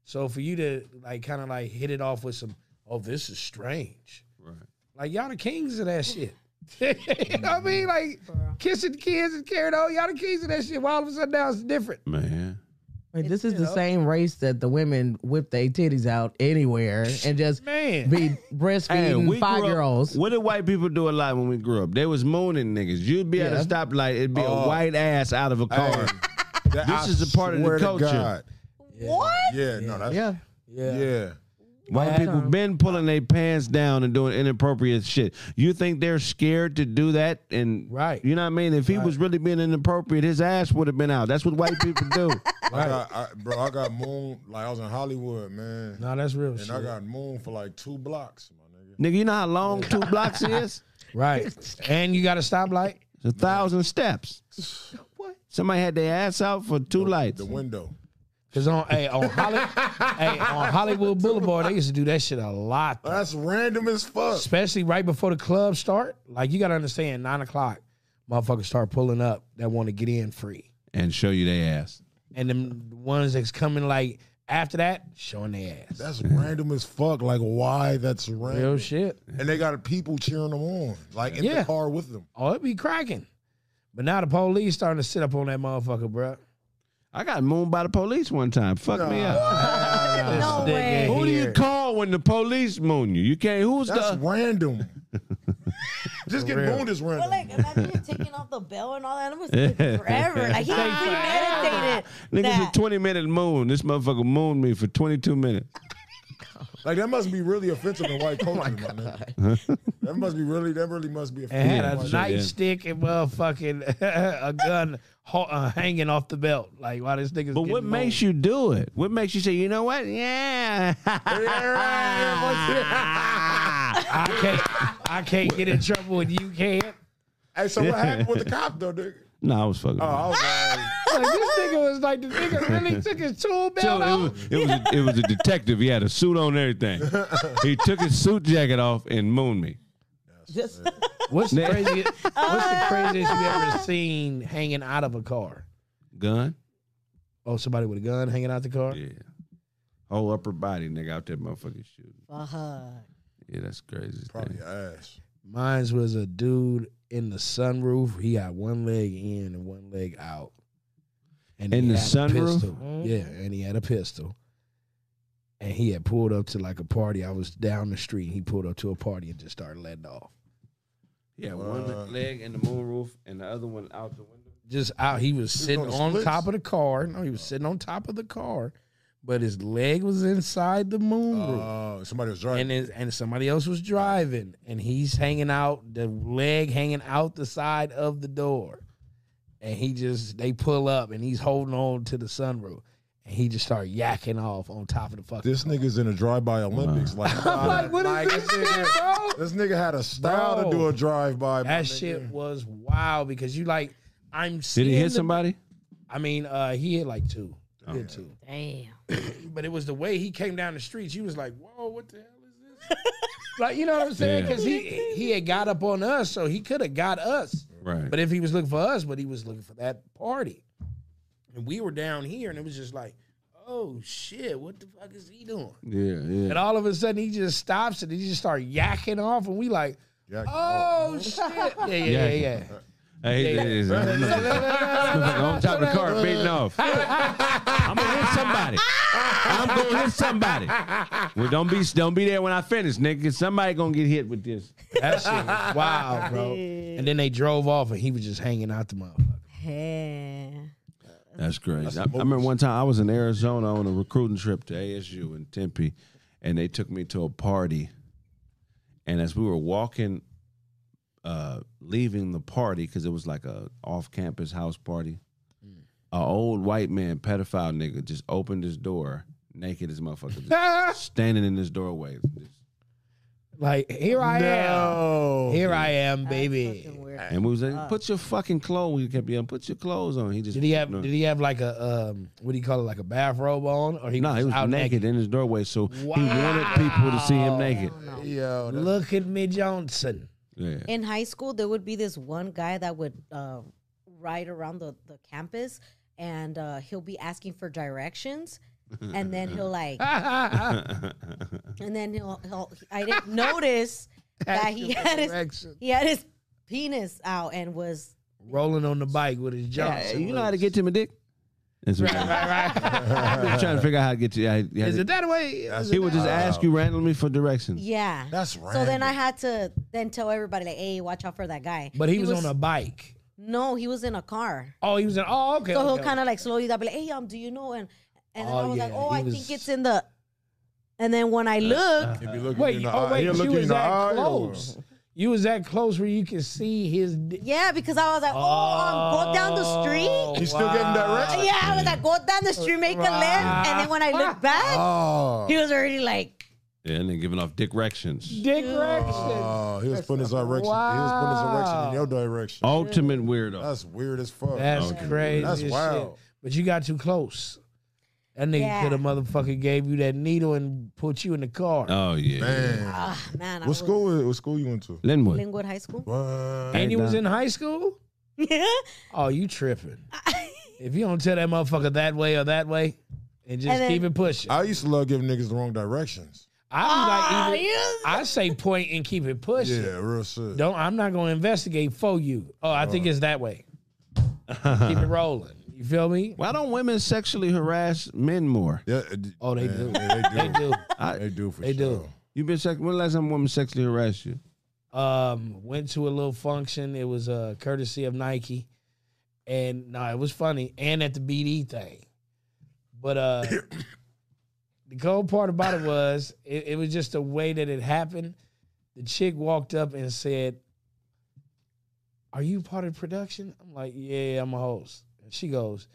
[SPEAKER 2] So for you to like kind of like hit it off with some, oh, this is strange.
[SPEAKER 1] Right.
[SPEAKER 2] Like y'all the kings of that shit. you know what I
[SPEAKER 1] Mm-hmm.
[SPEAKER 2] mean? Like kissing kids and carrying on, y'all the kings of that shit. Well, all of a sudden now it's different.
[SPEAKER 1] Man.
[SPEAKER 3] Like, this is
[SPEAKER 2] you
[SPEAKER 3] the
[SPEAKER 2] know.
[SPEAKER 3] same race that the women whip their titties out anywhere and just
[SPEAKER 2] Man.
[SPEAKER 3] be
[SPEAKER 1] Hey,
[SPEAKER 3] breastfeeding
[SPEAKER 1] we grew up-
[SPEAKER 3] five year olds.
[SPEAKER 1] What did white people do a lot when we grew up? They was mooning niggas. You'd be at a
[SPEAKER 3] Yeah.
[SPEAKER 1] stoplight, it'd be a
[SPEAKER 4] Oh.
[SPEAKER 1] white ass out of a car.
[SPEAKER 4] That-
[SPEAKER 1] This
[SPEAKER 4] I
[SPEAKER 1] is a part of the
[SPEAKER 4] swear to
[SPEAKER 1] culture.
[SPEAKER 4] God.
[SPEAKER 5] What?
[SPEAKER 4] Yeah, no, that's
[SPEAKER 3] Yeah.
[SPEAKER 4] yeah.
[SPEAKER 1] White people been pulling their pants down and doing inappropriate shit. You think they're scared to do that? And
[SPEAKER 2] Right.
[SPEAKER 1] you know what I mean. If he was really being inappropriate, his ass would have been out. That's what white people do.
[SPEAKER 4] I got, I, bro, I got moon like I was in Hollywood, man,
[SPEAKER 2] No, that's real shit.
[SPEAKER 4] and I got moon for like two blocks, my nigga.
[SPEAKER 1] Nigga, you know how long two blocks is?
[SPEAKER 2] right. and you got a stoplight.
[SPEAKER 1] It's a thousand steps.
[SPEAKER 3] What?
[SPEAKER 1] Somebody had their ass out for two lights.
[SPEAKER 4] The window.
[SPEAKER 2] Cause on hey, on Hollywood hey, on Hollywood Boulevard, they used to do that shit a lot. though.
[SPEAKER 4] That's random as fuck.
[SPEAKER 2] Especially right before the club start. Like you gotta understand, nine o'clock, motherfuckers start pulling up that want to get in free.
[SPEAKER 1] and show you their ass.
[SPEAKER 2] And them ones that's coming like after that, showing their ass.
[SPEAKER 4] That's random as fuck. Like why? That's random.
[SPEAKER 2] Real shit.
[SPEAKER 4] And they got people cheering them on, like in
[SPEAKER 2] Yeah.
[SPEAKER 4] the car with them.
[SPEAKER 2] Oh, it be cracking. But now the police starting to sit up on that motherfucker, bruh.
[SPEAKER 1] I got mooned by the police one time. Fuck me up.
[SPEAKER 5] No
[SPEAKER 2] This
[SPEAKER 5] way.
[SPEAKER 2] nigga
[SPEAKER 1] Who do you
[SPEAKER 2] here.
[SPEAKER 1] call when the police moon you? You can't. Who's
[SPEAKER 4] That's
[SPEAKER 1] the?
[SPEAKER 4] random. Just get
[SPEAKER 2] real.
[SPEAKER 4] mooned is
[SPEAKER 5] But
[SPEAKER 4] random.
[SPEAKER 5] like, imagine him taking off the bell and all that. It was taking forever. Like he premeditated
[SPEAKER 1] Nigga's a
[SPEAKER 5] that.
[SPEAKER 1] twenty minute moon. This motherfucker mooned me for twenty two minutes.
[SPEAKER 4] Like that must be really offensive in white culture, my man. That must be really. That really must be
[SPEAKER 2] and
[SPEAKER 4] offensive.
[SPEAKER 2] had
[SPEAKER 4] in
[SPEAKER 2] a
[SPEAKER 4] white-
[SPEAKER 2] nightstick and motherfucking a gun ho- uh, hanging off the belt. Like, why this nigga's
[SPEAKER 1] But what
[SPEAKER 2] getting
[SPEAKER 1] makes you do it? What makes you say, you know what? Yeah.
[SPEAKER 2] I can't, I can't get in trouble and you can't.
[SPEAKER 4] Hey, so what happened with the cop though, nigga?
[SPEAKER 1] no, I was fucking.
[SPEAKER 4] Oh, I was like,
[SPEAKER 1] around.
[SPEAKER 2] Like this nigga was like the nigga really took his tool belt
[SPEAKER 1] So it
[SPEAKER 2] off.
[SPEAKER 1] was, it was a, it was a detective. He had a suit on and everything. He took his suit jacket off and mooned me.
[SPEAKER 3] Just
[SPEAKER 2] What's the
[SPEAKER 1] Nah.
[SPEAKER 2] craziest? What's the craziest you ever seen hanging out of a car?
[SPEAKER 1] Gun.
[SPEAKER 2] Oh, somebody with a gun hanging out the car.
[SPEAKER 1] Yeah. Whole upper body nigga out there motherfucking shooting.
[SPEAKER 5] Fuck.
[SPEAKER 1] Yeah, that's crazy.
[SPEAKER 4] probably
[SPEAKER 1] thing.
[SPEAKER 4] your ass.
[SPEAKER 2] Mine was a dude in the sunroof. He got one leg in and one leg out. And
[SPEAKER 1] In
[SPEAKER 2] he
[SPEAKER 1] the
[SPEAKER 2] had a
[SPEAKER 1] sunroof?
[SPEAKER 2] pistol. Yeah, and he had a pistol. And he had pulled up to like a party. I was down the street. And he pulled up to a party and just started letting off.
[SPEAKER 1] Yeah,
[SPEAKER 4] Wow.
[SPEAKER 1] one leg in the moon roof and the other one out the window.
[SPEAKER 2] Uh. Just out. He was
[SPEAKER 4] was
[SPEAKER 2] sitting
[SPEAKER 4] on
[SPEAKER 2] on
[SPEAKER 4] splits?
[SPEAKER 2] top of the car. No, he was sitting on top of the car, but his leg was inside the moonroof.
[SPEAKER 4] Oh, somebody was driving.
[SPEAKER 2] and is, and somebody else was driving, and he's hanging out the leg hanging out the side of the door, and he just they pull up and he's holding on to the sunroof, and he just started yakking off on top of the fucking.
[SPEAKER 4] This nigga's in a drive-by Olympics. Like,
[SPEAKER 2] like, what is this shit, bro?
[SPEAKER 4] this nigga had a style
[SPEAKER 2] Bro.
[SPEAKER 4] to do a drive-by. my
[SPEAKER 2] That
[SPEAKER 4] nigga.
[SPEAKER 2] shit was wild because you like I'm.
[SPEAKER 1] Did
[SPEAKER 2] Seeing
[SPEAKER 1] he hit
[SPEAKER 2] the-
[SPEAKER 1] somebody?
[SPEAKER 2] I mean, uh, he hit like two, He hit two.
[SPEAKER 5] Damn.
[SPEAKER 2] but it was the way he came down the streets. You was like,
[SPEAKER 1] Oh,
[SPEAKER 2] "Whoa, what the hell is this?" like, you know what I'm saying?
[SPEAKER 1] Yeah.
[SPEAKER 2] Because he he had got up on us, so he could have got us.
[SPEAKER 1] Right.
[SPEAKER 2] But if he was looking for us, but he was looking for that party, and we were down here, and it was just like, "Oh shit, what the fuck is he doing?"
[SPEAKER 1] yeah,
[SPEAKER 2] And
[SPEAKER 1] yeah.
[SPEAKER 2] all of a sudden, he just stops and he just start yakking off, and we like,
[SPEAKER 4] Yeah,
[SPEAKER 2] "Oh shit, yeah, yeah, yeah, yeah."
[SPEAKER 1] Hey, it is- on top of the car beating off. I'm gonna hit somebody. I'm gonna hit somebody. Well, don't be don't be there when I finish, nigga. 'cause somebody gonna get hit with this.
[SPEAKER 2] That shit was wild, bro. And then they drove off, and he was just hanging out the motherfucker.
[SPEAKER 5] Hey.
[SPEAKER 1] That's crazy. I, I remember one time I was in Arizona on a recruiting trip to ASU in Tempe, and they took me to a party. And as we were walking, uh, leaving the party because it was like a off-campus house party, a old white man, pedophile nigga, just opened his door naked as a motherfucker, just standing in this doorway. Just-
[SPEAKER 2] Like here I am, here I am, baby.
[SPEAKER 1] and we was like, "Put your fucking clothes." We kept yelling, "Put your clothes on." He just
[SPEAKER 2] Did he have? Did he have like a um? What do you call it? Like a bathrobe on, or he
[SPEAKER 1] no,
[SPEAKER 2] was,
[SPEAKER 1] he was
[SPEAKER 2] out
[SPEAKER 1] naked,
[SPEAKER 2] naked?
[SPEAKER 1] in his doorway, so he wanted people to see him naked.
[SPEAKER 4] Yo, that's
[SPEAKER 2] Look at me, Johnson.
[SPEAKER 1] Yeah.
[SPEAKER 5] In high school, there would be this one guy that would uh, ride around the, the campus and uh, he'll be asking for directions. And then he'll like,
[SPEAKER 2] Uh-huh.
[SPEAKER 5] and then he'll, he'll I didn't notice that he had his,
[SPEAKER 2] Direction.
[SPEAKER 5] he had his penis out and was
[SPEAKER 2] Rolling on the bike with his jumps.
[SPEAKER 1] Yeah, you know how to get to my dick. That's what I'm just trying to figure out how to get to. Yeah, yeah.
[SPEAKER 2] Is it that way?
[SPEAKER 4] That's-
[SPEAKER 1] he would just ask you randomly for directions.
[SPEAKER 5] yeah.
[SPEAKER 4] That's
[SPEAKER 5] So then I
[SPEAKER 4] random.
[SPEAKER 5] had to then tell everybody like, hey, watch out for that guy.
[SPEAKER 2] But he, was, on a bike.
[SPEAKER 5] no, he was in a car.
[SPEAKER 2] Oh, he was in. Oh, okay.
[SPEAKER 5] So
[SPEAKER 2] okay,
[SPEAKER 5] he'll
[SPEAKER 2] okay.
[SPEAKER 5] kind of like slowly down, be like, hey, um, do you know? And and then
[SPEAKER 2] Oh,
[SPEAKER 5] I was
[SPEAKER 2] yeah,
[SPEAKER 5] like, oh,
[SPEAKER 2] he
[SPEAKER 5] I
[SPEAKER 2] was- Uh,
[SPEAKER 5] think it's in the. And then when I look,
[SPEAKER 4] If you look
[SPEAKER 2] Wait,
[SPEAKER 4] in the
[SPEAKER 2] oh
[SPEAKER 4] eye-
[SPEAKER 2] wait,
[SPEAKER 4] he'll
[SPEAKER 2] you
[SPEAKER 4] look in
[SPEAKER 2] was
[SPEAKER 4] the
[SPEAKER 2] that
[SPEAKER 4] eye or-
[SPEAKER 2] close. You was that close where you could see his. Di-
[SPEAKER 5] yeah, because I was like, oh, um, go down the
[SPEAKER 2] Oh,
[SPEAKER 5] street.
[SPEAKER 4] He's still getting directions?
[SPEAKER 5] Yeah, I was like, go down the street, make a left, and then when I look back,
[SPEAKER 4] Oh,
[SPEAKER 5] he was already like,
[SPEAKER 1] Yeah, and then giving off dick directions.
[SPEAKER 2] Direction.
[SPEAKER 4] Oh, he was putting his erection. He was putting his erection in your direction.
[SPEAKER 2] Oh,
[SPEAKER 1] Ultimate weirdo.
[SPEAKER 4] That's weird as fuck.
[SPEAKER 2] That's crazy.
[SPEAKER 4] That's
[SPEAKER 2] as
[SPEAKER 4] wild.
[SPEAKER 2] shit. But you got too close. That nigga
[SPEAKER 5] Yeah.
[SPEAKER 2] could have motherfucker gave you that needle and put you in the car.
[SPEAKER 1] Oh yeah.
[SPEAKER 4] Man,
[SPEAKER 5] ah, man, I
[SPEAKER 4] what
[SPEAKER 5] was
[SPEAKER 4] school? What school you went to?
[SPEAKER 1] Linwood.
[SPEAKER 5] Linwood High School.
[SPEAKER 4] What?
[SPEAKER 2] and you was in
[SPEAKER 1] done.
[SPEAKER 2] high school?
[SPEAKER 5] Yeah,
[SPEAKER 2] Oh, you tripping. if you don't tell that motherfucker that way or that way and just
[SPEAKER 5] And then-
[SPEAKER 2] keep it pushing. I,
[SPEAKER 4] I used to love giving niggas the wrong directions.
[SPEAKER 2] I be like, even,
[SPEAKER 5] you-
[SPEAKER 2] I say point and keep it pushing.
[SPEAKER 4] Yeah, real shit.
[SPEAKER 2] Don't I'm not gonna investigate for you. Oh, I think it's that way. keep it rolling. You feel me?
[SPEAKER 1] Why don't women sexually harass men more?
[SPEAKER 4] Yeah, uh, d-
[SPEAKER 2] Oh, they
[SPEAKER 4] man,
[SPEAKER 2] do.
[SPEAKER 4] They
[SPEAKER 2] They
[SPEAKER 4] do.
[SPEAKER 2] do.
[SPEAKER 4] They do for
[SPEAKER 2] They
[SPEAKER 4] sure.
[SPEAKER 2] do.
[SPEAKER 1] You been sex? When the last time a woman sexually harassed you?
[SPEAKER 2] um, went to a little function. It was uh, courtesy of Nike, and no, it was funny. And at the BD thing, but uh, the cold part about it was it, it was just the way that it happened. The chick walked up and said, "Are you part of production?" I'm like, "Yeah, I'm a host." And she goes,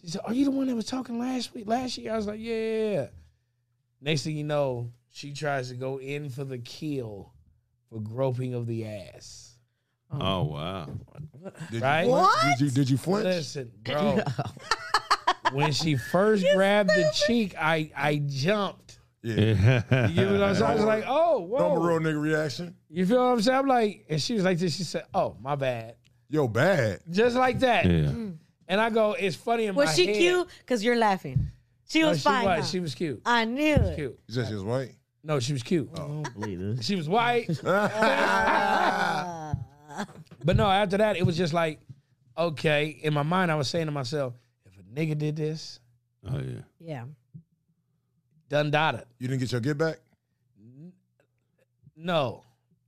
[SPEAKER 2] "She said, are you the one that was talking last week, last year?" I was like, "Yeah." Next thing you know, she tries to go in for the kill for groping of the ass.
[SPEAKER 1] Oh wow.
[SPEAKER 4] Did you
[SPEAKER 2] Right?
[SPEAKER 4] flinch? Did you, did you flinch?
[SPEAKER 2] Listen, bro. when she first grabbed the cheek, I I jumped.
[SPEAKER 4] Yeah.
[SPEAKER 2] You get what I'm saying? I was like, oh,
[SPEAKER 4] Normal real
[SPEAKER 2] whoa.
[SPEAKER 4] nigga reaction.
[SPEAKER 2] You feel what I'm saying? I'm like, and she was like this. She said, oh, my bad.
[SPEAKER 4] Yo, bad.
[SPEAKER 2] Just like that.
[SPEAKER 1] Yeah.
[SPEAKER 2] And I go, it's funny in
[SPEAKER 5] was
[SPEAKER 2] my
[SPEAKER 5] she
[SPEAKER 2] head.
[SPEAKER 5] cute? Because you're laughing. She
[SPEAKER 2] No,
[SPEAKER 5] was
[SPEAKER 2] she
[SPEAKER 5] fine.
[SPEAKER 2] Was,
[SPEAKER 5] huh?
[SPEAKER 2] She was cute.
[SPEAKER 5] I knew it.
[SPEAKER 2] Cute.
[SPEAKER 4] You said she was white. Oh.
[SPEAKER 2] No, she was cute.
[SPEAKER 3] I don't believe this.
[SPEAKER 2] She was white.
[SPEAKER 5] Uh,
[SPEAKER 2] But no, after that, it was just like, okay. In my mind, I was saying to myself, if a nigga did this,
[SPEAKER 1] Oh yeah.
[SPEAKER 5] yeah.
[SPEAKER 2] done dot it.
[SPEAKER 4] You didn't get your get back.
[SPEAKER 2] No,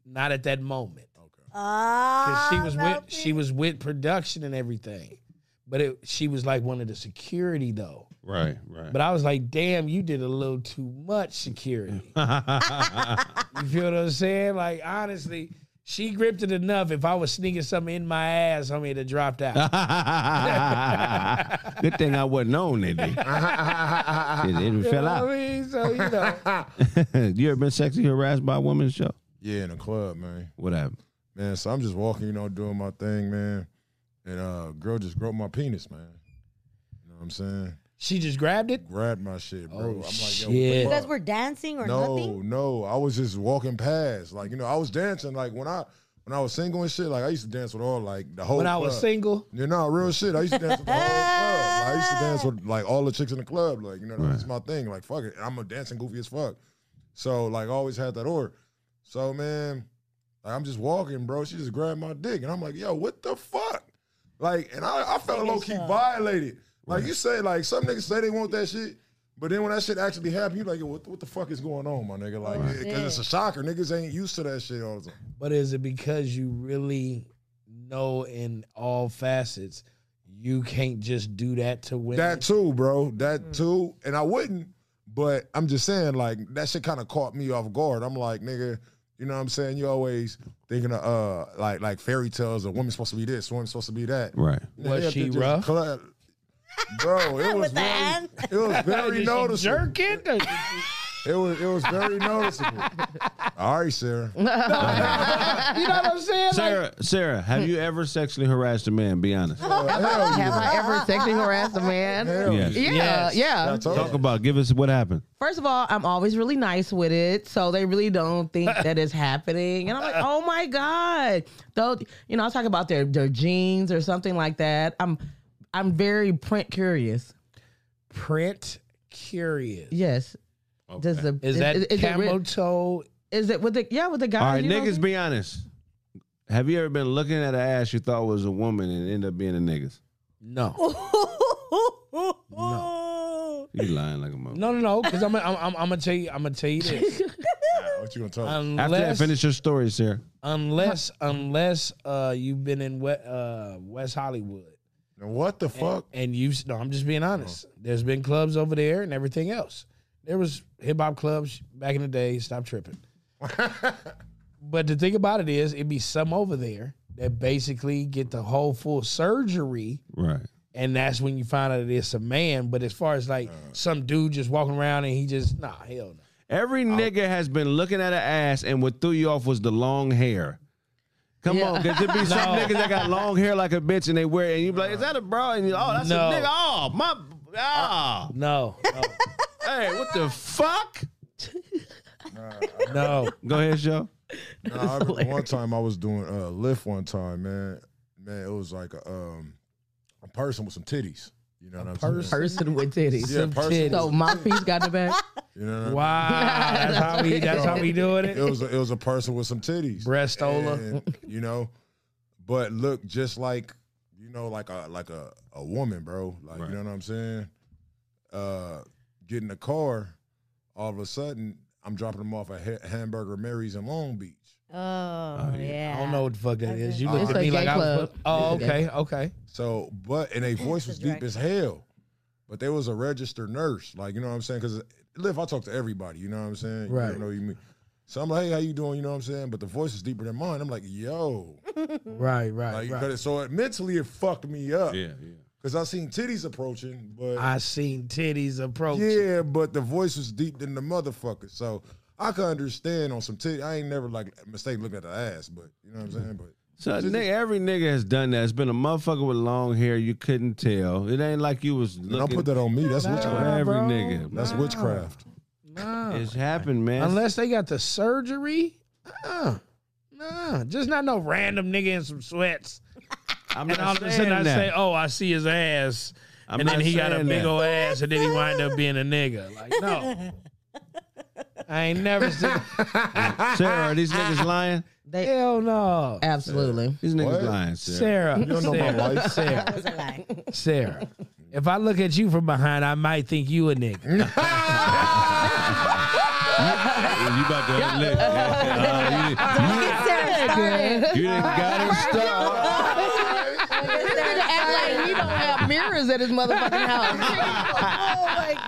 [SPEAKER 2] not at that moment.
[SPEAKER 5] Ah,
[SPEAKER 2] 'Cause she was with
[SPEAKER 5] Ralphie.
[SPEAKER 2] she was with production and everything, but it, she was like one of the security though.
[SPEAKER 1] Right. Right.
[SPEAKER 2] But I was like, damn, you did a little too much security. you feel what I'm saying? Like honestly, she gripped it enough. If I was sneaking something in my ass, I mean, it had dropped out.
[SPEAKER 1] Good thing I wasn't on that day. it didn't
[SPEAKER 2] You
[SPEAKER 1] fell
[SPEAKER 2] know what
[SPEAKER 1] out.
[SPEAKER 2] I mean, so you know,
[SPEAKER 1] you ever been sexually harassed by a woman? Show
[SPEAKER 4] Yeah, in the club, man.
[SPEAKER 1] what happened?
[SPEAKER 4] Man, so I'm just walking, you know, doing my thing, man. And uh, girl just groped my penis, man. You know what I'm saying?
[SPEAKER 2] she just grabbed it.
[SPEAKER 4] Grabbed my shit, bro.
[SPEAKER 2] Oh,
[SPEAKER 4] I'm like, yo, what
[SPEAKER 2] shit.
[SPEAKER 4] the
[SPEAKER 5] You guys
[SPEAKER 4] fuck?
[SPEAKER 5] were dancing or
[SPEAKER 4] no,
[SPEAKER 5] nothing?
[SPEAKER 4] no. I was just walking past, like you know, I was dancing, like when I when I was single and shit. Like I used to dance with all like the whole.
[SPEAKER 2] When I
[SPEAKER 4] club.
[SPEAKER 2] was single,
[SPEAKER 4] You know, real shit. I used to dance with the whole club. Like, I used to dance with like all the chicks in the club. Like, you know, that's my thing. Like, fuck it. I'm a dancing goofy as fuck. So, like, I always had that order. So, man, like, I'm just walking, bro. She just grabbed my dick. And I'm like, yo, what the fuck? Like, and I, I felt low key violated. Like, you say, like, some niggas say they want that shit. But then when that shit actually happened, you like, yo, what, what the fuck is going on, my nigga? Like, because it's a shocker. Niggas ain't used to that shit all the time.
[SPEAKER 2] But is it because you really know in all facets you can't just do that to women?
[SPEAKER 4] That too, bro.
[SPEAKER 2] Mm.
[SPEAKER 4] That too. And I wouldn't, but I'm just saying, like, that shit kind of caught me off guard. I'm like, nigga, you know what I'm saying? You always thinking of uh like like fairy tales of women's supposed to be this, women's supposed to be that.
[SPEAKER 1] Right.
[SPEAKER 4] Nigga,
[SPEAKER 2] Was
[SPEAKER 4] they have to
[SPEAKER 2] she
[SPEAKER 4] just
[SPEAKER 2] rough?
[SPEAKER 4] cla- Bro, it was
[SPEAKER 5] With the
[SPEAKER 4] very,
[SPEAKER 5] hand?
[SPEAKER 4] it was
[SPEAKER 2] Did
[SPEAKER 4] very
[SPEAKER 2] she
[SPEAKER 4] noticeable.
[SPEAKER 2] jerk it? Or did
[SPEAKER 4] It was it was very noticeable. All right, Sarah.
[SPEAKER 2] You know what I'm saying?
[SPEAKER 1] Sarah, Sarah, have you ever sexually harassed a man? Be honest.
[SPEAKER 3] Have I ever sexually harassed a man?
[SPEAKER 4] Hell
[SPEAKER 1] Yes.
[SPEAKER 4] yeah.
[SPEAKER 3] Yeah,
[SPEAKER 2] Yes.
[SPEAKER 4] I
[SPEAKER 3] yeah.
[SPEAKER 4] told
[SPEAKER 1] Talk
[SPEAKER 4] you.
[SPEAKER 1] about. Give us what happened.
[SPEAKER 3] First of all, I'm always really nice with it, so they really don't think that it's happening. And I'm like, oh my god. Though, you know, I talk about their their jeans or something like that. I'm I'm very print curious.
[SPEAKER 2] Print curious.
[SPEAKER 3] Yes. Does the
[SPEAKER 2] Is that
[SPEAKER 3] is, it
[SPEAKER 2] camel
[SPEAKER 3] ri-
[SPEAKER 2] toe?
[SPEAKER 3] is it with the yeah with the guys?
[SPEAKER 1] All right,
[SPEAKER 3] you know what I
[SPEAKER 1] niggas,
[SPEAKER 3] mean?
[SPEAKER 1] be honest. Have you ever been looking at an ass you thought was a woman and end up being a niggas?
[SPEAKER 2] No,
[SPEAKER 1] You lying like a mother.
[SPEAKER 2] no, no, no. Because I'm, I'm, I'm, I'm gonna tell you, I'm gonna tell you this.
[SPEAKER 4] What you gonna tell? me?
[SPEAKER 1] After that,
[SPEAKER 2] Unless,
[SPEAKER 1] finish your story, Sarah.
[SPEAKER 2] unless, unless uh, you've been in West, uh, West Hollywood.
[SPEAKER 4] What the fuck? Oh.
[SPEAKER 2] And you've no, I'm just being honest. There's been clubs over there and everything else. There was hip hop clubs back in the day. Stop tripping. but the thing about it is, it'd be some over there that basically get the whole full surgery,
[SPEAKER 1] Right.
[SPEAKER 2] and that's when you find out it's a man. But as far as like
[SPEAKER 4] Uh.
[SPEAKER 2] some dude just walking around and he just nah, hell no.
[SPEAKER 1] Every nigga has been looking at an ass, and what threw you off was the long hair. Come
[SPEAKER 3] Yeah.
[SPEAKER 1] on, because it be some niggas that got long hair like a bitch, and they wear it, and you be like, "Is that a bra?" And you, "Oh, that's
[SPEAKER 2] No.
[SPEAKER 1] a nigga." Oh, my, ah,
[SPEAKER 2] No,
[SPEAKER 1] hey, what the fuck?
[SPEAKER 2] no, no.
[SPEAKER 1] Go ahead, show.
[SPEAKER 4] Nah, I remember one time I was doing uh, lift one time, man. Man, it was like a um a person with some titties. You know what I'm
[SPEAKER 2] person?
[SPEAKER 4] saying?
[SPEAKER 3] person with titties.
[SPEAKER 4] Yeah,
[SPEAKER 2] Some
[SPEAKER 4] person.
[SPEAKER 2] titties.
[SPEAKER 4] with-
[SPEAKER 3] So my piece got the back.
[SPEAKER 4] You know what I mean?
[SPEAKER 2] Wow, that's how we that's how we doing
[SPEAKER 4] It
[SPEAKER 2] it.
[SPEAKER 4] was a, it was a person with some titties.
[SPEAKER 2] Breastola.
[SPEAKER 4] And, you know, but look just like you know, like a like a, a woman, bro. Like you know what I'm saying? Uh get in the car, all of a sudden I'm dropping them off at Ha- Hamburger Mary's in Long Beach.
[SPEAKER 5] Oh, yeah.
[SPEAKER 2] I don't know what the fuck that is. You looked
[SPEAKER 3] It's
[SPEAKER 2] at
[SPEAKER 3] a gay
[SPEAKER 2] me like I was.
[SPEAKER 3] club.
[SPEAKER 2] Oh,
[SPEAKER 3] It's a gay
[SPEAKER 2] okay, okay.
[SPEAKER 4] So, but and their voice was deep
[SPEAKER 5] direct-
[SPEAKER 4] as hell. But there was a registered nurse, like you know what I'm saying? Because live, I talk to everybody. You know what I'm saying? You
[SPEAKER 2] Right.
[SPEAKER 4] never know what you mean. So I'm like, hey, how you doing? You know what I'm saying? But the voice is deeper than mine. I'm like, yo,
[SPEAKER 2] Right, right,
[SPEAKER 4] like,
[SPEAKER 2] right.
[SPEAKER 4] 'cause- so it mentally it fucked me up.
[SPEAKER 1] yeah.
[SPEAKER 4] Cause I seen titties approaching, but
[SPEAKER 2] I seen titties approach.
[SPEAKER 4] yeah, but the voice was deep than the motherfucker. So I could understand on some titty. I ain't never like mistake looking at the ass, but you know what I'm saying? But
[SPEAKER 1] So nigga, every nigga has done that. It's been a motherfucker with long hair. You couldn't tell. It ain't like you was
[SPEAKER 4] don't
[SPEAKER 1] looking.
[SPEAKER 4] put that on me. That's
[SPEAKER 1] on
[SPEAKER 4] witchcraft.
[SPEAKER 1] every
[SPEAKER 2] bro.
[SPEAKER 1] nigga.
[SPEAKER 4] That's
[SPEAKER 1] man.
[SPEAKER 4] witchcraft.
[SPEAKER 2] Nah.
[SPEAKER 1] It's happened, man.
[SPEAKER 2] Unless they got the surgery. Uh, nah. Just not no random nigga in some sweats.
[SPEAKER 1] I'm
[SPEAKER 2] And
[SPEAKER 1] not
[SPEAKER 2] all of a
[SPEAKER 1] saying
[SPEAKER 2] sudden I
[SPEAKER 1] that.
[SPEAKER 2] say, oh, I see his ass.
[SPEAKER 1] I'm
[SPEAKER 2] and then
[SPEAKER 1] not
[SPEAKER 2] he got a
[SPEAKER 1] saying
[SPEAKER 2] big
[SPEAKER 1] that.
[SPEAKER 2] old ass and then he wind up being a nigga. Like, no. I ain't never seen
[SPEAKER 1] Sarah, are these niggas lying?
[SPEAKER 3] They
[SPEAKER 2] Hell no.
[SPEAKER 3] absolutely.
[SPEAKER 1] These niggas
[SPEAKER 4] What?
[SPEAKER 1] lying, Sarah.
[SPEAKER 2] Sarah.
[SPEAKER 4] You don't know my
[SPEAKER 2] Sarah,
[SPEAKER 4] life.
[SPEAKER 2] Sarah.
[SPEAKER 5] That was a lie.
[SPEAKER 2] Sarah, if I look at you from behind, I might think you a nigga.
[SPEAKER 1] You about to lick.
[SPEAKER 4] Oh,
[SPEAKER 5] Get Sarah started.
[SPEAKER 1] you, didn't got it stuck.
[SPEAKER 3] Nigga act like he don't have mirrors at his motherfucking house.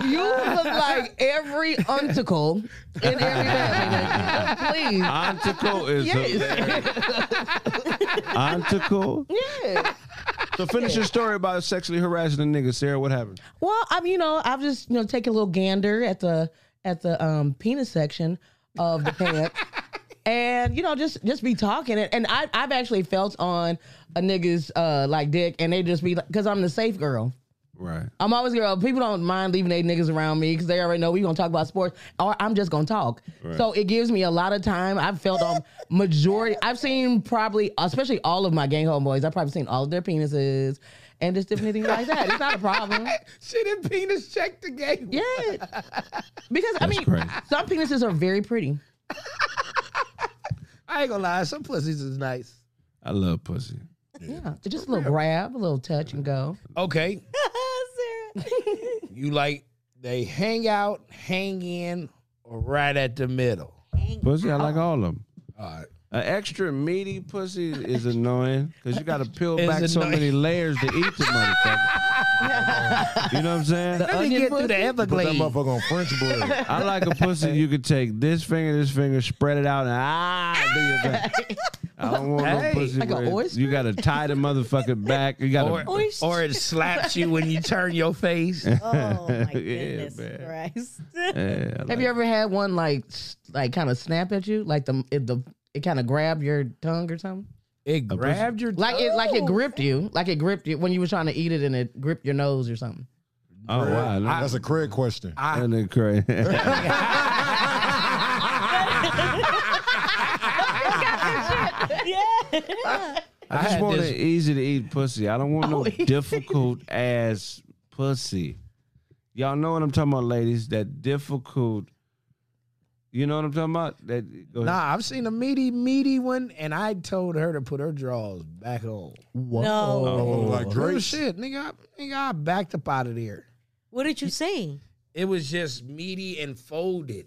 [SPEAKER 3] You look like every unticle in every bag. nigga. Please.
[SPEAKER 1] Onticle is
[SPEAKER 3] Yes.
[SPEAKER 1] Onticle.
[SPEAKER 3] yes.
[SPEAKER 1] So finish your story about sexually harassing a nigga, Sarah. What happened?
[SPEAKER 3] Well, I'm you know, I've just, you know, taken a little gander at the at the um penis section of the pants. And you know, just just be talking, and, and I I've actually felt on a nigga's uh like dick, and they just be like, because I'm the safe girl.
[SPEAKER 1] Right.
[SPEAKER 3] I'm always girl. People don't mind leaving their niggas around me because they already know we gonna talk about sports, or I'm just gonna talk. So it gives me a lot of time. I've felt on majority. I've seen probably, especially all of my gang homeboys. I've probably seen all of their penises and just different things like that. It's not a problem.
[SPEAKER 2] Shit and penis check the game.
[SPEAKER 3] Yeah, because I mean,
[SPEAKER 1] crazy.
[SPEAKER 3] some penises are very pretty.
[SPEAKER 2] I ain't gonna lie, some pussies is nice.
[SPEAKER 1] I love pussy.
[SPEAKER 3] Yeah, it's just a little grab, a little touch and go.
[SPEAKER 2] Okay,
[SPEAKER 5] Sarah.
[SPEAKER 2] you like they hang out, hang in, or right at the middle.
[SPEAKER 1] Pussy, I like
[SPEAKER 2] Oh.
[SPEAKER 1] all of them.
[SPEAKER 2] All right.
[SPEAKER 1] An extra meaty pussy is annoying because you got to peel
[SPEAKER 2] It's
[SPEAKER 1] back so
[SPEAKER 2] annoying.
[SPEAKER 1] many layers to eat the motherfucker. you know what I'm saying?
[SPEAKER 2] Let me
[SPEAKER 3] onion
[SPEAKER 2] get through the
[SPEAKER 4] Put that
[SPEAKER 2] Everglades.
[SPEAKER 4] motherfucker on French bread.
[SPEAKER 1] I like a pussy you could take this finger, this finger, spread it out, and ah, do your thing. I don't want
[SPEAKER 2] Hey.
[SPEAKER 1] no pussy.
[SPEAKER 3] Like a
[SPEAKER 1] where
[SPEAKER 3] oyster?
[SPEAKER 1] You gotta tie the motherfucker back. You gotta.
[SPEAKER 2] Or,
[SPEAKER 5] Oyster.
[SPEAKER 2] or it slaps you when you turn your face.
[SPEAKER 5] Oh my
[SPEAKER 1] Yeah,
[SPEAKER 5] goodness
[SPEAKER 1] man.
[SPEAKER 5] Christ!
[SPEAKER 1] Yeah, I
[SPEAKER 3] Have
[SPEAKER 1] like-
[SPEAKER 3] you ever had one like s- like kind of snap at you? Like the it, the it kind of grabbed your tongue or something?
[SPEAKER 2] It grabbed your
[SPEAKER 3] Like it like it
[SPEAKER 5] Oh.
[SPEAKER 3] gripped you. Like it gripped you when you were trying to eat it and it gripped your nose or something.
[SPEAKER 1] Oh wow, no,
[SPEAKER 4] That's a Craig question.
[SPEAKER 1] Isn't it crazy?
[SPEAKER 5] yeah.
[SPEAKER 1] I
[SPEAKER 2] had
[SPEAKER 1] just want
[SPEAKER 2] this-
[SPEAKER 1] an easy to eat pussy. I don't want no
[SPEAKER 3] Oh, easy.
[SPEAKER 1] difficult ass pussy. Y'all know what I'm talking about, ladies. That difficult. You know what I'm talking about? That go ahead.
[SPEAKER 2] Nah, I've seen a meaty, meaty one, and I told her to put her drawers back on.
[SPEAKER 3] Whoa.
[SPEAKER 1] Oh.
[SPEAKER 2] Oh,
[SPEAKER 5] No.
[SPEAKER 3] Oh,
[SPEAKER 4] Like
[SPEAKER 2] Real
[SPEAKER 4] Drake.
[SPEAKER 2] shit, nigga. I, nigga, I backed up out of there.
[SPEAKER 5] What did you say?
[SPEAKER 2] It was just meaty and folded.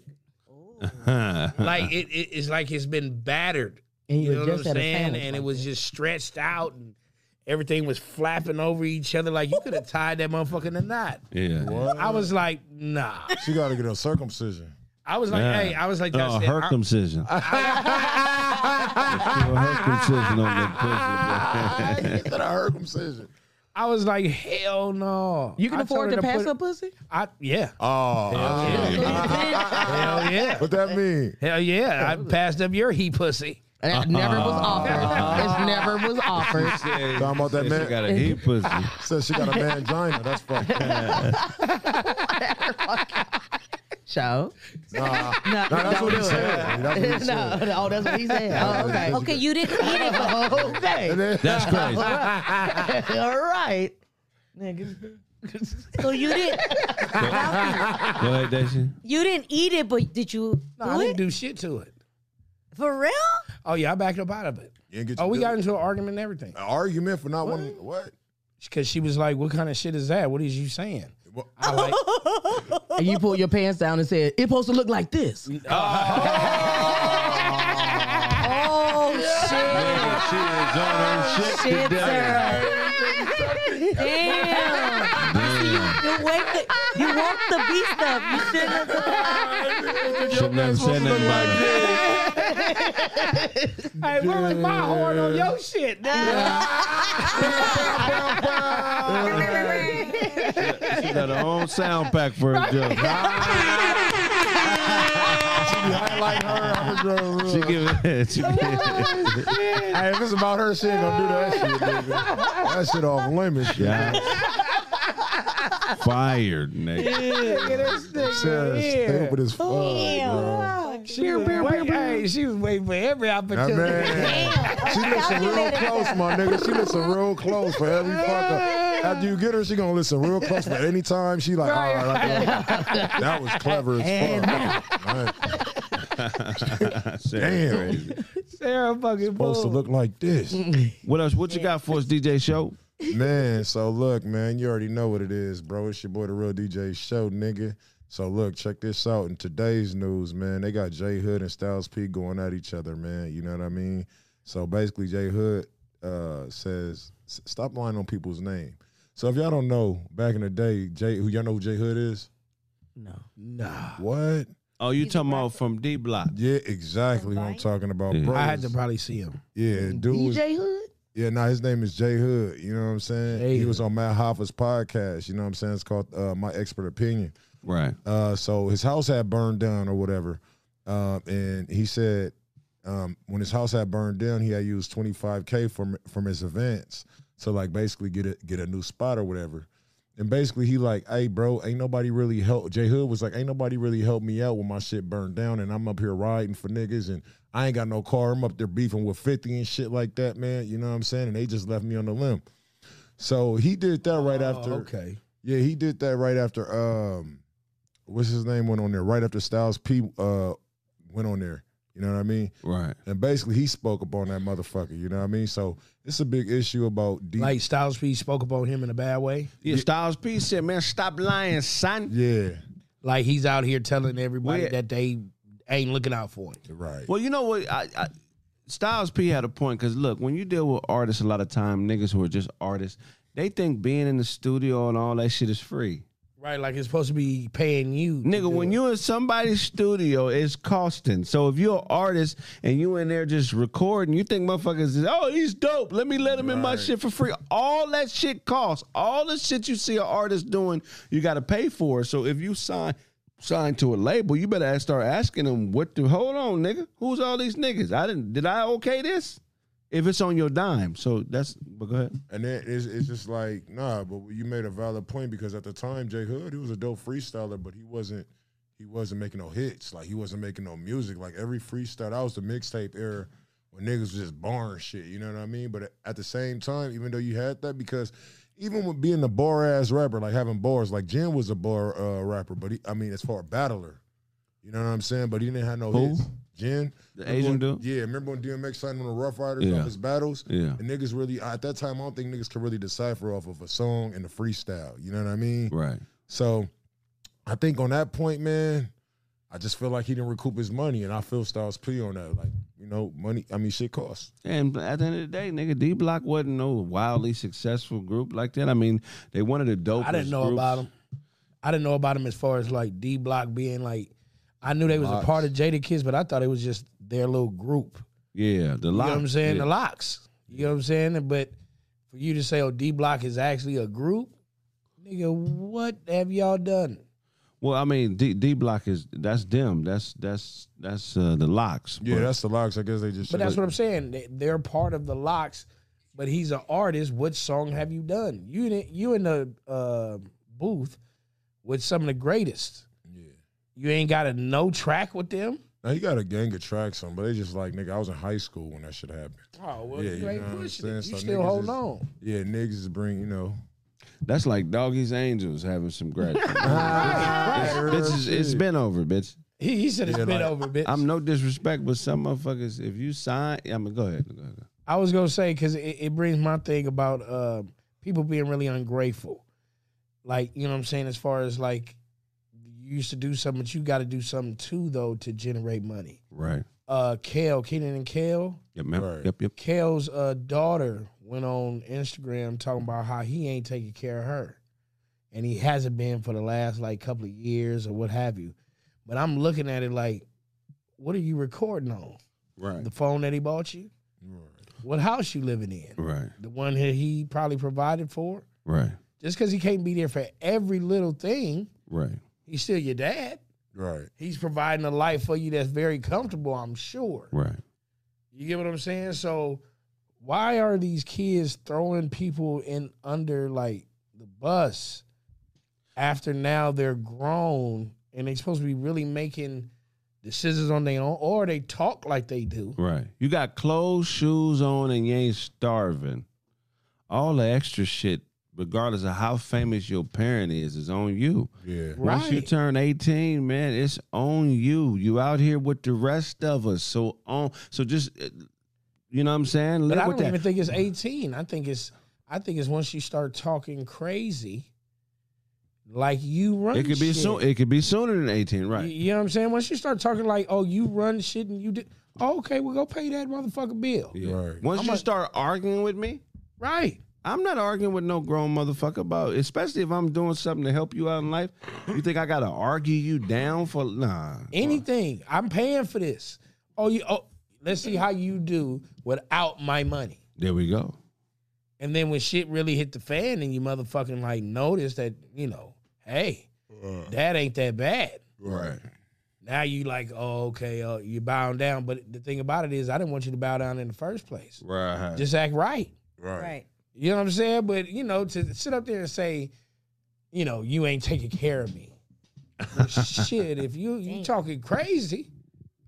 [SPEAKER 2] like it, it- it's like it's been battered.
[SPEAKER 3] And you,
[SPEAKER 2] You know
[SPEAKER 3] had
[SPEAKER 2] what I'm
[SPEAKER 3] just had a
[SPEAKER 2] saying?
[SPEAKER 3] sandwich.
[SPEAKER 2] And it
[SPEAKER 3] like
[SPEAKER 2] was just stretched out, and everything was flapping over each other. Like you could have tied that motherfucker in a knot.
[SPEAKER 1] Yeah.
[SPEAKER 2] I was like, nah.
[SPEAKER 4] She got to get a circumcision.
[SPEAKER 2] I was like,
[SPEAKER 1] Yeah.
[SPEAKER 2] hey, I was like, that's
[SPEAKER 1] No,
[SPEAKER 2] it.
[SPEAKER 1] her
[SPEAKER 2] I-
[SPEAKER 1] circumcision. Well, her circumcision on that pussy,
[SPEAKER 4] I get a circumcision.
[SPEAKER 2] I was like, hell no.
[SPEAKER 3] you can
[SPEAKER 2] I
[SPEAKER 3] afford
[SPEAKER 2] told her
[SPEAKER 3] to pass
[SPEAKER 2] put-
[SPEAKER 3] up pussy?
[SPEAKER 2] I, yeah.
[SPEAKER 4] Oh,
[SPEAKER 2] Hell yeah. Hell yeah.
[SPEAKER 4] what that mean?
[SPEAKER 2] Hell yeah. I passed up your he pussy.
[SPEAKER 1] Uh-uh.
[SPEAKER 3] That never was offered. it never was offered.
[SPEAKER 1] bro.
[SPEAKER 4] Talking about that
[SPEAKER 1] She
[SPEAKER 4] man.
[SPEAKER 1] got a heat pussy.
[SPEAKER 4] Says she got a mangina. That's fucked. up.
[SPEAKER 3] Show.
[SPEAKER 4] Nah,
[SPEAKER 3] No,
[SPEAKER 4] Nah, that's
[SPEAKER 3] don't
[SPEAKER 4] what he
[SPEAKER 3] do it.
[SPEAKER 4] said. That's what he
[SPEAKER 3] no,
[SPEAKER 4] said.
[SPEAKER 3] no, that's what he said. Oh, okay.
[SPEAKER 5] Okay, you didn't eat it, but
[SPEAKER 3] okay.
[SPEAKER 4] And then-
[SPEAKER 1] That's crazy.
[SPEAKER 3] All right. Nigga.
[SPEAKER 5] so you didn't
[SPEAKER 1] Go ahead, Daisy.
[SPEAKER 5] you didn't eat it, but did you
[SPEAKER 2] I
[SPEAKER 5] do
[SPEAKER 2] didn't
[SPEAKER 5] it
[SPEAKER 2] do shit to it.
[SPEAKER 5] for real?
[SPEAKER 2] Oh yeah, I backed up out of it.
[SPEAKER 4] You didn't get
[SPEAKER 2] Oh,
[SPEAKER 4] your
[SPEAKER 2] we
[SPEAKER 4] bill.
[SPEAKER 2] got into an argument and everything.
[SPEAKER 4] An argument for not wanting what?
[SPEAKER 2] Because she was like, what kind of shit is that? What is you saying?
[SPEAKER 4] What?
[SPEAKER 2] I like,
[SPEAKER 3] And you pulled your pants down and said, "It supposed to look like this."
[SPEAKER 5] Oh shit!
[SPEAKER 1] She
[SPEAKER 5] Shit,
[SPEAKER 1] is on her shit today.
[SPEAKER 5] sir. Damn! You wake the you woke the beast up. You should
[SPEAKER 1] Shouldn't have said nothing about it.
[SPEAKER 2] hey, where was my horn on your shit?
[SPEAKER 1] She got her own sound pack for her joke.
[SPEAKER 4] Highlight her. I'm gonna grow real.
[SPEAKER 1] She give it. She give it.
[SPEAKER 4] Hey, if it's about her, she ain't gonna do that shit, nigga. That shit off limits, yeah.
[SPEAKER 1] Yeah. Fired, nigga.
[SPEAKER 4] Stupid as fuck, bro.
[SPEAKER 2] She was, wait, hey, she was waiting for every
[SPEAKER 4] That
[SPEAKER 2] opportunity.
[SPEAKER 4] man, she listen real close, my nigga. She listen real close for every fucker. After you get her, she gonna listen real close for any time. She like, all right, I know. that was clever as fuck. Man,
[SPEAKER 1] Sarah,
[SPEAKER 4] damn,
[SPEAKER 1] crazy.
[SPEAKER 2] Sarah fucking
[SPEAKER 4] supposed to
[SPEAKER 2] Bull.
[SPEAKER 4] look like this,
[SPEAKER 1] What else? What you got for us, DJ Show?
[SPEAKER 4] man. So look, man, you already know what it is, bro. It's your boy, the real DJ Show, nigga. So look, check this out. In today's news, man, they got Jay Hood and Styles P going at each other, man. You know what I mean? So basically, Jay Hood uh, says, "S- "Stop lying on people's name." So if y'all don't know, back in the day, Jay, who y'all know who Jay Hood is?
[SPEAKER 3] No.
[SPEAKER 2] Nah.
[SPEAKER 4] What?
[SPEAKER 1] Oh, you talking about from D Block?
[SPEAKER 4] Yeah, exactly what I'm talking about,
[SPEAKER 1] Yeah.
[SPEAKER 4] bro.
[SPEAKER 2] I had to probably see him.
[SPEAKER 4] yeah, dude. was-
[SPEAKER 3] DJ Hood.
[SPEAKER 4] yeah, nah, his name is Jay Hood. You know what I'm saying?
[SPEAKER 2] Jay
[SPEAKER 4] He was on Matt Hoffa's podcast. You know what I'm saying? It's called uh, My Expert Opinion.
[SPEAKER 1] Right.
[SPEAKER 4] Uh, so his house had burned down or whatever, uh, and he said um, when his house had burned down, he had used 25k from from his events to like basically get a get a new spot or whatever. And basically, he like, hey, bro, ain't nobody really help. Jay Hood was like, ain't nobody really helped me out when my shit burned down, and I'm up here riding for niggas, and I ain't got no car. I'm up there beefing with 50 and shit like that, man. You know what I'm saying? And they just left me on the limb. So he did that right after.
[SPEAKER 2] okay.
[SPEAKER 4] Yeah, he did that right after um what's his name went on there, right after Styles P uh went on there. You know what I mean?
[SPEAKER 1] Right.
[SPEAKER 4] And basically he spoke up on that motherfucker, you know what I mean? So it's a big issue about D
[SPEAKER 2] Like Styles P spoke about him in a bad way.
[SPEAKER 1] Yeah, Styles P said, "Man, stop lying, son."
[SPEAKER 4] Yeah.
[SPEAKER 2] Like he's out here telling everybody
[SPEAKER 1] Well,
[SPEAKER 2] that they ain't looking out for him.
[SPEAKER 4] Right.
[SPEAKER 1] Well, you know what? I, I Styles P had a point because look, when you deal with artists, a lot of time niggas who are just artists, they think being in the studio and all that shit is free.
[SPEAKER 2] Right, like it's supposed to be paying you. to do
[SPEAKER 1] Nigga, when
[SPEAKER 2] it.
[SPEAKER 1] you in somebody's studio, it's costing. So if you're an artist and you in there just recording, you think motherfuckers is, oh, he's dope. Let me let him in my shit for free. All that shit costs. All the shit you see an artist doing, you gotta pay for. So if you sign sign to a label, you better ask- start asking them what the hold on, nigga. Who's all these niggas? I didn't did I okay this? If it's on your dime. So that's but go ahead.
[SPEAKER 4] And then it's, it's just like, nah, but you made a valid point because at the time, Jay Hood, he was a dope freestyler, but he wasn't he wasn't making no hits. Like he wasn't making no music. Like every freestyle, that was the mixtape era when niggas was just barn shit. You know what I mean? But at the same time, even though you had that, because even with being a bar ass rapper, like having bars, like Jen was a bar uh, rapper, but he, I mean, as far as battler, you know what I'm saying? But he didn't have no
[SPEAKER 1] Who?
[SPEAKER 4] hits. Jen,
[SPEAKER 1] The
[SPEAKER 4] Remember
[SPEAKER 1] Asian
[SPEAKER 4] when-
[SPEAKER 1] dude?
[SPEAKER 4] Yeah, remember when DMX signed on the Rough Riders
[SPEAKER 1] Yeah.
[SPEAKER 4] on his battles?
[SPEAKER 1] Yeah.
[SPEAKER 4] And niggas really at that time I don't think niggas could really decipher off of a song and a freestyle. You know what I mean?
[SPEAKER 1] Right.
[SPEAKER 4] So I think on that point, man, I just feel like he didn't recoup his money and I feel Styles P on that. Like, you know, money I mean shit costs.
[SPEAKER 1] And at the end of the day, nigga, D Block wasn't no wildly successful group like that. I mean, they wanted a dope.
[SPEAKER 2] I didn't know about them. I didn't know about them as far as like D Block being like. I knew they was a part of Jada Kids, but I thought it was just their little group.
[SPEAKER 1] Yeah, the
[SPEAKER 2] You
[SPEAKER 1] lock.
[SPEAKER 2] know what I'm saying?
[SPEAKER 1] Yeah.
[SPEAKER 2] The locks. You know what I'm saying? But for you to say, "Oh, D Block is actually a group," nigga, what have y'all done?
[SPEAKER 1] Well, I mean, D, D Block is that's them. That's that's that's uh, the locks.
[SPEAKER 4] Yeah,
[SPEAKER 1] But-
[SPEAKER 4] that's the locks. I guess they just
[SPEAKER 2] But that's what I'm saying. They- They're part of the locks, but he's an artist. What song have you done? You in you in the uh, booth with some of the greatest.
[SPEAKER 4] Yeah.
[SPEAKER 2] You ain't got a no track with them.
[SPEAKER 4] Now he got a gang of tracks on, but they just like, nigga, I was in high school when that shit happened.
[SPEAKER 2] Oh well,
[SPEAKER 4] Yeah,
[SPEAKER 2] you
[SPEAKER 4] you
[SPEAKER 2] ain't
[SPEAKER 4] know what I'm
[SPEAKER 2] pushing
[SPEAKER 4] saying?
[SPEAKER 2] it. You
[SPEAKER 4] So
[SPEAKER 2] still
[SPEAKER 4] niggas
[SPEAKER 2] holding
[SPEAKER 4] is-
[SPEAKER 2] on.
[SPEAKER 4] Yeah, niggas is bring, you know.
[SPEAKER 1] that's like Doggy's Angels having some gratitude. bitch, it's, it's been over, bitch.
[SPEAKER 2] He, he said it's
[SPEAKER 4] Yeah,
[SPEAKER 2] been
[SPEAKER 4] like,
[SPEAKER 2] over, bitch.
[SPEAKER 1] I'm no disrespect, but some motherfuckers, if you sign, I mean, go ahead. Go ahead.
[SPEAKER 2] I was gonna say because it, it brings my thing about uh, people being really ungrateful. Like you know what I'm saying, as far as like you used to do something, but you got to do something too though to generate money.
[SPEAKER 1] Right.
[SPEAKER 2] Uh, Kale, Keenan and Kale,
[SPEAKER 1] Yep. Yep.
[SPEAKER 4] Right.
[SPEAKER 1] Yep. Yep.
[SPEAKER 2] Kale's uh, daughter went on Instagram talking about how he ain't taking care of her, and he hasn't been for the last like couple of years or what have you. But I'm looking at it like, what are you recording on?
[SPEAKER 1] Right.
[SPEAKER 2] The phone that he bought you? What house you living in?
[SPEAKER 1] Right.
[SPEAKER 2] the one that he probably provided for.
[SPEAKER 1] Right.
[SPEAKER 2] Just because he can't be there for every little thing,
[SPEAKER 1] Right.
[SPEAKER 2] he's still your dad.
[SPEAKER 4] Right.
[SPEAKER 2] He's providing a life for you that's very comfortable, I'm sure.
[SPEAKER 1] Right.
[SPEAKER 2] You get what I'm saying? So, why are these kids throwing people in under like the bus after now they're grown and they're supposed to be really making decisions on their own, or they talk like they do?
[SPEAKER 1] Right. You got clothes, shoes on, and you ain't starving. All the extra shit, regardless of how famous your parent is, is on you.
[SPEAKER 4] Yeah.
[SPEAKER 1] Once you
[SPEAKER 2] Right.
[SPEAKER 1] turn 18, man, it's on you. You out here with the rest of us. So on so just uh, you know what I'm saying?
[SPEAKER 2] But
[SPEAKER 1] Live
[SPEAKER 2] I
[SPEAKER 1] with
[SPEAKER 2] don't
[SPEAKER 1] that.
[SPEAKER 2] even think it's 18. I think it's I think it's once you start talking crazy, like you run.
[SPEAKER 1] it could be
[SPEAKER 2] shit.
[SPEAKER 1] soon it could be sooner than 18,
[SPEAKER 2] You-
[SPEAKER 1] right?
[SPEAKER 2] You know what I'm saying? Once you start talking like, oh, you run shit and you did. Oh, okay, we'll go pay that motherfucker bill.
[SPEAKER 1] Yeah.
[SPEAKER 4] Right.
[SPEAKER 1] Once
[SPEAKER 2] I'm
[SPEAKER 1] you
[SPEAKER 2] a-
[SPEAKER 1] start arguing with me,
[SPEAKER 2] Right.
[SPEAKER 1] I'm not arguing with no grown motherfucker about, especially if I'm doing something to help you out in life. You think I gotta argue you down for nah?
[SPEAKER 2] Anything. I'm paying for this. Oh, you. Oh, let's see how you do without my money.
[SPEAKER 1] There we go.
[SPEAKER 2] And then when shit really hit the fan and you motherfucking like notice that you know, hey, that ain't that bad.
[SPEAKER 4] Uh, Right.
[SPEAKER 2] Now you like, oh, okay, uh, you bowing down. But the thing about it is, I didn't want you to bow down in the first place.
[SPEAKER 1] Right.
[SPEAKER 2] Just act right.
[SPEAKER 4] Right.
[SPEAKER 5] Right.
[SPEAKER 2] You know what I'm saying? But you know, to sit up there and say, you know, you ain't taking care of me. Well, shit, if you you
[SPEAKER 5] Damn.
[SPEAKER 2] talking crazy,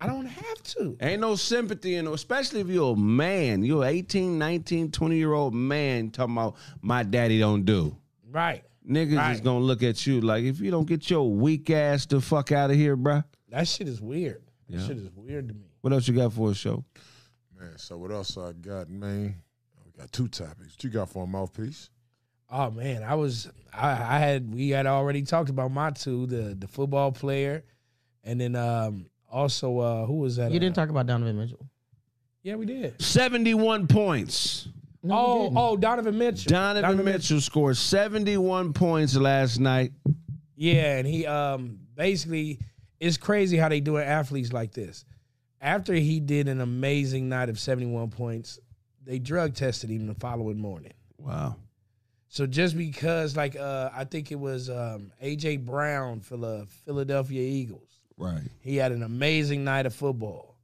[SPEAKER 2] I don't have to.
[SPEAKER 1] Ain't no sympathy in especially if you're a man. You're 18, 19, 20 year old man talking about my daddy don't do.
[SPEAKER 2] Right.
[SPEAKER 1] Niggas is
[SPEAKER 2] Right.
[SPEAKER 1] gonna look at you like if you don't get your weak ass the fuck out of here, bruh.
[SPEAKER 2] That shit is weird. That
[SPEAKER 1] Yeah.
[SPEAKER 2] shit is weird to me.
[SPEAKER 1] What else you got for a show?
[SPEAKER 4] Man, so what else I got, man? We got two topics. What you got for a mouthpiece?
[SPEAKER 2] Oh man, I was I, I had we had already talked about my two, the the football player, and then um also uh who was that?
[SPEAKER 3] You didn't
[SPEAKER 2] Uh,
[SPEAKER 3] talk about Donovan Mitchell.
[SPEAKER 2] Yeah, we did.
[SPEAKER 1] 71 points.
[SPEAKER 3] No, you
[SPEAKER 2] oh,
[SPEAKER 3] didn't.
[SPEAKER 2] oh, Donovan Mitchell.
[SPEAKER 1] Donovan Mitchell scored 71 points last night.
[SPEAKER 2] Yeah, and he um basically it's crazy how they do it athletes like this. After he did an amazing night of 71 points, they drug tested him the following morning.
[SPEAKER 1] Wow.
[SPEAKER 2] So just because like uh I think it was um AJ Brown for the Philadelphia Eagles.
[SPEAKER 1] Right.
[SPEAKER 2] He had an amazing night of football.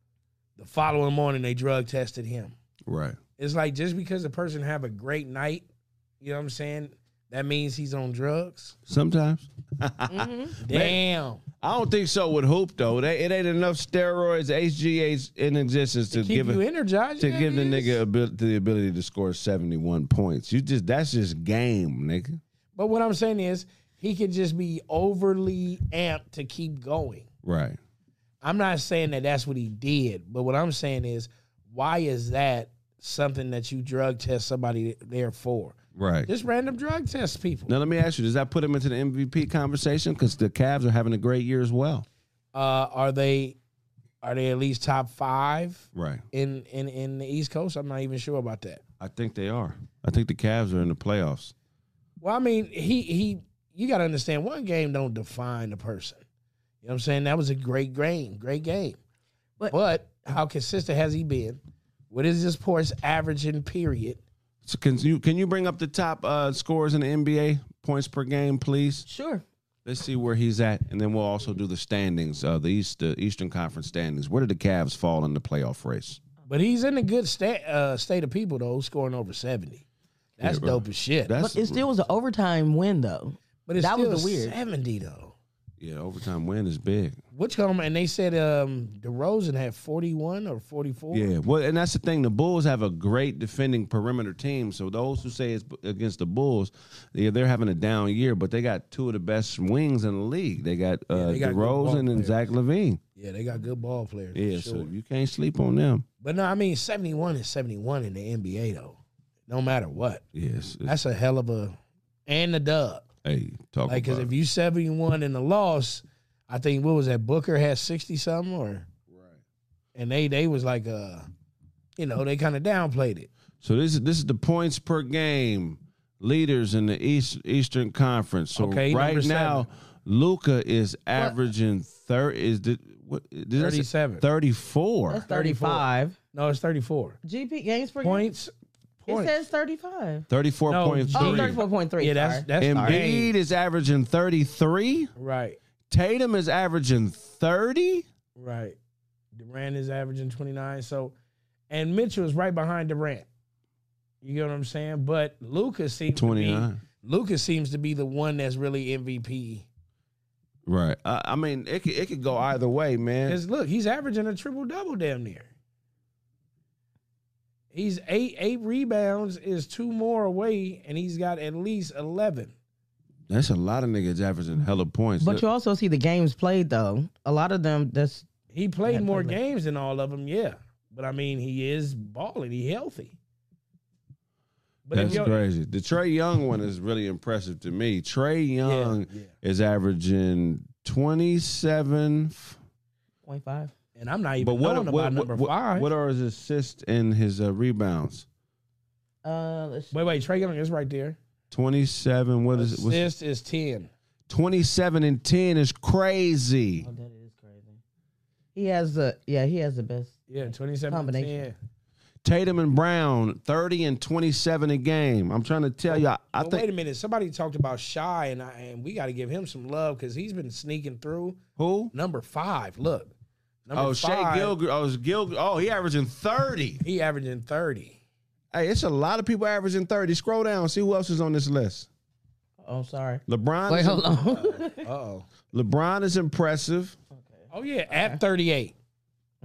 [SPEAKER 2] The following morning they drug tested him.
[SPEAKER 1] Right.
[SPEAKER 2] It's like just because a person have a great night, you know what I'm saying? That means he's on drugs.
[SPEAKER 1] Sometimes.
[SPEAKER 2] Damn.
[SPEAKER 1] I don't think so with hoop though. They, it ain't enough steroids, HGH in existence to,
[SPEAKER 2] Keep
[SPEAKER 1] give
[SPEAKER 2] you
[SPEAKER 1] it
[SPEAKER 2] energized.
[SPEAKER 1] to
[SPEAKER 2] yeah,
[SPEAKER 1] give the
[SPEAKER 2] it is.
[SPEAKER 1] nigga abil- the ability to score seventy one points. You just that's just game, nigga.
[SPEAKER 2] But what I'm saying is, he could just be overly amped to keep going.
[SPEAKER 1] Right.
[SPEAKER 2] I'm not saying that that's what he did, but what I'm saying is, why is that something that you drug test somebody there for?
[SPEAKER 1] Right.
[SPEAKER 2] Just random drug test people.
[SPEAKER 1] Now let me ask you: Does that put him into the MVP conversation? Because the Cavs are having a great year as well.
[SPEAKER 2] Uh, are they, are they at least top five
[SPEAKER 1] Right.
[SPEAKER 2] in in in the East Coast? I'm not even sure about that.
[SPEAKER 1] I think they are. I think the Cavs are in the playoffs.
[SPEAKER 2] Well, I mean, he he you gotta understand one game don't define the person. You know what I'm saying? That was a great game, great game. But,
[SPEAKER 3] But-
[SPEAKER 2] how consistent has he been? What is this poor's averaging period?
[SPEAKER 1] So can you can you bring up the top uh, scores in the NBA points per game, please?
[SPEAKER 3] Sure.
[SPEAKER 1] Let's see where he's at, and then we'll also do the standings, uh, the East, the Eastern Conference standings. Where did the Cavs fall in the playoff race?
[SPEAKER 2] But he's in a good state uh, state of people though, scoring over seventy. That's
[SPEAKER 1] Yeah, bro.
[SPEAKER 2] dope as shit.
[SPEAKER 1] That's
[SPEAKER 3] But it still was an overtime win though.
[SPEAKER 2] but it's
[SPEAKER 3] that was
[SPEAKER 2] still
[SPEAKER 3] the weird.
[SPEAKER 2] seventy though.
[SPEAKER 1] yeah. Overtime win is big.
[SPEAKER 2] Which come and they said um DeRozan had forty one or forty four.
[SPEAKER 1] Yeah, well, and that's the thing. The Bulls have a great defending perimeter team. So those who say it's b- against the Bulls, yeah, they're having a down year, but they got two of the best wings in the league. They got uh,
[SPEAKER 2] they got good ball
[SPEAKER 1] DeRozan and
[SPEAKER 2] players.
[SPEAKER 1] Zach Levine.
[SPEAKER 2] Yeah, they got good ball players. for
[SPEAKER 1] Yeah,
[SPEAKER 2] sure.
[SPEAKER 1] so you can't sleep on them.
[SPEAKER 2] But no, I mean seventy one is seventy one in the NBA though. No matter what,
[SPEAKER 1] Yes, it's-
[SPEAKER 2] that's a hell of a and the dub.
[SPEAKER 1] hey, talk
[SPEAKER 2] Like,
[SPEAKER 1] like,
[SPEAKER 2] cause
[SPEAKER 1] about
[SPEAKER 2] if
[SPEAKER 1] it.
[SPEAKER 2] you seventy one in the loss, I think what was that Booker had sixty something or right, and they they was like uh, you know they kind of downplayed it.
[SPEAKER 1] So this is this is the points per game leaders in the East Eastern Conference. So
[SPEAKER 2] Okay,
[SPEAKER 1] right
[SPEAKER 2] number
[SPEAKER 1] now, Luca is averaging thirty. Is the what? Did I say
[SPEAKER 2] 37.
[SPEAKER 1] Thirty-four.
[SPEAKER 3] That's thirty five.
[SPEAKER 2] No, it's thirty four
[SPEAKER 3] GP games per game.
[SPEAKER 2] points.
[SPEAKER 3] It
[SPEAKER 2] Points.
[SPEAKER 3] says thirty five.
[SPEAKER 1] Thirty-four
[SPEAKER 2] No,
[SPEAKER 1] point
[SPEAKER 2] G-
[SPEAKER 3] Oh,
[SPEAKER 1] three.
[SPEAKER 3] 34.3.
[SPEAKER 2] yeah, that's
[SPEAKER 3] sorry.
[SPEAKER 2] that's
[SPEAKER 1] Embiid is averaging 33.
[SPEAKER 2] right,
[SPEAKER 1] Tatum is averaging 30.
[SPEAKER 2] right. Durant is averaging twenty nine. So, and Mitchell is right behind Durant. You get what I'm saying? But Lucas seems to be-
[SPEAKER 1] 29.
[SPEAKER 2] Lucas seems to be the one that's really MVP.
[SPEAKER 1] Right. I, I mean, it could, it could go either way, man.
[SPEAKER 2] Because look, he's averaging a triple double damn near. He's eight eight rebounds is two more away, and he's got at least eleven.
[SPEAKER 1] That's a lot of niggas averaging hella points.
[SPEAKER 3] But you also see the games played though. A lot of them that's
[SPEAKER 2] He played
[SPEAKER 3] Yeah,
[SPEAKER 2] more
[SPEAKER 3] probably.
[SPEAKER 2] games than all of them, yeah. But I mean, he is balling. He healthy. But if
[SPEAKER 1] That's
[SPEAKER 2] you're-
[SPEAKER 1] crazy. The Trey Young one is really impressive to me. Trey
[SPEAKER 2] Yeah,
[SPEAKER 1] Young
[SPEAKER 2] yeah.
[SPEAKER 1] is averaging 27.
[SPEAKER 3] point five.
[SPEAKER 2] And I'm not even
[SPEAKER 1] But what,
[SPEAKER 2] knowing
[SPEAKER 1] what,
[SPEAKER 2] about
[SPEAKER 1] what,
[SPEAKER 2] number
[SPEAKER 1] what-
[SPEAKER 2] five.
[SPEAKER 1] what are his assists and his uh, rebounds?
[SPEAKER 3] Uh let's
[SPEAKER 2] wait, wait, Trey Young is right there.
[SPEAKER 1] 27. What is it? What's-
[SPEAKER 2] Assist is ten.
[SPEAKER 1] 27 and 10 is crazy.
[SPEAKER 3] Oh, that is crazy. He has the yeah, he has the best.
[SPEAKER 2] Yeah, twenty-seven.
[SPEAKER 3] Combination.
[SPEAKER 2] Yeah.
[SPEAKER 1] Tatum and Brown, 30 and 27 a game. I'm trying to tell you, I, I
[SPEAKER 2] But wait
[SPEAKER 1] think
[SPEAKER 2] a minute. Somebody talked about Shy, and I, and we got to give him some love because he's been sneaking through.
[SPEAKER 1] who?
[SPEAKER 2] Number five, look. Number
[SPEAKER 1] oh, Shea
[SPEAKER 2] five,
[SPEAKER 1] Gilgr. Oh, it's Gil. Oh, he averaging 30.
[SPEAKER 2] He averaging thirty.
[SPEAKER 1] Hey, it's a lot of people averaging 30. Scroll down, see who else is on this list.
[SPEAKER 3] Oh sorry.
[SPEAKER 1] LeBron.
[SPEAKER 3] Wait,
[SPEAKER 1] is,
[SPEAKER 3] hold on.
[SPEAKER 2] Uh oh.
[SPEAKER 1] LeBron is impressive.
[SPEAKER 2] Oh yeah, at thirty-eight.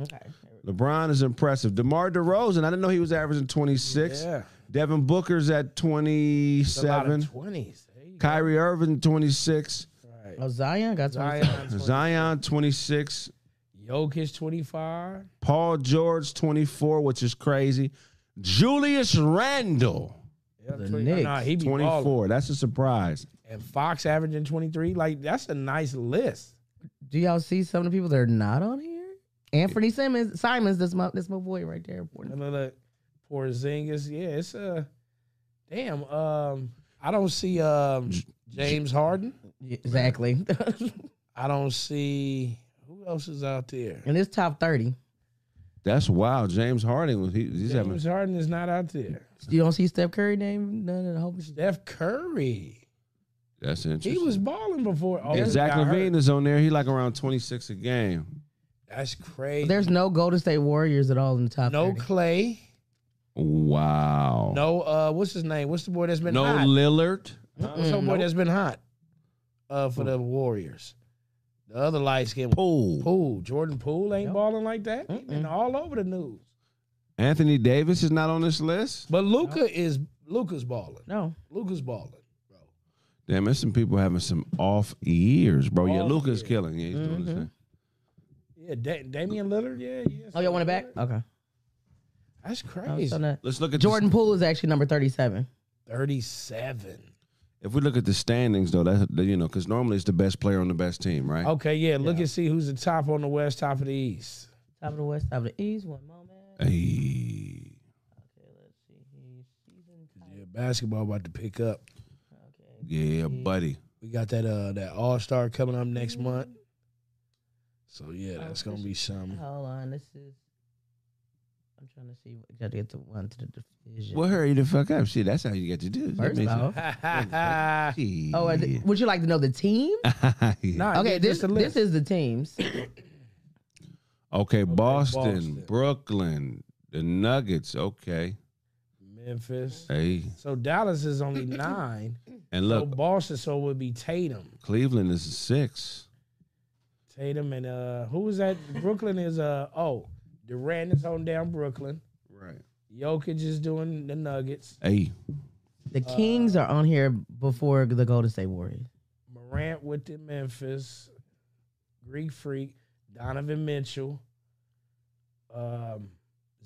[SPEAKER 3] okay.
[SPEAKER 1] LeBron is impressive. DeMar DeRozan, I didn't know he was averaging 26.
[SPEAKER 2] Yeah.
[SPEAKER 1] Devin Booker's at
[SPEAKER 2] It's a lot of
[SPEAKER 1] 27.
[SPEAKER 2] Twenties. There you go.
[SPEAKER 1] Kyrie Irving, 26.
[SPEAKER 2] Right.
[SPEAKER 3] Oh Zion got Zion.
[SPEAKER 2] Zion, 20.
[SPEAKER 1] Zion, 26.
[SPEAKER 2] Jokic, twenty-five.
[SPEAKER 1] Paul George, 24, which is crazy. Julius Randle.
[SPEAKER 2] Yeah,
[SPEAKER 3] The
[SPEAKER 2] 20 oh, Nah,
[SPEAKER 3] Knicks,
[SPEAKER 2] he be
[SPEAKER 1] 24.
[SPEAKER 2] 24.
[SPEAKER 1] That's a surprise.
[SPEAKER 2] And Fox averaging twenty-three. Like that's a nice list.
[SPEAKER 3] Do y'all see some of the people that are not on here? Anthony Simmons, Simons, that's my that's my boy right there.
[SPEAKER 2] And look, look, Porzingis. Yeah, it's a damn. Um, I don't see um James Harden.
[SPEAKER 3] Exactly.
[SPEAKER 2] I don't see who else is out there.
[SPEAKER 3] and it's top 30.
[SPEAKER 1] That's wild. James Harding was he, he's having.
[SPEAKER 2] James Harden is not out there.
[SPEAKER 3] You don't see Steph Curry name? None of the whole shit.
[SPEAKER 2] Steph Curry,
[SPEAKER 1] That's
[SPEAKER 2] he
[SPEAKER 1] interesting.
[SPEAKER 2] was balling before. Oh,
[SPEAKER 1] and Zach
[SPEAKER 2] got hurt.
[SPEAKER 1] Levine is on there. He like around twenty six a game.
[SPEAKER 2] That's crazy.
[SPEAKER 3] There's no Golden State Warriors at all in the top
[SPEAKER 2] no
[SPEAKER 3] 30.
[SPEAKER 2] Clay.
[SPEAKER 1] Wow.
[SPEAKER 2] No, uh, what's his name? What's the boy that's been
[SPEAKER 1] no
[SPEAKER 2] hot?
[SPEAKER 1] Lillard.
[SPEAKER 2] What's the
[SPEAKER 3] Mm,
[SPEAKER 2] boy that's been hot uh, for the Warriors? The other light skin
[SPEAKER 1] Poole.
[SPEAKER 2] Poole. Jordan Poole ain't
[SPEAKER 3] Yep.
[SPEAKER 2] balling like that. He been all over the news.
[SPEAKER 1] Anthony Davis is not on this list.
[SPEAKER 2] But Luca is Luca's balling.
[SPEAKER 3] No.
[SPEAKER 2] Luca's balling, bro.
[SPEAKER 1] Damn, there's some people having some off years, bro. yeah,
[SPEAKER 2] Off
[SPEAKER 1] Luca's
[SPEAKER 2] years. Mm-hmm.
[SPEAKER 1] killing. Yeah, he's doing his thing.
[SPEAKER 2] Yeah, da- Damian Lillard. Yeah, yeah.
[SPEAKER 3] Mm-hmm. Oh, y'all want it back? Okay.
[SPEAKER 2] That's
[SPEAKER 3] Oh,
[SPEAKER 2] crazy.
[SPEAKER 3] so not-
[SPEAKER 1] Let's look at this-
[SPEAKER 3] Jordan Poole is actually number 37.
[SPEAKER 2] Thirty-seven.
[SPEAKER 1] If we look at the standings, though, that's you know, because normally it's the best player on the best team, right?
[SPEAKER 2] Okay, yeah. Look and see who's the top on the West, top of the East.
[SPEAKER 3] Top of the West, top of the East. One moment.
[SPEAKER 1] Hey.
[SPEAKER 2] Yeah, basketball about to pick up. Oh.
[SPEAKER 1] Yeah, buddy.
[SPEAKER 2] We got that uh that All Star coming up
[SPEAKER 3] Mm-hmm.
[SPEAKER 2] next month. So yeah, that's gonna be something.
[SPEAKER 3] Hold on. This is. I'm trying to see. Got to get the one to the division.
[SPEAKER 1] Well, hurry the fuck up. Shit, that's how you got to do. it.
[SPEAKER 3] First off.
[SPEAKER 2] nah,
[SPEAKER 3] Oh, and th- would you like to know the team? Okay,
[SPEAKER 2] yeah,
[SPEAKER 3] this
[SPEAKER 2] just a list.
[SPEAKER 3] this is the teams.
[SPEAKER 1] Okay, Boston,
[SPEAKER 2] Boston.
[SPEAKER 1] Brooklyn, the Nuggets. Okay.
[SPEAKER 2] Memphis.
[SPEAKER 1] Hey.
[SPEAKER 2] So Dallas is only nine.
[SPEAKER 1] And
[SPEAKER 2] so
[SPEAKER 1] look,
[SPEAKER 2] Boston, so it would be Tatum.
[SPEAKER 1] Cleveland is six.
[SPEAKER 2] Tatum and uh who was that? Brooklyn is uh oh Durant is on down Brooklyn.
[SPEAKER 1] Right.
[SPEAKER 2] Jokic is doing the Nuggets.
[SPEAKER 1] Hey.
[SPEAKER 3] The Kings are on here before the Golden State Warriors.
[SPEAKER 2] Morant with the Memphis, Greek Freak, Donovan Mitchell, um,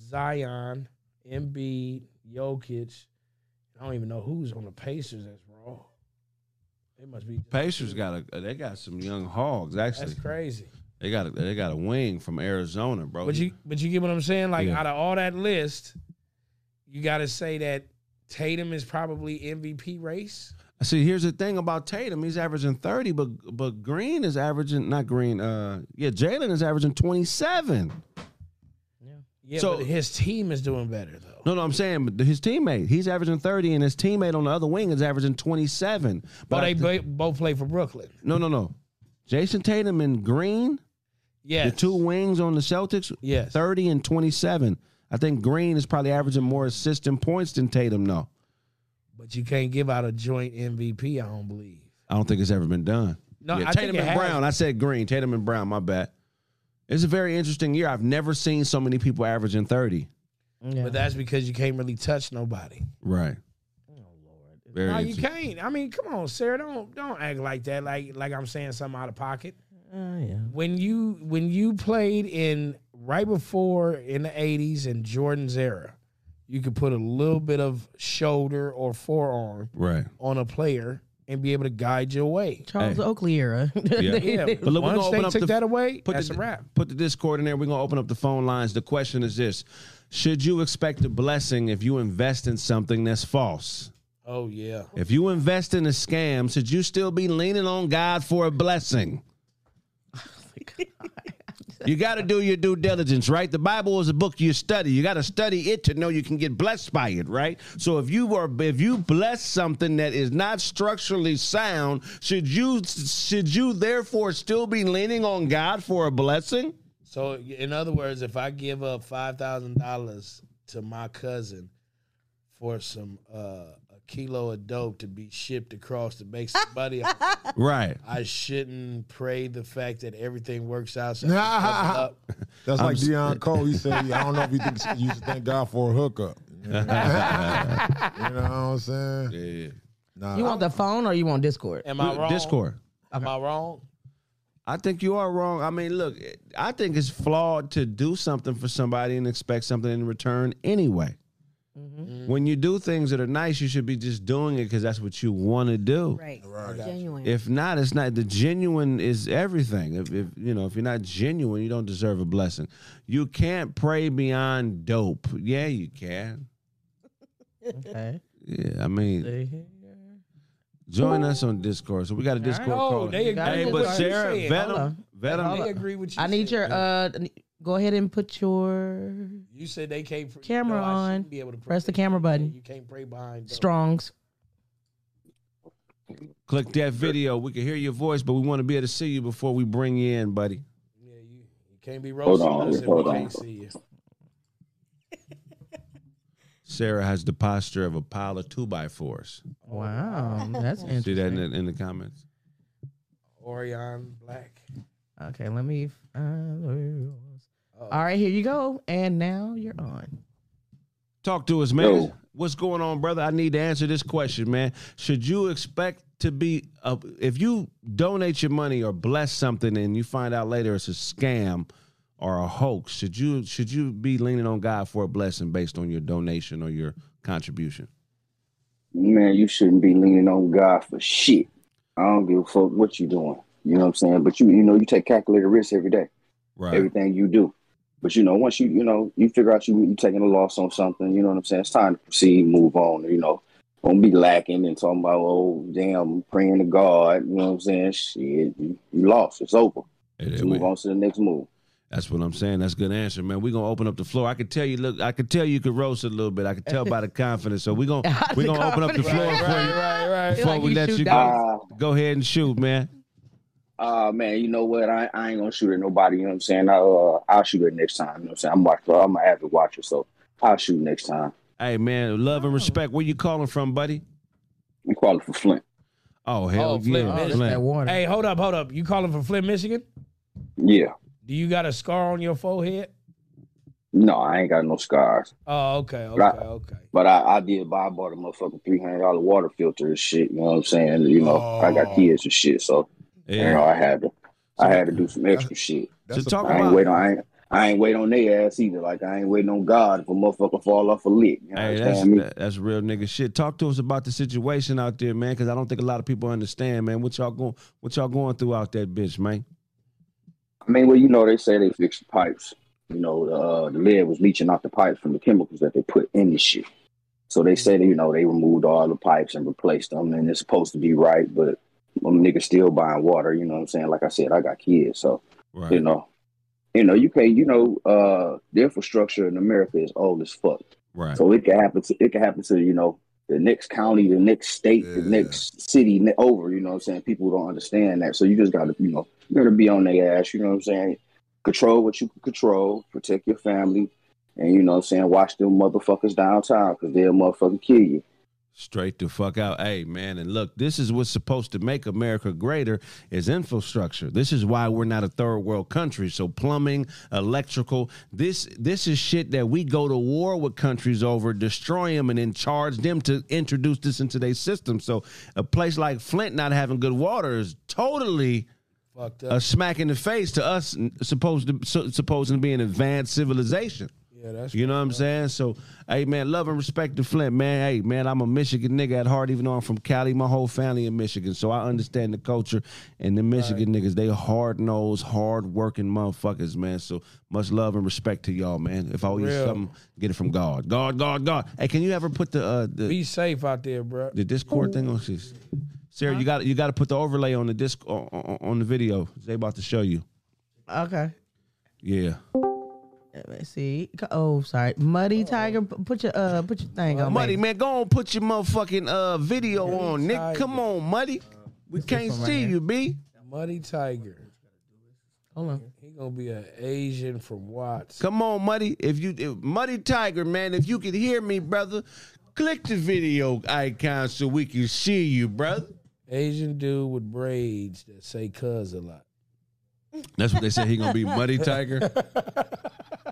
[SPEAKER 2] Zion, Embiid, Jokic. I don't even know who's on the Pacers. That's raw. They must be just-
[SPEAKER 1] Pacers got a they got some young hogs, actually.
[SPEAKER 2] That's crazy.
[SPEAKER 1] They got a they got a wing from Arizona, bro.
[SPEAKER 2] But you but you get what I'm saying? Like
[SPEAKER 1] oh, Yeah.
[SPEAKER 2] out of all that list, you got to say that Tatum is probably MVP race.
[SPEAKER 1] See, here's the thing about Tatum. He's averaging 30, but but Green is averaging not Green, uh yeah, Jalen is averaging 27.
[SPEAKER 2] Yeah,
[SPEAKER 1] So-
[SPEAKER 2] but his team is doing better though.
[SPEAKER 1] No, no, I'm saying but his teammate, he's averaging 30, and his teammate on the other wing is averaging 27.
[SPEAKER 2] But
[SPEAKER 1] I
[SPEAKER 2] they
[SPEAKER 1] th-
[SPEAKER 2] bo- both play for Brooklyn.
[SPEAKER 1] no, no, no. Jason Tatum and Green,
[SPEAKER 2] Yeah,
[SPEAKER 1] the two wings on the Celtics,
[SPEAKER 2] Yes.
[SPEAKER 1] 30 and 27. I think Green is probably averaging more assists and points than Tatum, no.
[SPEAKER 2] But you can't give out a joint MVP, I don't believe.
[SPEAKER 1] I don't think it's ever been done.
[SPEAKER 2] No,
[SPEAKER 1] Yeah,
[SPEAKER 2] I
[SPEAKER 1] Tatum
[SPEAKER 2] think it
[SPEAKER 1] and
[SPEAKER 2] has.
[SPEAKER 1] Brown. I said Green, Tatum and Brown. My bad. It's a very interesting year. I've never seen so many people averaging thirty.
[SPEAKER 3] Yeah.
[SPEAKER 2] But that's because you can't really touch nobody.
[SPEAKER 1] Right.
[SPEAKER 2] Oh,
[SPEAKER 1] Very
[SPEAKER 2] No, you
[SPEAKER 1] interesting.
[SPEAKER 2] can't. I mean, come on, Sarah, don't don't act like that. Like like I'm saying something out of pocket.
[SPEAKER 3] Uh, yeah.
[SPEAKER 2] When you when you played in right before in the eighties in Jordan's era, you could put a little bit of shoulder or forearm
[SPEAKER 1] Right.
[SPEAKER 2] on a player and be able to guide your way.
[SPEAKER 3] Charles Oakley era.
[SPEAKER 2] Yeah, but
[SPEAKER 1] look, we're
[SPEAKER 2] once
[SPEAKER 1] gonna
[SPEAKER 2] they
[SPEAKER 1] open up
[SPEAKER 2] took
[SPEAKER 1] the-
[SPEAKER 2] that away,
[SPEAKER 1] Put
[SPEAKER 2] that's
[SPEAKER 1] the,
[SPEAKER 2] a wrap.
[SPEAKER 1] Put the Discord in there. We're gonna open up the phone lines. The question is this: Should you expect a blessing if you invest in something that's false?
[SPEAKER 2] Oh yeah.
[SPEAKER 1] If you invest in a scam, should you still be leaning on God for a blessing? You got to do your due diligence, right? The Bible is a book you study. You got to study it to know you can get blessed by it, right? So if you are if you bless something that is not structurally sound, should you should you therefore still be leaning on God for a blessing?
[SPEAKER 2] So, in other words, if I give up five thousand dollars to my cousin for some uh, a kilo of dope to be shipped across to make some money, I-
[SPEAKER 1] Right.
[SPEAKER 2] I shouldn't pray the fact that everything works out. So I can double up.
[SPEAKER 4] That's like Deion Cole. He said, "I don't know if you think you should thank God for a hookup." You know, You know what I'm saying?
[SPEAKER 1] Yeah.
[SPEAKER 4] Nah,
[SPEAKER 3] You want the phone or you want Discord?
[SPEAKER 2] Am I wrong?
[SPEAKER 1] Discord.
[SPEAKER 2] Am I wrong?
[SPEAKER 1] I think you are wrong. I mean, look, I think it's flawed to do something for somebody and expect something in return anyway. When you do things that are nice, you should be just doing it because that's what you want to do.
[SPEAKER 5] Right.
[SPEAKER 4] Right.
[SPEAKER 5] Genuine.
[SPEAKER 1] If not, it's not the genuine is everything. If, if you know, if you're not genuine, you don't deserve a blessing. You can't pray beyond dope. Yeah, you can.
[SPEAKER 3] Okay.
[SPEAKER 1] Yeah, I mean,
[SPEAKER 3] See?
[SPEAKER 1] Join us on Discord. So we got a Discord
[SPEAKER 2] Oh,
[SPEAKER 1] call.
[SPEAKER 2] they agree
[SPEAKER 1] hey,
[SPEAKER 3] with
[SPEAKER 1] but
[SPEAKER 3] what
[SPEAKER 2] you
[SPEAKER 1] Sarah,
[SPEAKER 2] said.
[SPEAKER 1] vet
[SPEAKER 3] Hold
[SPEAKER 1] them.
[SPEAKER 3] on.
[SPEAKER 1] Vet
[SPEAKER 3] Hold
[SPEAKER 2] I
[SPEAKER 1] them.
[SPEAKER 3] on.
[SPEAKER 2] agree with you.
[SPEAKER 3] I need
[SPEAKER 2] said.
[SPEAKER 3] your uh. n- Go ahead and put your
[SPEAKER 2] You said they can't pr-
[SPEAKER 3] camera
[SPEAKER 2] no, I
[SPEAKER 3] on.
[SPEAKER 2] shouldn't Be able to pray.
[SPEAKER 3] Press the camera button.
[SPEAKER 2] You can't pray behind. doors.
[SPEAKER 3] strongs.
[SPEAKER 1] Click that video. We can hear your voice, but we want to be able to see you before we bring you in, buddy.
[SPEAKER 2] Yeah, you, you can't be
[SPEAKER 7] Hold
[SPEAKER 2] roasting
[SPEAKER 7] on,
[SPEAKER 2] us if
[SPEAKER 7] hold
[SPEAKER 2] we
[SPEAKER 7] on.
[SPEAKER 2] can't see you.
[SPEAKER 1] Sarah has the posture of a pile of two by fours.
[SPEAKER 3] Wow, that's interesting.
[SPEAKER 1] See that in the, in the comments.
[SPEAKER 2] Orion Black.
[SPEAKER 3] Okay, let me. Find where it was. All right, here you go. And now you're on.
[SPEAKER 1] Talk to us, man.
[SPEAKER 7] Yo.
[SPEAKER 1] What's going on, brother? I need to answer this question, man. Should you expect to be, uh, if you donate your money or bless something and you find out later it's a scam or a hoax, should you should you be leaning on God for a blessing based on your donation or your contribution?
[SPEAKER 7] Man, you shouldn't be leaning on God for shit. I don't give a fuck what you doing. You know what I'm saying? But you, you know, you take calculated risks every day,
[SPEAKER 1] Right.
[SPEAKER 7] everything you do. But you know, once you, you know, you figure out you you taking a loss on something. You know what I'm saying? It's time to proceed, move on. You know, don't be lacking and talking about oh damn, praying to God. You know what I'm saying? Shit, you, you lost. It's over.
[SPEAKER 1] It- it-
[SPEAKER 7] Just move on to the next move.
[SPEAKER 1] That's what I'm saying. That's a good answer, man. We're gonna open up the floor. I could tell you, look, I could tell you could roast a little bit. I could tell by the confidence. So we're gonna
[SPEAKER 3] The
[SPEAKER 1] we're gonna open up the
[SPEAKER 3] confidence.
[SPEAKER 1] floor for you.
[SPEAKER 2] right,
[SPEAKER 3] Feel
[SPEAKER 2] right.
[SPEAKER 1] Before
[SPEAKER 3] like
[SPEAKER 1] we
[SPEAKER 3] you
[SPEAKER 1] let
[SPEAKER 3] shoot
[SPEAKER 1] you
[SPEAKER 3] dice.
[SPEAKER 1] go,
[SPEAKER 7] Uh,
[SPEAKER 1] go ahead and shoot, man.
[SPEAKER 7] Uh man, you know what? I, I ain't gonna shoot at nobody. You know what I'm saying? I, uh, I'll shoot it next time. You know what I'm saying? I'm watch, I'm an avid watcher, so I'll shoot next time.
[SPEAKER 1] Hey, man, love and respect. Where you calling from, buddy?
[SPEAKER 7] I'm calling for Flint.
[SPEAKER 1] Oh hell
[SPEAKER 2] Oh, Flint,
[SPEAKER 1] yeah,
[SPEAKER 2] Michigan.
[SPEAKER 3] That
[SPEAKER 1] Flint.
[SPEAKER 3] water.
[SPEAKER 2] Hey, hold up, hold up. You calling from Flint, Michigan?
[SPEAKER 7] Yeah.
[SPEAKER 2] Do you got a scar on your forehead?
[SPEAKER 7] No, I ain't got no scars,
[SPEAKER 2] Oh, okay, okay,
[SPEAKER 7] Right.
[SPEAKER 2] okay.
[SPEAKER 7] but I, I did buy. I bought a motherfucking three hundred dollar water filter and shit. You know what I'm saying? You know, I got kids and shit, so you know,
[SPEAKER 1] Yeah.
[SPEAKER 7] I had to, I had to do some extra shit.
[SPEAKER 1] So
[SPEAKER 8] That's a
[SPEAKER 1] talk
[SPEAKER 7] I
[SPEAKER 1] about
[SPEAKER 7] ain't waiting. I ain't, I ain't waiting on their ass either. Like I ain't waiting on God if a motherfucker fall off a lick. You know
[SPEAKER 1] Hey,
[SPEAKER 7] what
[SPEAKER 1] that's
[SPEAKER 7] I'm
[SPEAKER 1] that- that's real nigga shit. Talk to us about the situation out there, man, because I don't think a lot of people understand, man. What y'all going what y'all going through out that bitch, man?
[SPEAKER 7] I mean, well, you know, they say they fixed the pipes. You know, uh, the lead was leaching out the pipes from the chemicals that they put in the shit. So they say that, you know, they removed all the pipes and replaced them, and it's supposed to be right, but them niggas still buying water. You know what I'm saying? Like I said, I got kids, so you
[SPEAKER 1] Right.
[SPEAKER 7] know, you know, you can't, you know, uh, the infrastructure in America is old as fuck.
[SPEAKER 1] Right.
[SPEAKER 7] So it can happen to it can happen to you know the next county, the next state, the
[SPEAKER 8] Yeah.
[SPEAKER 7] next city ne- over. You know what I'm saying? People don't understand that. So you just gotta you know you gotta be on their ass. You know what I'm saying? Control what you can control, protect your family, and you know what I'm saying. Watch them motherfuckers downtown because they'll motherfucking kill you.
[SPEAKER 1] Straight the fuck out. Hey, man, and look, this is what's supposed to make America greater is infrastructure. This is why we're not a third world country. So plumbing, electrical, this this is shit that we go to war with countries over, destroy them and then charge them to introduce this into their system. So a place like Flint not having good water is totally
[SPEAKER 2] Fucked up.
[SPEAKER 1] a smack in the face to us n- supposed to su- supposed to be an advanced civilization.
[SPEAKER 2] yeah, that's
[SPEAKER 1] You know what I'm saying? So, hey man, love and respect to Flint, man. Hey man, I'm a Michigan nigga at heart, even though I'm from Cali. My whole family in Michigan, so I understand the culture and the Michigan niggas. They hard nosed, hard working motherfuckers, man. So much love and respect to y'all, man. If I owe you
[SPEAKER 2] Real.
[SPEAKER 1] something, get it from God, God, God, God. Hey, can you ever put the uh, the,
[SPEAKER 2] Be safe out there, bro.
[SPEAKER 1] the Discord thing on? She's- Sarah, you got you got to put the overlay on the disc on, on, on the video. They about to show you.
[SPEAKER 3] Okay.
[SPEAKER 1] Yeah,
[SPEAKER 3] Let me see. Oh, sorry. Muddy Tiger, p- put your uh, put your thing on.
[SPEAKER 1] Muddy
[SPEAKER 3] baby.
[SPEAKER 1] man, go on put your motherfucking uh video on, Nick.
[SPEAKER 2] tight.
[SPEAKER 1] Come on, Muddy. We can't
[SPEAKER 3] one right
[SPEAKER 1] see
[SPEAKER 3] here.
[SPEAKER 1] you, B.
[SPEAKER 2] Muddy Tiger.
[SPEAKER 3] Hold on.
[SPEAKER 2] He gonna be an Asian from Watts.
[SPEAKER 1] Come on, Muddy. If you if, Muddy Tiger, man, if you could hear me, brother, click the video icon so we can see you, brother.
[SPEAKER 2] Asian dude with braids that say "cuz" a lot.
[SPEAKER 1] That's what they said. He gonna be Muddy Tiger.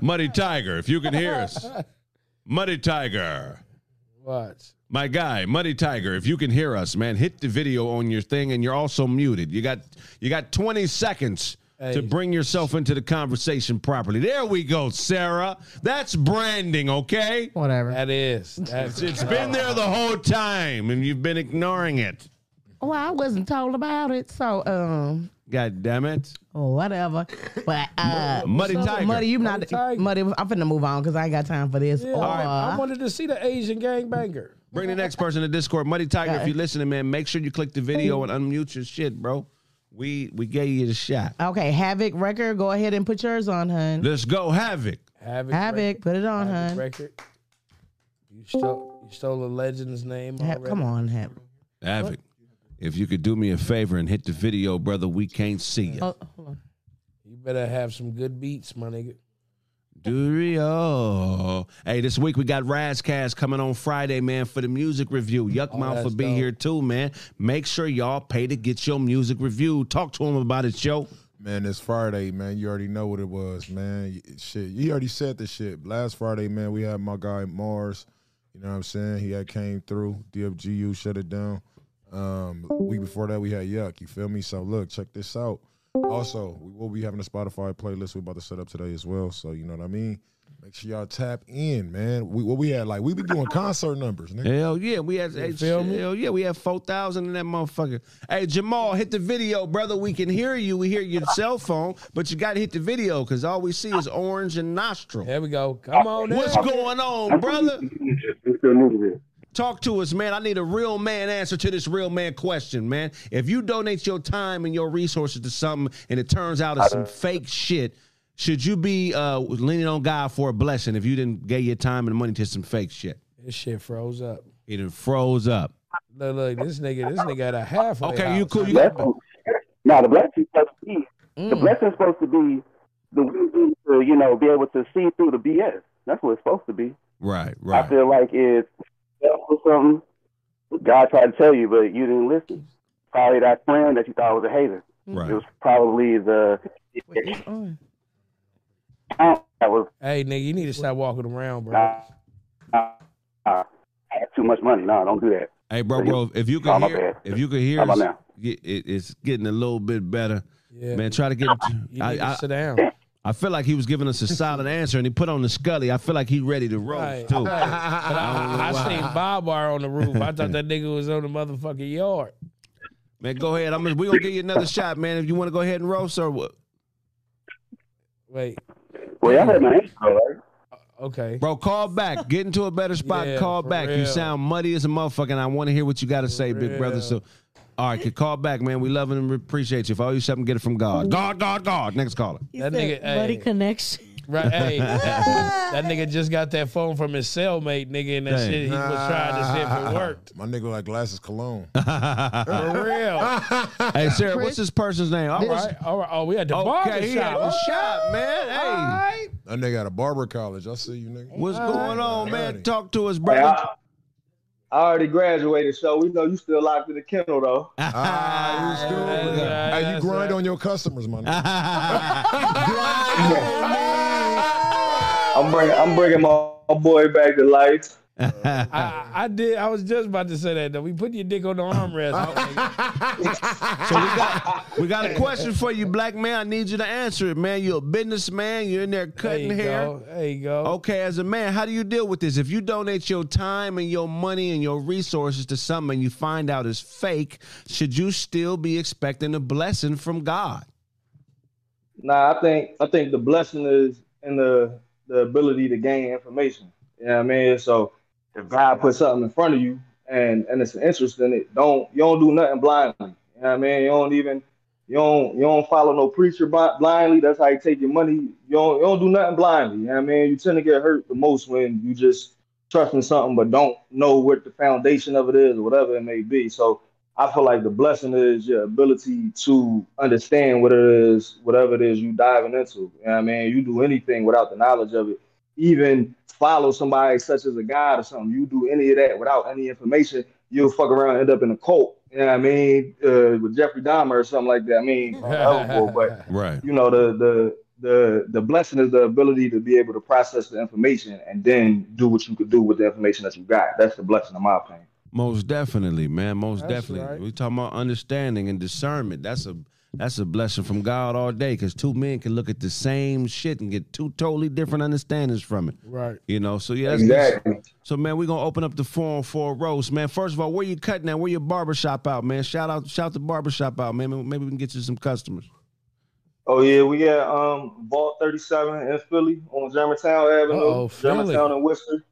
[SPEAKER 1] Muddy Tiger, if you can hear us, Muddy Tiger.
[SPEAKER 2] Watts.
[SPEAKER 1] My guy, Muddy Tiger, if you can hear us, man, hit the video on your thing, and you're also muted. You got you got 20 seconds
[SPEAKER 2] Hey.
[SPEAKER 1] to bring yourself into the conversation properly. There we go, Sarah. That's branding, okay?
[SPEAKER 3] Whatever.
[SPEAKER 2] That is. That's
[SPEAKER 1] It's been there the whole time, and you've been ignoring it.
[SPEAKER 3] Well, I wasn't told about it, so um,
[SPEAKER 1] God damn it,
[SPEAKER 3] oh, whatever. But uh,
[SPEAKER 1] Muddy Tiger.
[SPEAKER 3] Muddy, you
[SPEAKER 2] Muddy
[SPEAKER 3] not
[SPEAKER 2] Tiger.
[SPEAKER 3] Muddy. I'm finna move on because I ain't got time for this.
[SPEAKER 2] Yeah,
[SPEAKER 3] or,
[SPEAKER 2] I wanted to see the Asian gangbanger.
[SPEAKER 1] Bring the next person to Discord. Muddy Tiger, if you're listening, man, make sure you click the video and unmute your shit, bro. We we gave you the shot.
[SPEAKER 3] Okay, Havoc record. Go ahead and put yours on, hun.
[SPEAKER 1] Let's go, Havoc.
[SPEAKER 2] Havoc.
[SPEAKER 3] Havoc, put it on,
[SPEAKER 2] Havoc
[SPEAKER 3] hun.
[SPEAKER 2] record. You stole, you stole a legend's name.
[SPEAKER 3] Ha-
[SPEAKER 2] already.
[SPEAKER 3] Come on, Havoc.
[SPEAKER 1] Havoc. If you could do me a favor and hit the video, brother, we can't see you.
[SPEAKER 3] Oh, hold on.
[SPEAKER 2] You better have some good beats, my nigga.
[SPEAKER 1] Durio. oh. Hey, this week we got Razzcast coming on Friday, man, for the music review. Yuck Mouth will
[SPEAKER 2] Oh, that's
[SPEAKER 1] be
[SPEAKER 2] dope.
[SPEAKER 1] here too, man. Make sure y'all pay to get your music review. Talk to him about it, yo.
[SPEAKER 4] Man, it's Friday, man. You already know what it was, man. Y- Shit, you already said this shit. Last Friday, man, we had my guy Mars. You know what I'm saying? He had came through. DFGU shut it down. Um, week before that, we had Yuck. You feel me? So look, check this out. Also, we will be having a Spotify playlist we about to set up today as well. So you know what I mean. Make sure y'all tap in, man. We what we had like we be doing concert numbers, nigga.
[SPEAKER 1] Hell yeah, we had hey,
[SPEAKER 2] feel
[SPEAKER 1] shit,
[SPEAKER 2] me?
[SPEAKER 1] hell yeah, we had four thousand in that motherfucker. Hey Jamal, hit the video, brother. We can hear you. We hear your cell phone, but you got to hit the video because all we see is orange and nostril.
[SPEAKER 2] There we go. Come on.
[SPEAKER 1] Uh, What's
[SPEAKER 2] now.
[SPEAKER 1] going on, brother?
[SPEAKER 6] We still moving here.
[SPEAKER 1] Talk to us, man. I need a real man answer to this real man question, man. If you donate your time and your resources to something and it turns out it's some fake shit, should you be uh, leaning on God for a blessing if you didn't give your time and money to some fake shit?
[SPEAKER 2] This shit froze up.
[SPEAKER 1] He done froze up.
[SPEAKER 2] Look, look, this nigga, this nigga got a half.
[SPEAKER 1] Okay, you cool. You got
[SPEAKER 6] blessing. Now the blessing's supposed to be the blessing's supposed to be the wisdom to you know be able to see through the BS. That's what it's supposed to be.
[SPEAKER 1] right, right.
[SPEAKER 6] I feel like if or something God tried to tell you, but you didn't listen. Probably that friend that you thought was a hater. It
[SPEAKER 1] Right.
[SPEAKER 6] was probably the
[SPEAKER 3] Wait, it's on.
[SPEAKER 6] that was
[SPEAKER 2] Hey, nigga, you need to stop walking around, bro.
[SPEAKER 6] nah, nah, nah. I had too much money. No, don't do that.
[SPEAKER 1] Hey, bro, bro. If you
[SPEAKER 6] Oh,
[SPEAKER 1] could
[SPEAKER 6] my
[SPEAKER 1] hear,
[SPEAKER 6] bad.
[SPEAKER 1] if you could hear,
[SPEAKER 6] How about
[SPEAKER 1] us,
[SPEAKER 6] now?
[SPEAKER 1] y- it, it's getting a little bit better.
[SPEAKER 2] Yeah,
[SPEAKER 1] Man, try to get.
[SPEAKER 2] you need
[SPEAKER 1] I,
[SPEAKER 2] to
[SPEAKER 1] I,
[SPEAKER 2] sit down.
[SPEAKER 1] I feel like he was giving us a solid answer, and he put on the Scully. I feel like he ready to roll
[SPEAKER 2] Right,
[SPEAKER 1] too.
[SPEAKER 2] right. But I, I, seen Bob Bar on the roof. I thought that nigga was on the motherfucking yard.
[SPEAKER 1] Man, go ahead. I'm gonna, we gonna give you another shot, man. If you want to go ahead and roast or what,
[SPEAKER 2] Wait, Uh,
[SPEAKER 6] Well, y'all had my answer, right?
[SPEAKER 2] okay.
[SPEAKER 1] bro, call back. Get into a better spot.
[SPEAKER 2] Yeah,
[SPEAKER 1] call
[SPEAKER 2] for
[SPEAKER 1] back. You
[SPEAKER 2] real.
[SPEAKER 1] sound muddy as a motherfucker, and I want to hear what you got to say, big brother.
[SPEAKER 2] real.
[SPEAKER 1] So, all right, can call back, man. We love and appreciate you. If I owe you something, get it from God. God, God, God. Next caller.
[SPEAKER 5] He
[SPEAKER 2] That
[SPEAKER 5] said,
[SPEAKER 2] nigga- hey.
[SPEAKER 5] buddy connection.
[SPEAKER 2] Right, hey, that nigga just got that phone from his cellmate, nigga, and that
[SPEAKER 1] Dang.
[SPEAKER 2] shit he was trying to see if it worked.
[SPEAKER 4] My nigga like glasses cologne.
[SPEAKER 2] For real.
[SPEAKER 1] Hey, Sarah, what's this person's name? All
[SPEAKER 2] All
[SPEAKER 1] right.
[SPEAKER 2] right, all right. Oh, we at the
[SPEAKER 1] Okay,
[SPEAKER 2] barber
[SPEAKER 1] he had the
[SPEAKER 2] shop.
[SPEAKER 1] shot, man.
[SPEAKER 2] All
[SPEAKER 1] Hey,
[SPEAKER 2] right.
[SPEAKER 4] That nigga at a barber college. I see you, nigga.
[SPEAKER 1] what's going on, man?
[SPEAKER 4] Alrighty.
[SPEAKER 1] Talk to us,
[SPEAKER 9] Hey,
[SPEAKER 1] brother.
[SPEAKER 9] I, I already graduated, so we know you still locked in the kennel though.
[SPEAKER 4] Ah, you stupid.
[SPEAKER 2] That's right,
[SPEAKER 4] Hey, you
[SPEAKER 2] that's
[SPEAKER 4] grind
[SPEAKER 2] right.
[SPEAKER 4] on your customers, my nigga.
[SPEAKER 9] I'm bringing, I'm bringing my, my boy back to life.
[SPEAKER 2] I, I did. I was just about to say that. Though we put your dick on the armrest. Oh, nigga.
[SPEAKER 1] So we got we got a question for you, black man. I need you to answer it, man. You're a businessman. You're in there
[SPEAKER 2] there
[SPEAKER 1] cutting
[SPEAKER 2] you
[SPEAKER 1] hair.
[SPEAKER 2] go. There you go.
[SPEAKER 1] Okay, as a man, how do you deal with this? If you donate your time and your money and your resources to something you find out is fake, should you still be expecting a blessing from God?
[SPEAKER 9] Nah, I think I think the blessing is in the the ability to gain information. You know what I mean? So if God puts something in front of you and and it's an interest in it, don't you don't do nothing blindly. You know what I mean? You don't even you don't you don't follow no preacher bi- blindly. That's how you take your money. You don't you don't do nothing blindly. You know what I mean? You tend to get hurt the most when you just trust in something but don't know what the foundation of it is or whatever it may be. So I feel like the blessing is your ability to understand what it is, whatever it is you diving into. You know what I mean, you do anything without the knowledge of it. Even follow somebody such as a god or something. You do any of that without any information, you'll fuck around and end up in a cult. You know what I mean? Uh, with Jeffrey Dahmer or something like that. I mean, helpful, but
[SPEAKER 1] Right.
[SPEAKER 9] you know the the the the blessing is the ability to be able to process the information and then do what you could do with the information that you got. That's the blessing, in my opinion.
[SPEAKER 1] Most definitely, man. Most
[SPEAKER 2] That's
[SPEAKER 1] definitely.
[SPEAKER 2] right.
[SPEAKER 1] we talking about understanding and discernment. That's a that's a blessing from God all day because two men can look at the same shit and get two totally different understandings from it.
[SPEAKER 2] Right.
[SPEAKER 1] You know, so yeah, that's
[SPEAKER 9] Exactly.
[SPEAKER 1] So man, we're gonna open up the forum for a roast, man. First of all, where you cutting at? Where your barbershop out, man? Shout out, shout the barbershop out, man. Maybe we can get you some customers.
[SPEAKER 9] Oh yeah, we got um Vault 37 in Philly on Germantown Avenue,
[SPEAKER 2] Uh-oh, Philly.
[SPEAKER 9] Germantown and Worcester.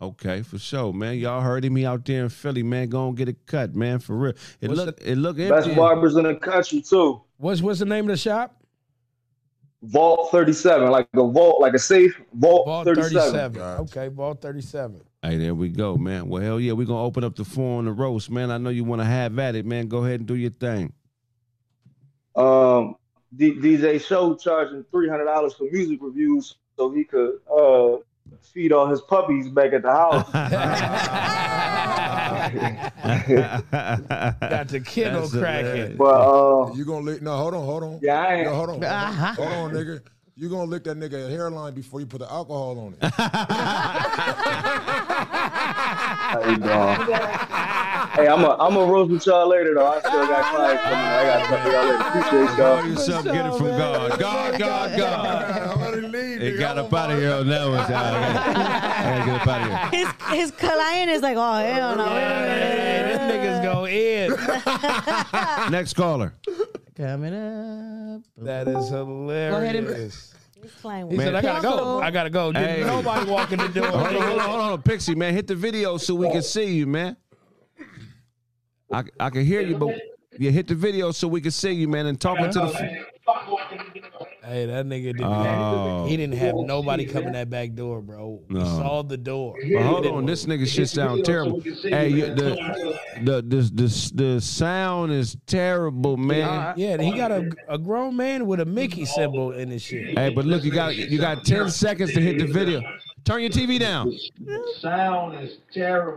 [SPEAKER 1] Okay, for sure, man. Y'all heard of me out there in Philly, man. Go and get it cut, man. For real. It
[SPEAKER 2] What's
[SPEAKER 1] look it look
[SPEAKER 9] Best
[SPEAKER 1] empty.
[SPEAKER 9] barbers in the country too.
[SPEAKER 2] What's what's the name of the shop?
[SPEAKER 9] Vault 37, like a vault, like a safe. Vault,
[SPEAKER 2] Ball
[SPEAKER 9] 37.
[SPEAKER 2] 37.
[SPEAKER 4] Gotcha.
[SPEAKER 2] Okay, ball 37.
[SPEAKER 1] Hey, there we go, man. Well, hell yeah, we're gonna open up the floor on the roast, man. I know you wanna have at it, man. Go ahead and do your thing.
[SPEAKER 9] Um, D- DJ Show charging three hundred dollars for music reviews, so he could uh feed all his puppies back at the house.
[SPEAKER 2] Got
[SPEAKER 1] Got
[SPEAKER 2] the kennel cracking.
[SPEAKER 9] but uh,
[SPEAKER 4] You gonna lick? No, hold on, hold on.
[SPEAKER 9] yeah, I
[SPEAKER 4] Yo,
[SPEAKER 9] ain't.
[SPEAKER 4] hold on, hold on, hold on, nigga. You gonna lick that nigga hairline before you put the alcohol on it?
[SPEAKER 9] Hey, dog. Hey, I'm a, I'm a roast with y'all later though. I still got clients coming. I got to talk to y'all later. Appreciate
[SPEAKER 1] Call
[SPEAKER 9] y'all.
[SPEAKER 1] yourself, get it from God. God, God, God. It got up out of here on that one. dog. I gotta get up out of here.
[SPEAKER 5] His his client is like, oh hell no, wait a
[SPEAKER 2] Hey,
[SPEAKER 5] minute.
[SPEAKER 2] this nigga's going in.
[SPEAKER 1] Next caller.
[SPEAKER 3] Coming up.
[SPEAKER 2] That is
[SPEAKER 3] and-
[SPEAKER 2] hilarious.
[SPEAKER 5] His client
[SPEAKER 2] He
[SPEAKER 5] was
[SPEAKER 2] said, I gotta go. I gotta go. Didn't
[SPEAKER 1] Hey.
[SPEAKER 2] nobody walk in the door.
[SPEAKER 1] Hold on, hold on, hold on, Pixie, man. Hit the video so we can see you, man. I, I can hear you, but you hit the video so we can see you, man, and talking to the.
[SPEAKER 2] Hey, that nigga didn't.
[SPEAKER 1] Oh.
[SPEAKER 2] He didn't have nobody coming that back door, bro.
[SPEAKER 1] No.
[SPEAKER 2] He saw the door.
[SPEAKER 1] But hold on, this nigga shit sound terrible. Hey, you, the, the the the the sound is terrible, man.
[SPEAKER 2] Yeah, he got a, a grown man with a Mickey symbol in his shit.
[SPEAKER 1] Hey, but look, you got you got ten seconds to hit the video. Turn your TV down.
[SPEAKER 10] sound is terrible.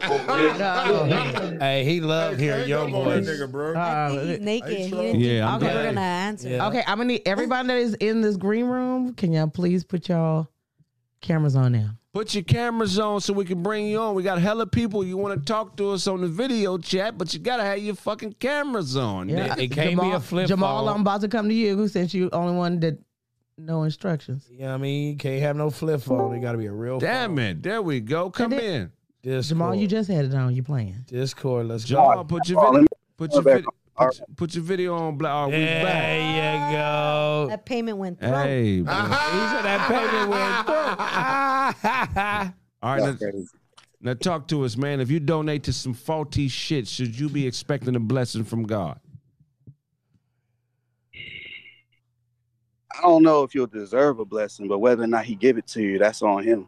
[SPEAKER 2] Hey, he loved hearing your voice.
[SPEAKER 5] naked. He's naked. He didn't
[SPEAKER 1] Yeah,
[SPEAKER 5] yeah,
[SPEAKER 1] I'm
[SPEAKER 5] think we were
[SPEAKER 1] glad.
[SPEAKER 5] gonna answer.
[SPEAKER 2] Yeah.
[SPEAKER 3] Okay, I'm gonna need everybody that is in this green room. Can y'all please put y'all cameras on now?
[SPEAKER 1] Put your cameras on so we can bring you on. We got hella people you want to talk to us on the video chat, but you gotta have your fucking cameras on.
[SPEAKER 3] Yeah,
[SPEAKER 1] nigga.
[SPEAKER 2] It can't be a flip
[SPEAKER 3] Jamal,
[SPEAKER 2] phone.
[SPEAKER 3] I'm about to come to you since you only one that no instructions.
[SPEAKER 2] You know what I mean? Can't have no flip phone. It gotta be a real phone.
[SPEAKER 1] Damn it. There we go. Come
[SPEAKER 3] And
[SPEAKER 1] in.
[SPEAKER 2] Discord.
[SPEAKER 3] Jamal, you just had it on. You playing?
[SPEAKER 2] Discord. Let's go.
[SPEAKER 1] Jamal, put your video put your
[SPEAKER 6] back
[SPEAKER 1] vid- put, your- put your video on black. All right, we
[SPEAKER 2] There
[SPEAKER 1] back.
[SPEAKER 2] you go.
[SPEAKER 5] That payment went through.
[SPEAKER 1] Hey. man.
[SPEAKER 2] He said that payment went through.
[SPEAKER 1] All right. Now, now talk to us, man. If you donate to some faulty shit, should you be expecting a blessing from God?
[SPEAKER 6] I don't know if you'll deserve a blessing, but whether or not he give it to you, that's on him.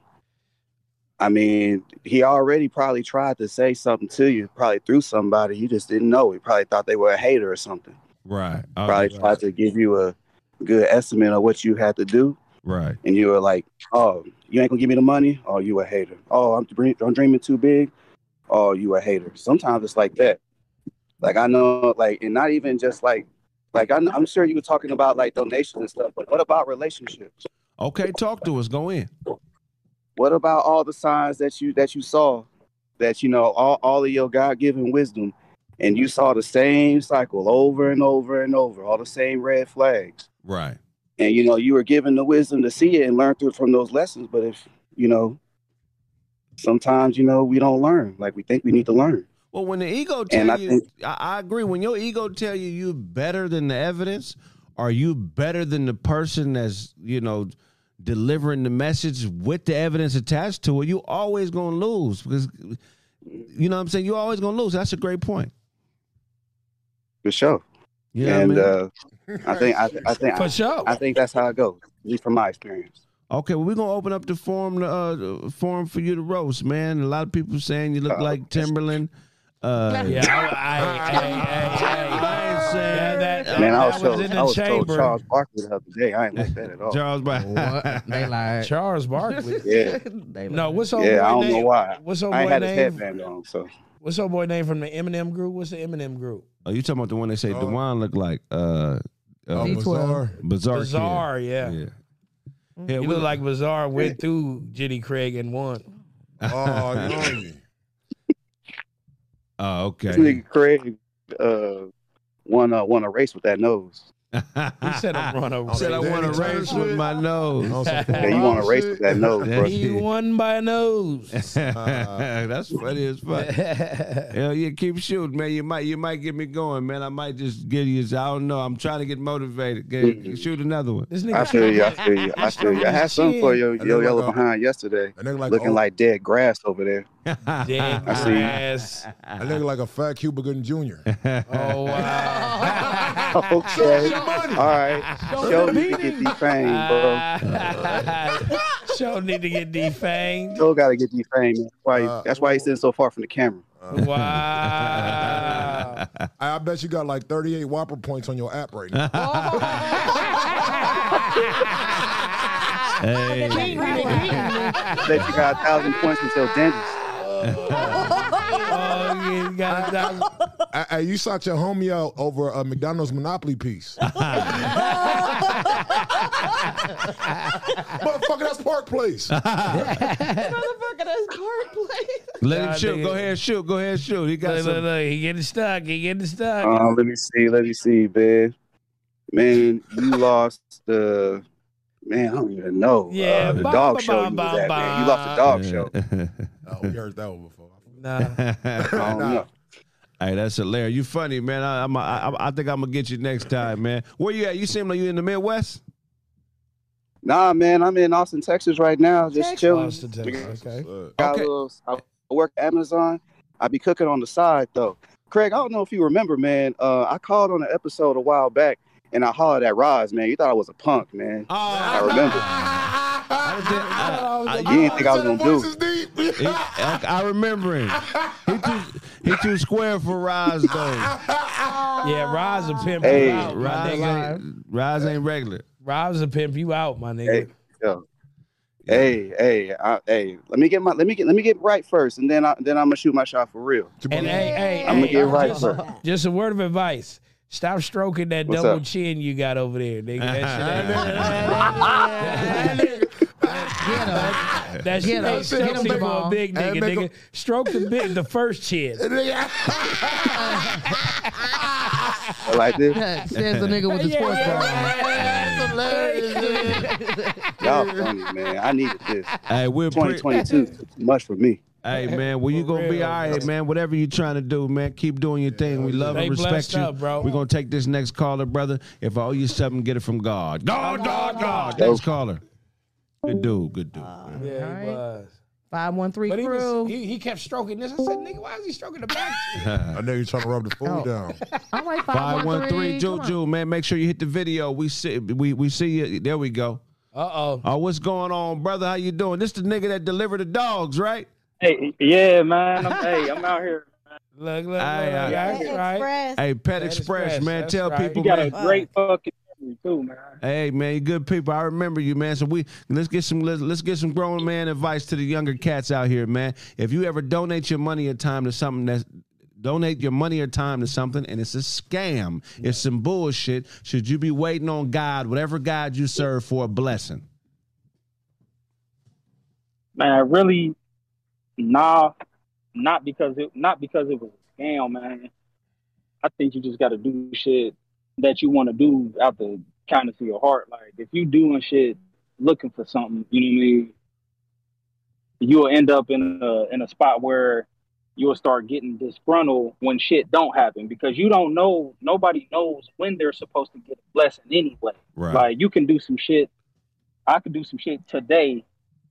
[SPEAKER 6] I mean, he already probably tried to say something to you, probably through somebody. You just didn't know. He probably thought they were a hater or something.
[SPEAKER 1] Right.
[SPEAKER 6] Probably tried to give you a good estimate of what you had to do,
[SPEAKER 1] Right.
[SPEAKER 6] and you were like, "Oh, you ain't gonna give me the money? Oh, you a hater? Oh, I'm dream- I'm dreaming too big? Oh, you a hater?" Sometimes it's like that. Like I know, like, and not even just like, like I know, I'm sure you were talking about like donations and stuff, but what about relationships?
[SPEAKER 1] Okay, talk to us. Go in.
[SPEAKER 6] What about all the signs that you that you saw, that you know all all of your God given wisdom, and you saw the same cycle over and over and over, all the same red flags,
[SPEAKER 1] Right.
[SPEAKER 6] and you know you were given the wisdom to see it and learn through from those lessons. But if you know, sometimes you know we don't learn like we think we need to learn.
[SPEAKER 1] Well, when the ego tell
[SPEAKER 6] I
[SPEAKER 1] you,
[SPEAKER 6] think-
[SPEAKER 1] I, I agree. When your ego tell you you better than the evidence, are you better than the person that's you know delivering the message with the evidence attached to it? You always gonna lose because you know what I'm saying. You always gonna lose. That's a great point.
[SPEAKER 6] For sure.
[SPEAKER 1] You know
[SPEAKER 6] and
[SPEAKER 1] what I mean?
[SPEAKER 6] uh, I think I, I think
[SPEAKER 2] For sure.
[SPEAKER 6] I think that's how it goes, at least from my experience.
[SPEAKER 1] okay, well, we're gonna open up the forum, to, uh, forum for you to roast, man. A lot of people saying you look
[SPEAKER 6] Uh,
[SPEAKER 1] like Timberland. Uh,
[SPEAKER 2] Yeah, I, I, I, I, I,
[SPEAKER 1] I ain't
[SPEAKER 2] that,
[SPEAKER 1] saying
[SPEAKER 2] that, that,
[SPEAKER 6] Man, I was,
[SPEAKER 2] was
[SPEAKER 6] told,
[SPEAKER 2] in the
[SPEAKER 6] I was told
[SPEAKER 2] chamber.
[SPEAKER 6] Charles Barkley the other day. I ain't like that at all.
[SPEAKER 1] Charles, by
[SPEAKER 3] What? they lied.
[SPEAKER 2] Charles Barkley.
[SPEAKER 6] Yeah,
[SPEAKER 3] They
[SPEAKER 2] No,
[SPEAKER 3] lied.
[SPEAKER 2] what's old
[SPEAKER 6] yeah. I
[SPEAKER 2] boy
[SPEAKER 6] don't
[SPEAKER 2] name?
[SPEAKER 6] know why.
[SPEAKER 2] What's old
[SPEAKER 6] I
[SPEAKER 2] boy
[SPEAKER 6] ain't had his
[SPEAKER 2] name?
[SPEAKER 6] headband on, so
[SPEAKER 2] What's old boy name from the Eminem group? What's the Eminem group?
[SPEAKER 1] oh, you talking about the one they say
[SPEAKER 4] Oh.
[SPEAKER 1] Dewan look like uh, uh
[SPEAKER 3] D12.
[SPEAKER 4] bizarre.
[SPEAKER 1] bizarre, kid.
[SPEAKER 2] Oh, Bizarre, yeah.
[SPEAKER 1] Yeah. Yeah,
[SPEAKER 2] He
[SPEAKER 1] we
[SPEAKER 2] looked like Bizarre went through Jenny Craig and won.
[SPEAKER 4] Oh, yummy.
[SPEAKER 1] Oh,
[SPEAKER 6] this
[SPEAKER 1] okay.
[SPEAKER 6] nigga Craig uh, won uh, won a race with that nose.
[SPEAKER 2] He said I'm run
[SPEAKER 6] Oh,
[SPEAKER 2] over.
[SPEAKER 1] Said I
[SPEAKER 4] Danny
[SPEAKER 1] want to
[SPEAKER 4] Turner
[SPEAKER 1] race with
[SPEAKER 4] shit?
[SPEAKER 1] my
[SPEAKER 4] On
[SPEAKER 1] nose.
[SPEAKER 4] some
[SPEAKER 6] Yeah, you want to race with that nose, bro.
[SPEAKER 1] Yeah.
[SPEAKER 2] He won by a nose.
[SPEAKER 1] That's funny as fuck. Hell yeah, keep shooting, man. You might you might get me going, man. I might just get you. I don't know. I'm trying to get motivated. Get, shoot another one.
[SPEAKER 2] This
[SPEAKER 6] I
[SPEAKER 2] nigga
[SPEAKER 6] feel you. I feel you. I feel you. I had some for your,
[SPEAKER 4] I
[SPEAKER 6] your
[SPEAKER 4] look
[SPEAKER 6] yellow
[SPEAKER 4] like a-
[SPEAKER 6] behind yesterday.
[SPEAKER 4] A nigga like
[SPEAKER 6] Looking
[SPEAKER 4] old-
[SPEAKER 6] like dead grass over there.
[SPEAKER 2] dead
[SPEAKER 6] I see.
[SPEAKER 2] ass.
[SPEAKER 4] a nigga like a fat Cuba Gooding Jr.
[SPEAKER 2] Oh wow.
[SPEAKER 6] okay. All right. Show
[SPEAKER 2] the
[SPEAKER 6] me to get
[SPEAKER 2] meaning.
[SPEAKER 6] defanged, bro.
[SPEAKER 2] Show need to get defanged.
[SPEAKER 6] Joe got to get defanged. That's why. that's why he's sitting so far from the camera.
[SPEAKER 2] Wow.
[SPEAKER 4] I, I bet you got like 38 Whopper points on your app right now.
[SPEAKER 2] Oh,
[SPEAKER 1] Hey.
[SPEAKER 6] Bet you got a thousand points from your dentist.
[SPEAKER 2] Oh, you got a thousand-
[SPEAKER 4] I, I- you sought your homie out over a McDonald's Monopoly piece. Oh, Motherfucker, that's Park Place.
[SPEAKER 3] Motherfucker, that's card play.
[SPEAKER 1] Let
[SPEAKER 2] Nah,
[SPEAKER 1] him shoot.
[SPEAKER 2] nigga.
[SPEAKER 1] Go ahead, shoot. Go ahead, shoot. He got
[SPEAKER 2] Look, look,
[SPEAKER 1] some.
[SPEAKER 2] look. He getting stuck. He getting stuck.
[SPEAKER 6] Uh, let me see. Let me see, man. Man, you lost the. Man, I don't even know.
[SPEAKER 2] Yeah,
[SPEAKER 6] uh, the
[SPEAKER 2] bum,
[SPEAKER 6] dog
[SPEAKER 2] bum,
[SPEAKER 6] show
[SPEAKER 2] bum,
[SPEAKER 6] you was
[SPEAKER 2] bum,
[SPEAKER 6] at, man. You
[SPEAKER 2] bum.
[SPEAKER 6] lost the dog show.
[SPEAKER 4] Oh, we heard that one before.
[SPEAKER 2] nah.
[SPEAKER 6] I don't know.
[SPEAKER 1] Hey, that's hilarious. You funny, man. I, I'm, I, I think I'm gonna get you next time, man. Where you at? You seem like you in the Midwest.
[SPEAKER 6] Nah, man, I'm in Austin, Texas right now, just chilling.
[SPEAKER 2] Austin, Texas. Okay.
[SPEAKER 6] Got
[SPEAKER 1] Okay.
[SPEAKER 6] a little, I work at Amazon. I be cooking on the side though. Craig, I don't know if you remember, man. Uh, I called on an episode a while back and I hollered at Roz, man. You thought I was a punk, man.
[SPEAKER 1] Oh,
[SPEAKER 6] I remember.
[SPEAKER 2] Uh, Oh,
[SPEAKER 1] I,
[SPEAKER 6] You didn't think I was gonna do it.
[SPEAKER 4] Deep.
[SPEAKER 1] He- I, I remember him. He too, he too square for Roz though.
[SPEAKER 2] Yeah, Roz a pimp
[SPEAKER 6] Hey.
[SPEAKER 2] you out, my
[SPEAKER 1] Roz
[SPEAKER 2] nigga.
[SPEAKER 1] ain't, Roz ain't regular.
[SPEAKER 2] Roz a pimp you out, my
[SPEAKER 6] Hey,
[SPEAKER 2] nigga.
[SPEAKER 6] yo. Hey, hey, I, hey! Let me get my let me get let me get right first, and then I, then I'm gonna shoot my shot for real.
[SPEAKER 2] And hey, hey,
[SPEAKER 6] I'ma
[SPEAKER 2] hey,
[SPEAKER 6] get right
[SPEAKER 2] just,
[SPEAKER 6] first.
[SPEAKER 2] just a word of advice. Stop stroking that
[SPEAKER 6] What's
[SPEAKER 2] double
[SPEAKER 6] up?
[SPEAKER 2] chin you got over there, nigga. That shit ain't. That shit
[SPEAKER 3] Get him.
[SPEAKER 2] ain't
[SPEAKER 3] Get him,
[SPEAKER 2] sexy
[SPEAKER 3] big
[SPEAKER 2] for a
[SPEAKER 3] ball.
[SPEAKER 2] big
[SPEAKER 4] Hey,
[SPEAKER 2] nigga,
[SPEAKER 4] make
[SPEAKER 2] nigga.
[SPEAKER 4] him-
[SPEAKER 2] Stroke the big, the first chin.
[SPEAKER 6] I like this.
[SPEAKER 3] Says the nigga with the sports bra.
[SPEAKER 6] Y'all funny, man. I needed this.
[SPEAKER 1] Hey, we're pre-
[SPEAKER 6] 2022 is too much for me.
[SPEAKER 1] Hey man, well you
[SPEAKER 2] For
[SPEAKER 1] gonna be
[SPEAKER 2] real,
[SPEAKER 1] all right, man. Whatever you trying to do, man, keep doing your thing. We love
[SPEAKER 2] They
[SPEAKER 1] and
[SPEAKER 2] blessed
[SPEAKER 1] respect you,
[SPEAKER 2] up, bro.
[SPEAKER 1] We're gonna take this next caller, brother. If I owe you something, get it from God. God, God, God. Next caller. Good dude, good dude.
[SPEAKER 2] Yeah, he was.
[SPEAKER 3] Five one three
[SPEAKER 2] But he,
[SPEAKER 3] crew.
[SPEAKER 2] was, he, he kept stroking this. I said, nigga, why is he stroking the back? chin?
[SPEAKER 4] I know you're trying to rub the food down.
[SPEAKER 3] I'm like
[SPEAKER 1] Five one three,
[SPEAKER 3] come on.
[SPEAKER 1] Juju, man. Make sure you hit the video. We see, we we see you. There we go.
[SPEAKER 2] Uh-oh.
[SPEAKER 1] Oh, what's going on, brother? How you doing? This the nigga that delivered the dogs, right?
[SPEAKER 11] Hey, yeah, man. I'm, hey, I'm out here.
[SPEAKER 2] Look, look, look.
[SPEAKER 1] Aye, aye.
[SPEAKER 2] That's right.
[SPEAKER 1] Hey, Pet, Express,
[SPEAKER 2] Express,
[SPEAKER 1] man.
[SPEAKER 2] that's
[SPEAKER 1] Tell
[SPEAKER 2] right.
[SPEAKER 1] people,
[SPEAKER 11] You got
[SPEAKER 1] man.
[SPEAKER 11] a great fucking memory too, man.
[SPEAKER 1] Hey man, you good people. I remember you, man. So we let's get some let's, let's get some grown man advice to the younger cats out here, man. If you ever donate your money or time to something that's donate your money or time to something and it's a scam, it's some bullshit. Should you be waiting on God, whatever God you serve for a blessing?
[SPEAKER 11] Man, really, nah, not because it, not because it was a scam, man. I think you just got to do shit that you want to do out the kindness of your heart. Like if you doing shit looking for something, you know what I mean. You'll end up in a in a spot where you'll start getting disgruntled when shit don't happen because you don't know. Nobody knows when they're supposed to get a blessing anyway.
[SPEAKER 1] Right.
[SPEAKER 11] Like you can do some shit. I could do some shit today.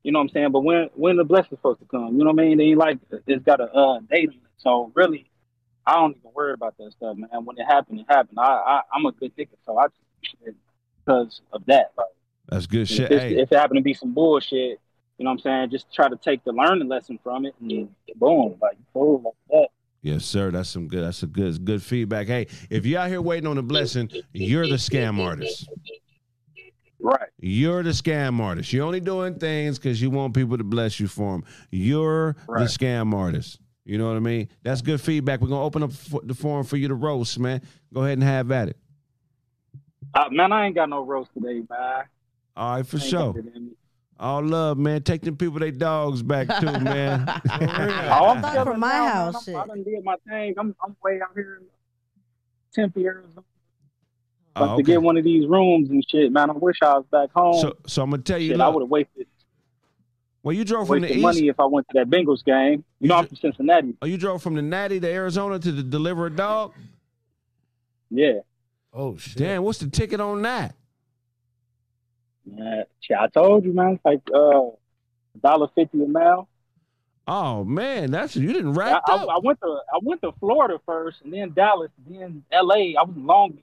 [SPEAKER 11] You know what I'm saying? But when when the blessing supposed to come? You know what I mean? It ain't like it's got a uh, date. on it. So really, I don't even worry about that stuff, man. When it happened, it happened. I, I I'm a good thinker, so I just do shit because of that. Like,
[SPEAKER 1] That's good
[SPEAKER 11] if,
[SPEAKER 1] shit.
[SPEAKER 11] it's-
[SPEAKER 1] Hey,
[SPEAKER 11] if it happened to be some bullshit, you know what I'm saying? Just try to take the learning lesson from it, and boom, like boom, like that.
[SPEAKER 1] yes, sir. That's some good. That's a good good feedback. Hey, if you out here waiting on a blessing, you're the scam artist.
[SPEAKER 11] Right.
[SPEAKER 1] You're the scam artist. You're only doing things because you want people to bless you for them. You're the
[SPEAKER 11] Right.
[SPEAKER 1] scam artist. You know what I mean? That's good feedback. We're gonna open up fo- the forum for you to roast, man. Go ahead and have at it.
[SPEAKER 11] Uh, man, I ain't got no roast today, man.
[SPEAKER 1] All right, for
[SPEAKER 11] I ain't got
[SPEAKER 1] sure.
[SPEAKER 11] it in me.
[SPEAKER 1] All love, man. Take them people, they dogs back too, man.
[SPEAKER 11] Oh, I'm
[SPEAKER 5] Thought
[SPEAKER 11] chilling
[SPEAKER 5] from my
[SPEAKER 11] now, man.
[SPEAKER 5] house,
[SPEAKER 11] I'm,
[SPEAKER 5] shit.
[SPEAKER 11] I done did my thing. I'm, I'm way out here in Tempe, Arizona. Like
[SPEAKER 1] Oh,
[SPEAKER 11] to
[SPEAKER 1] okay.
[SPEAKER 11] get one of these rooms and shit, man. I wish I was back home.
[SPEAKER 1] So, so I'm gonna tell you.
[SPEAKER 11] shit, I would
[SPEAKER 1] Look,
[SPEAKER 11] have wasted
[SPEAKER 1] well, you drove from the
[SPEAKER 11] wasted
[SPEAKER 1] east.
[SPEAKER 11] money if I went to that Bengals game. You know, I'm from Cincinnati.
[SPEAKER 1] Oh, you drove from the Natty to Arizona to the, deliver a dog.
[SPEAKER 11] Yeah.
[SPEAKER 2] Oh shit.
[SPEAKER 1] Damn, what's the ticket on that?
[SPEAKER 11] Yeah, shit, I told you, man. It's like uh, dollar fifty a mile.
[SPEAKER 1] Oh man, that's you didn't
[SPEAKER 11] I,
[SPEAKER 1] wrap
[SPEAKER 11] I,
[SPEAKER 1] up.
[SPEAKER 11] I went to I went to Florida first, and then Dallas, then L.A. I was in Long Beach,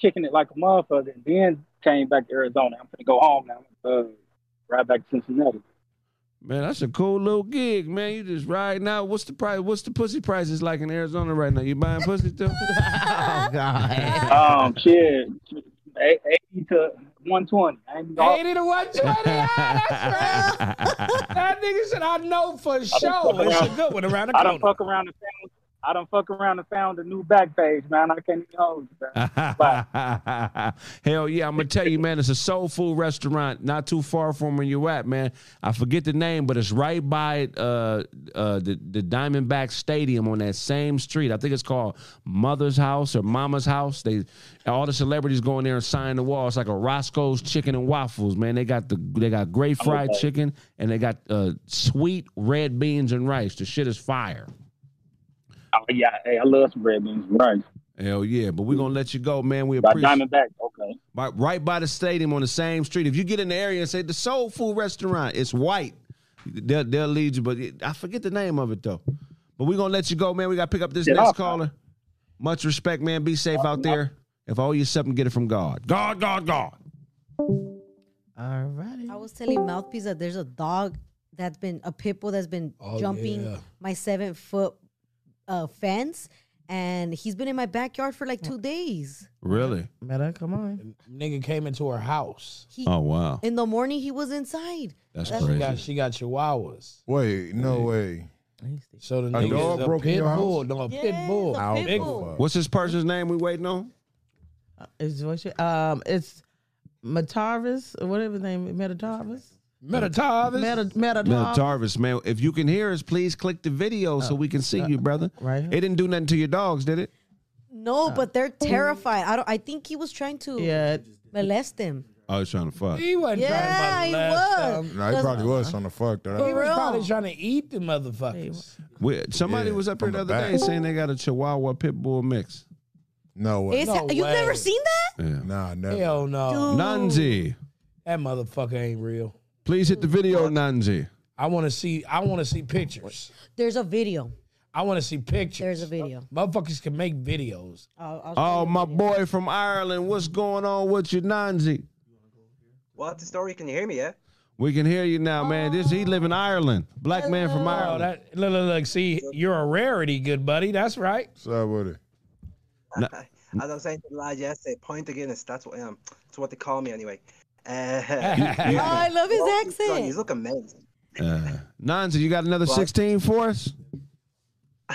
[SPEAKER 11] kicking it like a motherfucker, and then came back to Arizona. I'm gonna go home now. Uh, right back to Cincinnati.
[SPEAKER 1] man, that's a cool little gig, man. You just riding out. What's the price? What's the pussy prices like in Arizona right now? You buying pussy too?
[SPEAKER 3] Oh God.
[SPEAKER 11] Um, shit, eight- eighty to one twenty. I ain't gonna-
[SPEAKER 2] Eighty to one twenty. That nigga said I know for sure.
[SPEAKER 11] fuck
[SPEAKER 2] It's a
[SPEAKER 11] around.
[SPEAKER 2] good one around the
[SPEAKER 11] I don't
[SPEAKER 2] corner.
[SPEAKER 11] fuck around and found. I don't fuck around and found a new back page, man. I can't even hold you, man.
[SPEAKER 1] Hell yeah, I'm gonna tell you, man. It's a soul food restaurant not too far from where you at, man. I forget the name, but it's right by uh, uh, the the Diamondback Stadium on that same street. I think it's called Mother's House or Mama's House. They all the celebrities go in there and sign the wall. It's like a Roscoe's Chicken and Waffles, man. They got the they got great fried
[SPEAKER 11] Okay.
[SPEAKER 1] chicken and they got uh, sweet red beans and rice. The shit is fire.
[SPEAKER 11] Oh yeah, hey, I love some red beans, right?
[SPEAKER 1] Hell yeah, but we're gonna let you go, man. We
[SPEAKER 11] By
[SPEAKER 1] appreciate.
[SPEAKER 11] Diamondback, okay.
[SPEAKER 1] by, right by the stadium on the same street. If you get in the area and say the soul food restaurant, it's white. They'll, they'll lead you, but it, I forget the name of it though. But we're gonna let you go, man. We gotta pick up this
[SPEAKER 11] Yeah.
[SPEAKER 1] next caller. Much respect, man. Be safe out there. If I owe you something, get it from God. God, God, God.
[SPEAKER 3] Alrighty.
[SPEAKER 5] I was telling Mouthpiece that there's a dog that's been a pit bull that's been
[SPEAKER 2] Oh,
[SPEAKER 5] jumping
[SPEAKER 2] yeah.
[SPEAKER 5] my seven foot uh, fence, and he's been in my backyard for like two days.
[SPEAKER 1] Really?
[SPEAKER 3] Meta, come on.
[SPEAKER 2] Nigga came into her house.
[SPEAKER 5] He
[SPEAKER 1] Oh wow,
[SPEAKER 5] in the morning he was inside.
[SPEAKER 1] that's
[SPEAKER 2] She
[SPEAKER 1] crazy.
[SPEAKER 2] got she got chihuawas.
[SPEAKER 4] Wait, no way.
[SPEAKER 2] So the
[SPEAKER 4] A
[SPEAKER 2] nigga
[SPEAKER 4] dog
[SPEAKER 2] is a
[SPEAKER 4] broke in
[SPEAKER 2] pit
[SPEAKER 4] your house?
[SPEAKER 2] bull. No, a pit
[SPEAKER 5] Yes,
[SPEAKER 2] bull.
[SPEAKER 5] a
[SPEAKER 4] I don't
[SPEAKER 5] pit
[SPEAKER 4] give
[SPEAKER 5] bull.
[SPEAKER 4] a fuck.
[SPEAKER 1] What's this person's name? We waiting on?
[SPEAKER 3] Is what you, um it's Matarvis or whatever his name Metatarvis.
[SPEAKER 2] Metatavis.
[SPEAKER 3] Meta
[SPEAKER 1] Mel
[SPEAKER 3] Metatarvis.
[SPEAKER 1] Tarvis, man. If you can hear us, please click the video
[SPEAKER 2] Oh,
[SPEAKER 1] so we can see you, brother.
[SPEAKER 3] right here.
[SPEAKER 1] It didn't do nothing to your dogs, did it?
[SPEAKER 5] No, but they're terrified. I don't. I think he was trying to
[SPEAKER 3] Yeah.
[SPEAKER 5] molest them.
[SPEAKER 1] I was trying to fuck.
[SPEAKER 2] he wasn't
[SPEAKER 5] Yeah,
[SPEAKER 2] trying
[SPEAKER 5] he
[SPEAKER 2] to molest
[SPEAKER 5] was.
[SPEAKER 2] them.
[SPEAKER 4] Nah, he probably was on the fuck though.
[SPEAKER 2] He
[SPEAKER 4] That-
[SPEAKER 2] was
[SPEAKER 5] real.
[SPEAKER 2] probably trying to eat the motherfuckers.
[SPEAKER 1] We, somebody
[SPEAKER 4] Yeah,
[SPEAKER 1] was up here
[SPEAKER 4] from
[SPEAKER 1] the
[SPEAKER 4] the
[SPEAKER 1] other
[SPEAKER 4] back.
[SPEAKER 1] day saying they got a Chihuahua pit bull mix.
[SPEAKER 4] No way.
[SPEAKER 5] It's,
[SPEAKER 2] No
[SPEAKER 5] you've never
[SPEAKER 2] way.
[SPEAKER 5] seen that?
[SPEAKER 1] Yeah.
[SPEAKER 4] Nah, never.
[SPEAKER 2] Hell no.
[SPEAKER 5] Dude.
[SPEAKER 1] Nanzi,
[SPEAKER 2] That motherfucker ain't real.
[SPEAKER 1] please hit the video, Nanzi.
[SPEAKER 2] I want to see. I want to see pictures.
[SPEAKER 5] There's a video.
[SPEAKER 2] I want to see pictures.
[SPEAKER 5] There's a video.
[SPEAKER 2] Motherfuckers can make videos.
[SPEAKER 5] I'll, I'll show
[SPEAKER 1] Oh,
[SPEAKER 5] you the
[SPEAKER 1] my
[SPEAKER 5] video.
[SPEAKER 1] boy from Ireland, what's going on with you, Nanzi?
[SPEAKER 12] What's the story? Can you hear me? Yeah.
[SPEAKER 1] We can hear you now, man. This he live in Ireland, black man from
[SPEAKER 2] Oh,
[SPEAKER 1] Ireland.
[SPEAKER 2] that look, look, look. See, you're a rarity, good buddy. That's right.
[SPEAKER 4] What's up with it?
[SPEAKER 12] As I was saying to the lad yesterday, point against that's what um, that's what they call me anyway. Uh,
[SPEAKER 5] Oh, I love his accent.
[SPEAKER 12] You look amazing.
[SPEAKER 1] Uh, Nanzi, you got another sixteen for us?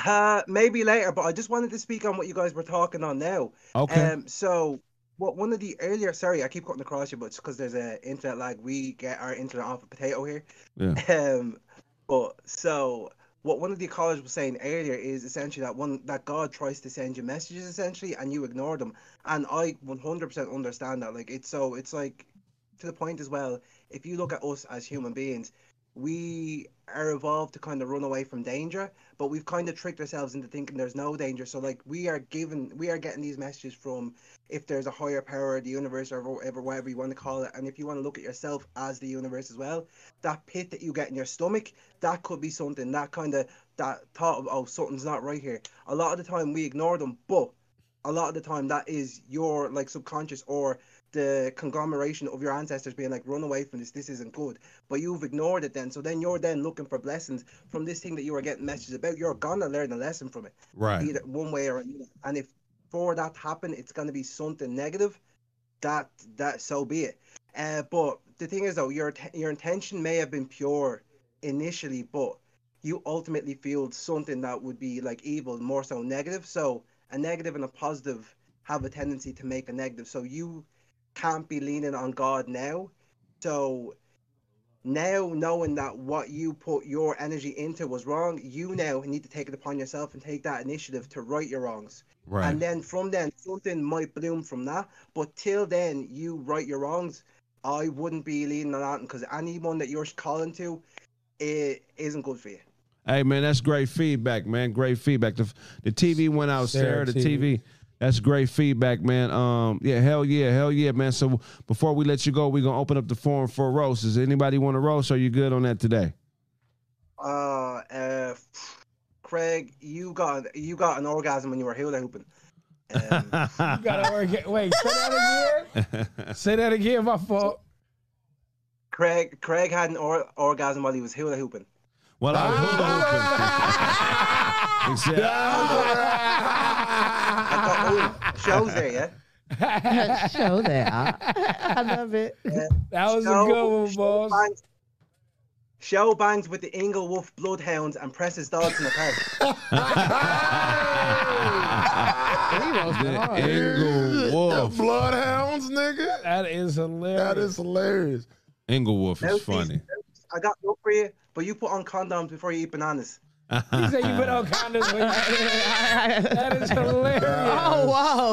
[SPEAKER 12] Uh, maybe later, but I just wanted to speak on what you guys were talking on now.
[SPEAKER 1] Okay.
[SPEAKER 12] Um, so what one of the earlier, sorry, I keep cutting across you, but it's because there's a internet lag. We get our internet off a potato here. Um, but so what one of the callers was saying earlier is essentially that one that God tries to send you messages essentially, and you ignore them. And I 100% understand that. Like it's so it's like to the point as well. If you look at us as human beings, we are evolved to kind of run away from danger, but we've kind of tricked ourselves into thinking there's no danger. So like we are given, we are getting these messages from if there's a higher power, the universe, or whatever, whatever you want to call it. And if you want to look at yourself as the universe as well, that pit that you get in your stomach, that could be something. That kind of that thought of oh something's not right here. A lot of the time we ignore them, but a lot of the time that is your like subconscious or the conglomeration of your ancestors being like run away from this this isn't good but you've ignored it then so then you're then looking for blessings from this thing that you are getting messages about you're gonna learn a lesson from it
[SPEAKER 1] Right.
[SPEAKER 12] either one way or another. And if for that to happen, it's gonna be something negative. That that so be it. Uh, but the thing is though, your t- your intention may have been pure initially, but you ultimately fueled something that would be like evil, more so negative. So a negative and a positive have a tendency to make a negative. So you can't be leaning on God now. So now knowing that what you put your energy into was wrong, you now need to take it upon yourself and take that initiative to right your wrongs.
[SPEAKER 1] Right.
[SPEAKER 12] And then from then, something might bloom from that. But till then, you right your wrongs. I wouldn't be leaning on that because anyone that you're calling to, it isn't good for you.
[SPEAKER 1] Hey man, that's great feedback, man. Great feedback. The the TV went out,
[SPEAKER 2] Sarah
[SPEAKER 1] Sarah. the
[SPEAKER 2] TV.
[SPEAKER 1] TV. That's great feedback, man. Um, yeah, hell yeah, hell yeah, man. So before we let you go, we're gonna open up the forum for a roast. Does anybody want to roast? Are you good on that today?
[SPEAKER 12] Uh, uh, Craig, you got you got an orgasm when you were hula hooping.
[SPEAKER 2] You gotta work it. Wait, say that again. say that again. My fault.
[SPEAKER 12] Craig, Craig had an or- orgasm while he was hula hooping.
[SPEAKER 1] Well, I was hula hooping. Except- Ah!
[SPEAKER 12] I got all shows there, yeah.
[SPEAKER 3] Show that. I love it.
[SPEAKER 2] That was a good one, boss.
[SPEAKER 12] Bangs, show bangs with the Inglewolf bloodhounds and presses dogs in the park.
[SPEAKER 1] The Engelwolf.
[SPEAKER 4] Bloodhounds, nigga.
[SPEAKER 2] That is hilarious.
[SPEAKER 4] That is hilarious.
[SPEAKER 1] Engelwolf
[SPEAKER 12] Those
[SPEAKER 1] is
[SPEAKER 12] things-
[SPEAKER 1] funny.
[SPEAKER 12] I got no for you, but you put on condoms before you eat bananas.
[SPEAKER 2] He said you put on condoms when you That is hilarious.
[SPEAKER 3] Oh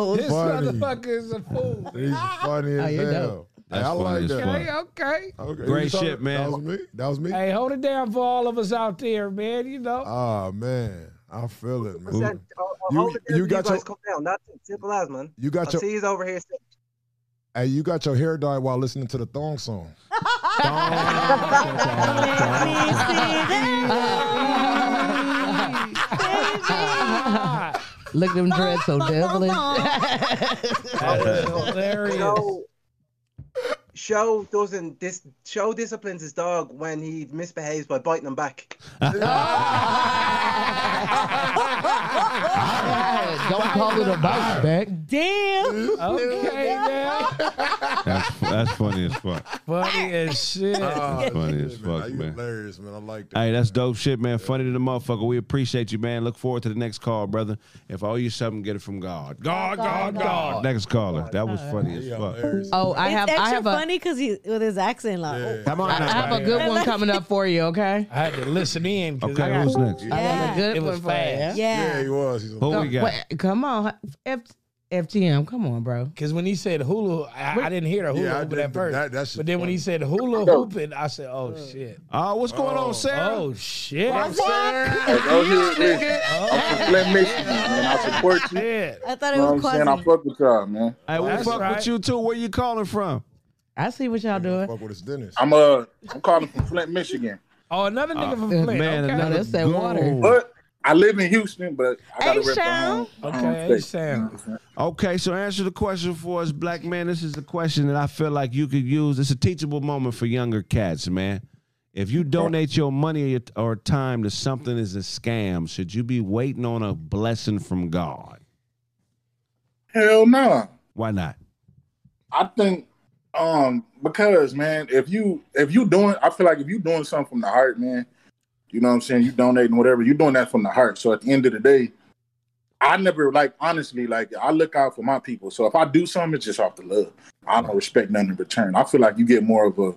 [SPEAKER 3] wow.
[SPEAKER 2] this
[SPEAKER 4] funny.
[SPEAKER 2] motherfucker is a fool.
[SPEAKER 4] He's funny as
[SPEAKER 3] you're
[SPEAKER 4] hell.
[SPEAKER 3] dope.
[SPEAKER 1] That's
[SPEAKER 4] I
[SPEAKER 1] funny
[SPEAKER 4] like
[SPEAKER 1] as fuck.
[SPEAKER 4] that.
[SPEAKER 2] Hey, okay.
[SPEAKER 4] Okay,
[SPEAKER 1] Great
[SPEAKER 4] you saw
[SPEAKER 1] shit,
[SPEAKER 4] it?
[SPEAKER 1] man.
[SPEAKER 4] That was me. That was me.
[SPEAKER 2] Hey, hold it down for all of us out there, man. You know.
[SPEAKER 4] Ah man, I feel it, man.
[SPEAKER 12] Percent, I'll- I'll
[SPEAKER 4] You-
[SPEAKER 12] hold it there
[SPEAKER 4] you
[SPEAKER 12] till
[SPEAKER 4] got
[SPEAKER 12] guys
[SPEAKER 4] your-
[SPEAKER 12] come down. That's it. Simple as, man.
[SPEAKER 4] You got
[SPEAKER 12] I'll
[SPEAKER 4] your
[SPEAKER 12] see you over here. soon.
[SPEAKER 4] hey, you got your hair dyed while listening to the thong song.
[SPEAKER 5] Let me see that.
[SPEAKER 3] Look at them dreads so devilish.
[SPEAKER 2] That is hilarious.
[SPEAKER 12] Show, show doesn't this show disciplines his dog when he misbehaves by biting him back.
[SPEAKER 3] Don't call it a bounce back.
[SPEAKER 5] Damn.
[SPEAKER 2] Okay, now.
[SPEAKER 1] That's, that's funny as fuck.
[SPEAKER 12] Ah!
[SPEAKER 2] Funny as shit.
[SPEAKER 1] That's Uh, funny as
[SPEAKER 4] man.
[SPEAKER 1] fuck,
[SPEAKER 4] You
[SPEAKER 1] Oh, man.
[SPEAKER 4] hilarious, man. I like that.
[SPEAKER 1] Hey, that's dope shit, man. Funny to the motherfucker. We appreciate you, man. Look forward to the next call, brother. If I owe you something, get it from God. God, God, God. Next caller. That was funny as
[SPEAKER 4] Yeah,
[SPEAKER 1] fuck.
[SPEAKER 4] hilarious.
[SPEAKER 3] Oh, I
[SPEAKER 5] it's
[SPEAKER 3] have
[SPEAKER 5] extra
[SPEAKER 3] I have a
[SPEAKER 5] funny because he with his accent like.
[SPEAKER 4] Yeah.
[SPEAKER 1] Come on,
[SPEAKER 3] I
[SPEAKER 1] now,
[SPEAKER 3] have a
[SPEAKER 1] buddy.
[SPEAKER 3] good one coming up for you, okay?
[SPEAKER 2] I had to listen in. 'cause I
[SPEAKER 1] Okay,
[SPEAKER 2] got-
[SPEAKER 1] who's next?
[SPEAKER 3] I have a
[SPEAKER 5] Yeah.
[SPEAKER 3] good
[SPEAKER 2] It was
[SPEAKER 3] one for you.
[SPEAKER 2] fast.
[SPEAKER 5] Yeah.
[SPEAKER 4] Yeah, he was. He's a
[SPEAKER 1] Who we got?
[SPEAKER 3] Wait, come on, F- FTM, come on, bro.
[SPEAKER 2] Because when he said hula, I, I didn't hear the hula
[SPEAKER 4] Yeah, I
[SPEAKER 2] hooping
[SPEAKER 4] did,
[SPEAKER 2] at
[SPEAKER 4] but
[SPEAKER 2] first.
[SPEAKER 4] that- that shit
[SPEAKER 2] but then when he said hula hooping, I said, "Oh
[SPEAKER 3] Mm.
[SPEAKER 2] shit!
[SPEAKER 1] Oh, what's going on, Sarah?
[SPEAKER 2] Oh shit!
[SPEAKER 13] Go ahead, listen. I'm from Flint, Michigan, man. I support you. You
[SPEAKER 2] shit.
[SPEAKER 5] I thought it
[SPEAKER 13] know what
[SPEAKER 5] was
[SPEAKER 13] I'm saying? I
[SPEAKER 5] quasi.
[SPEAKER 13] fuck with y'all, man.
[SPEAKER 1] Hey, we
[SPEAKER 2] That's
[SPEAKER 1] fuck
[SPEAKER 2] right.
[SPEAKER 1] with you too. Where you calling from?
[SPEAKER 3] I see what y'all
[SPEAKER 4] fuck
[SPEAKER 3] doing.
[SPEAKER 4] with his dentist.
[SPEAKER 13] I'm uh, I'm calling from Flint, Michigan,
[SPEAKER 2] Oh, another nigga from Flint.
[SPEAKER 1] Ah. Man,
[SPEAKER 2] okay.
[SPEAKER 1] another
[SPEAKER 3] that's that water.
[SPEAKER 1] goon.
[SPEAKER 13] but I live in Houston, but I gotta
[SPEAKER 3] Hey,
[SPEAKER 13] rep my
[SPEAKER 3] Sean.
[SPEAKER 13] home. my home
[SPEAKER 2] Okay,
[SPEAKER 13] state.
[SPEAKER 2] Sam.
[SPEAKER 1] Okay, so answer the question for us, black man. This is the question that I feel like you could use. It's a teachable moment for younger cats, man. If you donate your money or, your, or time to something as a scam, should you be waiting on a blessing from God?
[SPEAKER 13] Hell no. Nah.
[SPEAKER 1] Why not?
[SPEAKER 13] I think um because man, if you if you doing I feel like if you doing something from the heart, man, you know what I'm saying, you donating whatever, you doing that from the heart. So at the end of the day, I never like honestly, like I look out for my people. So if I do something, it's just off the love. I don't respect nothing in return. I feel like you get more of a,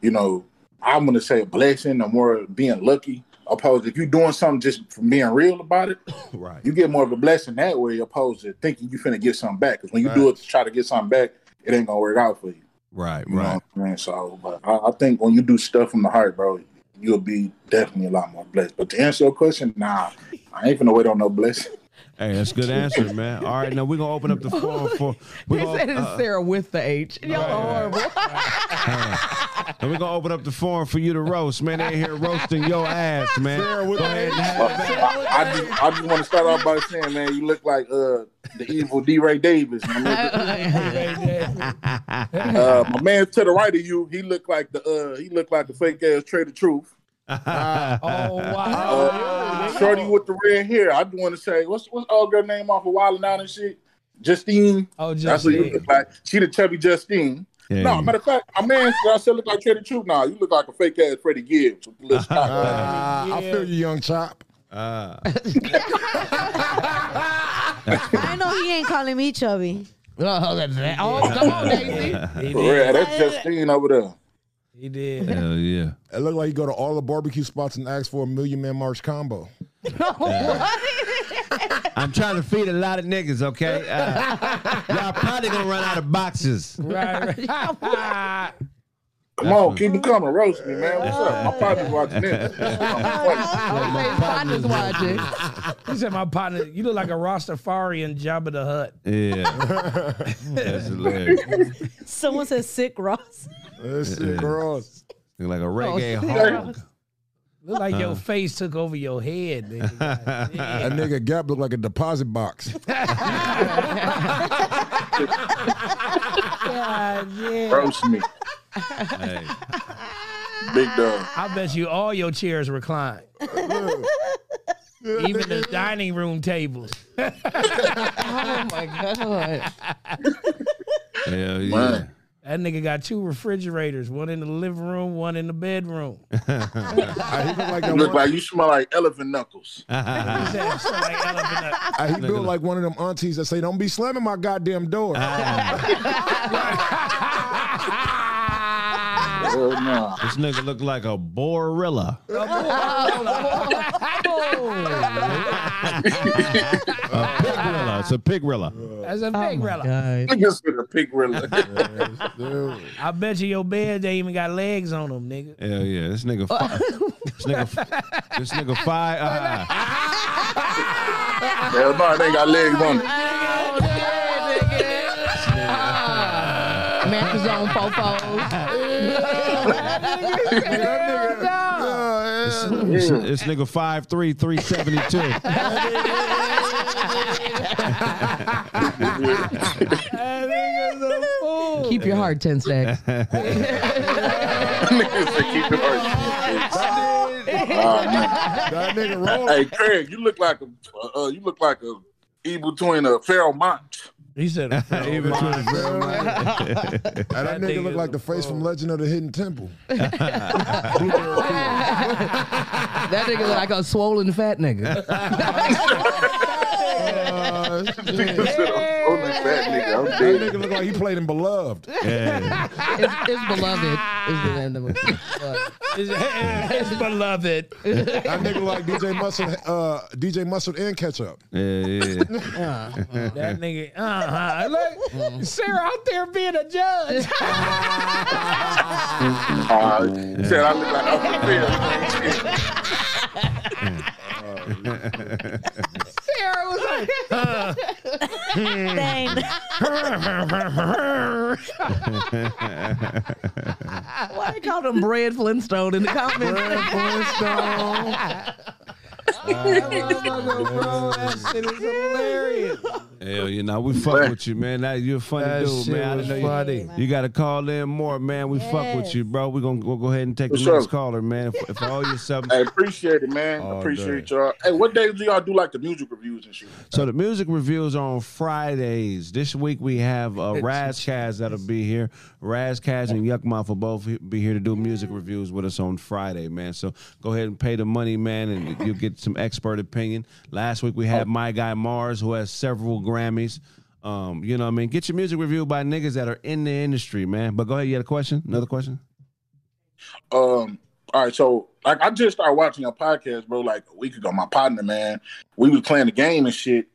[SPEAKER 13] you know, I'm gonna say a blessing or more of being lucky. Opposed if you doing something just from being real about it,
[SPEAKER 1] Right.
[SPEAKER 13] you get more of a blessing that way opposed to thinking you finna get something back. Because when you do it to try to get something back, it ain't gonna work out for you.
[SPEAKER 1] Right,
[SPEAKER 13] You know what I'm saying? So but I, I think when you do stuff from the heart, bro, you'll be definitely a lot more blessed. But to answer your question, nah, I ain't finna wait on no blessing.
[SPEAKER 1] Hey, that's a good answer, man. All right, now we're gonna open up the forum for
[SPEAKER 3] They
[SPEAKER 1] we're gonna,
[SPEAKER 3] said it's
[SPEAKER 2] Uh-uh.
[SPEAKER 1] uh,
[SPEAKER 3] Sarah with the H. Y'all are horrible.
[SPEAKER 1] and we're gonna open up the forum for you to roast, man. They here roasting your ass, man. Go ahead and have
[SPEAKER 13] Well,
[SPEAKER 1] it.
[SPEAKER 13] I, I just, I just want to start off by saying, man, you look like uh, the evil D. Ray Davis. My nigga. Uh, my man to the right of you, he looked like the uh, he looked like the fake ass Trader Truth.
[SPEAKER 2] Oh wow!
[SPEAKER 13] Uh, Shorty with the red hair. I do want to say, what's what's old girl name off of Wild and Out and shit? Justine.
[SPEAKER 2] Oh,
[SPEAKER 13] That's what you
[SPEAKER 2] Justine.
[SPEAKER 13] look like. She the chubby Justine.
[SPEAKER 1] Yeah.
[SPEAKER 13] No, matter of fact, my man I said look like Trader Truth. Nah, you look like a fake ass Freddie Gibbs. with the little stock.
[SPEAKER 4] Ah,
[SPEAKER 1] Uh,
[SPEAKER 4] I feel you, young chop.
[SPEAKER 1] Ah.
[SPEAKER 5] oh, I know he ain't calling me chubby.
[SPEAKER 3] Oh, that's that. Oh, come on, Daisy.
[SPEAKER 13] For real, that's Justine over there.
[SPEAKER 2] He did.
[SPEAKER 1] Hell yeah.
[SPEAKER 4] It looked like you go to all the barbecue spots and ask for a million man march combo.
[SPEAKER 1] I'm trying to feed a lot of niggas, okay? Uh, y'all probably gonna run out of boxes.
[SPEAKER 2] Right, right.
[SPEAKER 13] Come on, keep them coming. Roast me, man. What's up? My partner's watching this.
[SPEAKER 3] Say his partner's watching.
[SPEAKER 2] he said, "My partner, you look like a Rastafari in Jabba the Hutt."
[SPEAKER 1] Yeah. That's hilarious. Look
[SPEAKER 14] Someone says sick Ross.
[SPEAKER 4] That's it, gross.
[SPEAKER 1] like a reggae
[SPEAKER 3] Oh,
[SPEAKER 1] hog.
[SPEAKER 2] Look like your face took over your head. nigga.
[SPEAKER 4] That nigga Gap looked like a deposit box.
[SPEAKER 2] God, yeah.
[SPEAKER 13] Roast me.
[SPEAKER 1] Hey,
[SPEAKER 13] Big dog.
[SPEAKER 2] I bet you all your chairs recline, even the dining room tables.
[SPEAKER 3] Oh my god.
[SPEAKER 1] hell yeah.
[SPEAKER 13] Man.
[SPEAKER 2] That nigga got two refrigerators, one in the living room, one in the bedroom.
[SPEAKER 4] Uh, he looked like, that
[SPEAKER 13] You look
[SPEAKER 4] one,
[SPEAKER 13] like you smell like elephant knuckles.
[SPEAKER 2] He said, "So, like, elephant up."
[SPEAKER 4] uh, he built like one of them aunties that say, "Don't be slamming my goddamn door."
[SPEAKER 1] Ah,
[SPEAKER 13] Hell no.
[SPEAKER 1] This nigga look like a Borilla. Oh, A pigrilla. It's a pigrilla.
[SPEAKER 2] That's a
[SPEAKER 3] Oh
[SPEAKER 2] big
[SPEAKER 3] my
[SPEAKER 2] relic.
[SPEAKER 3] god.
[SPEAKER 13] Niggas with a pig gorilla.
[SPEAKER 4] Dude.
[SPEAKER 2] I bet you your bed they even got legs on them, nigga.
[SPEAKER 1] Hell yeah. This nigga. Fi- this nigga. This nigga five. Uh,
[SPEAKER 13] Hell no, it ain't got legs on it.
[SPEAKER 3] Mattress on fofos.
[SPEAKER 4] Hey, that nigga,
[SPEAKER 1] this,
[SPEAKER 4] yeah,
[SPEAKER 1] this, this nigga five three three seventy two.
[SPEAKER 2] That nigga's a fool.
[SPEAKER 3] Keep your heart ten stacks.
[SPEAKER 13] Niggas that keep it hard.
[SPEAKER 4] that nigga rolled.
[SPEAKER 13] Hey, Craig, you look like a uh, uh, you look like a evil twin of Pharaoh Mont.
[SPEAKER 2] He said,
[SPEAKER 4] "Uh, Oh
[SPEAKER 1] Even to the very right.
[SPEAKER 4] Hey, that
[SPEAKER 2] That nigga
[SPEAKER 4] nigga looked
[SPEAKER 2] is
[SPEAKER 4] like
[SPEAKER 2] a
[SPEAKER 4] the face
[SPEAKER 2] pro.
[SPEAKER 4] from Legend of the Hidden Temple.
[SPEAKER 3] That nigga look like a swollen fat nigga.
[SPEAKER 4] Uh, shit.
[SPEAKER 13] Niggas said, "Oh, look at that nigga, I'm
[SPEAKER 4] That
[SPEAKER 13] dead."
[SPEAKER 4] nigga looked like he played in Beloved.
[SPEAKER 1] Yeah.
[SPEAKER 3] It's, it's beloved. Is the name of it. But
[SPEAKER 2] his, his beloved.
[SPEAKER 4] That nigga like DJ Mustard, uh, DJ Mustard and Ketchup.
[SPEAKER 1] Yeah, yeah.
[SPEAKER 2] That nigga, uh huh. Look, Sarah out there being a judge.
[SPEAKER 13] Uh, he said I look like Uncle Phil.
[SPEAKER 2] Sarah was like,
[SPEAKER 14] Dang.
[SPEAKER 3] Why they call him Brad Flintstone in the comments?
[SPEAKER 2] that shit is hilarious.
[SPEAKER 1] Hell yeah. Now we fuck with you, man. Now you're a funny
[SPEAKER 2] That
[SPEAKER 1] dude,
[SPEAKER 2] shit
[SPEAKER 1] man. I
[SPEAKER 2] was
[SPEAKER 1] know you-
[SPEAKER 2] funny.
[SPEAKER 1] You got to call in more, man. We fuck with
[SPEAKER 14] Yes.
[SPEAKER 1] you, bro. We're going to go ahead and take
[SPEAKER 13] For
[SPEAKER 1] the next
[SPEAKER 13] sure.
[SPEAKER 1] caller, man. If, if all your sub.
[SPEAKER 13] Hey, appreciate it, man.
[SPEAKER 4] All
[SPEAKER 13] appreciate y'all. Hey, what days do y'all do like the music reviews and shit?
[SPEAKER 1] So the music reviews are on Fridays. This week we have uh, Razkaz that'll be here. Razkaz and Yuck Mouth will both be here to do music reviews with us on Friday, man. So go ahead and pay the money, man, and you'll get some expert opinion. Last week we had my guy Mars, who has several Grammys. Um, you know what I mean? Get your music reviewed by niggas that are in the industry, man. But go ahead, you had a question? Another question?
[SPEAKER 13] Um, all right, so like I just started watching your podcast, bro, like a week ago. My partner, man, we was playing the game and shit,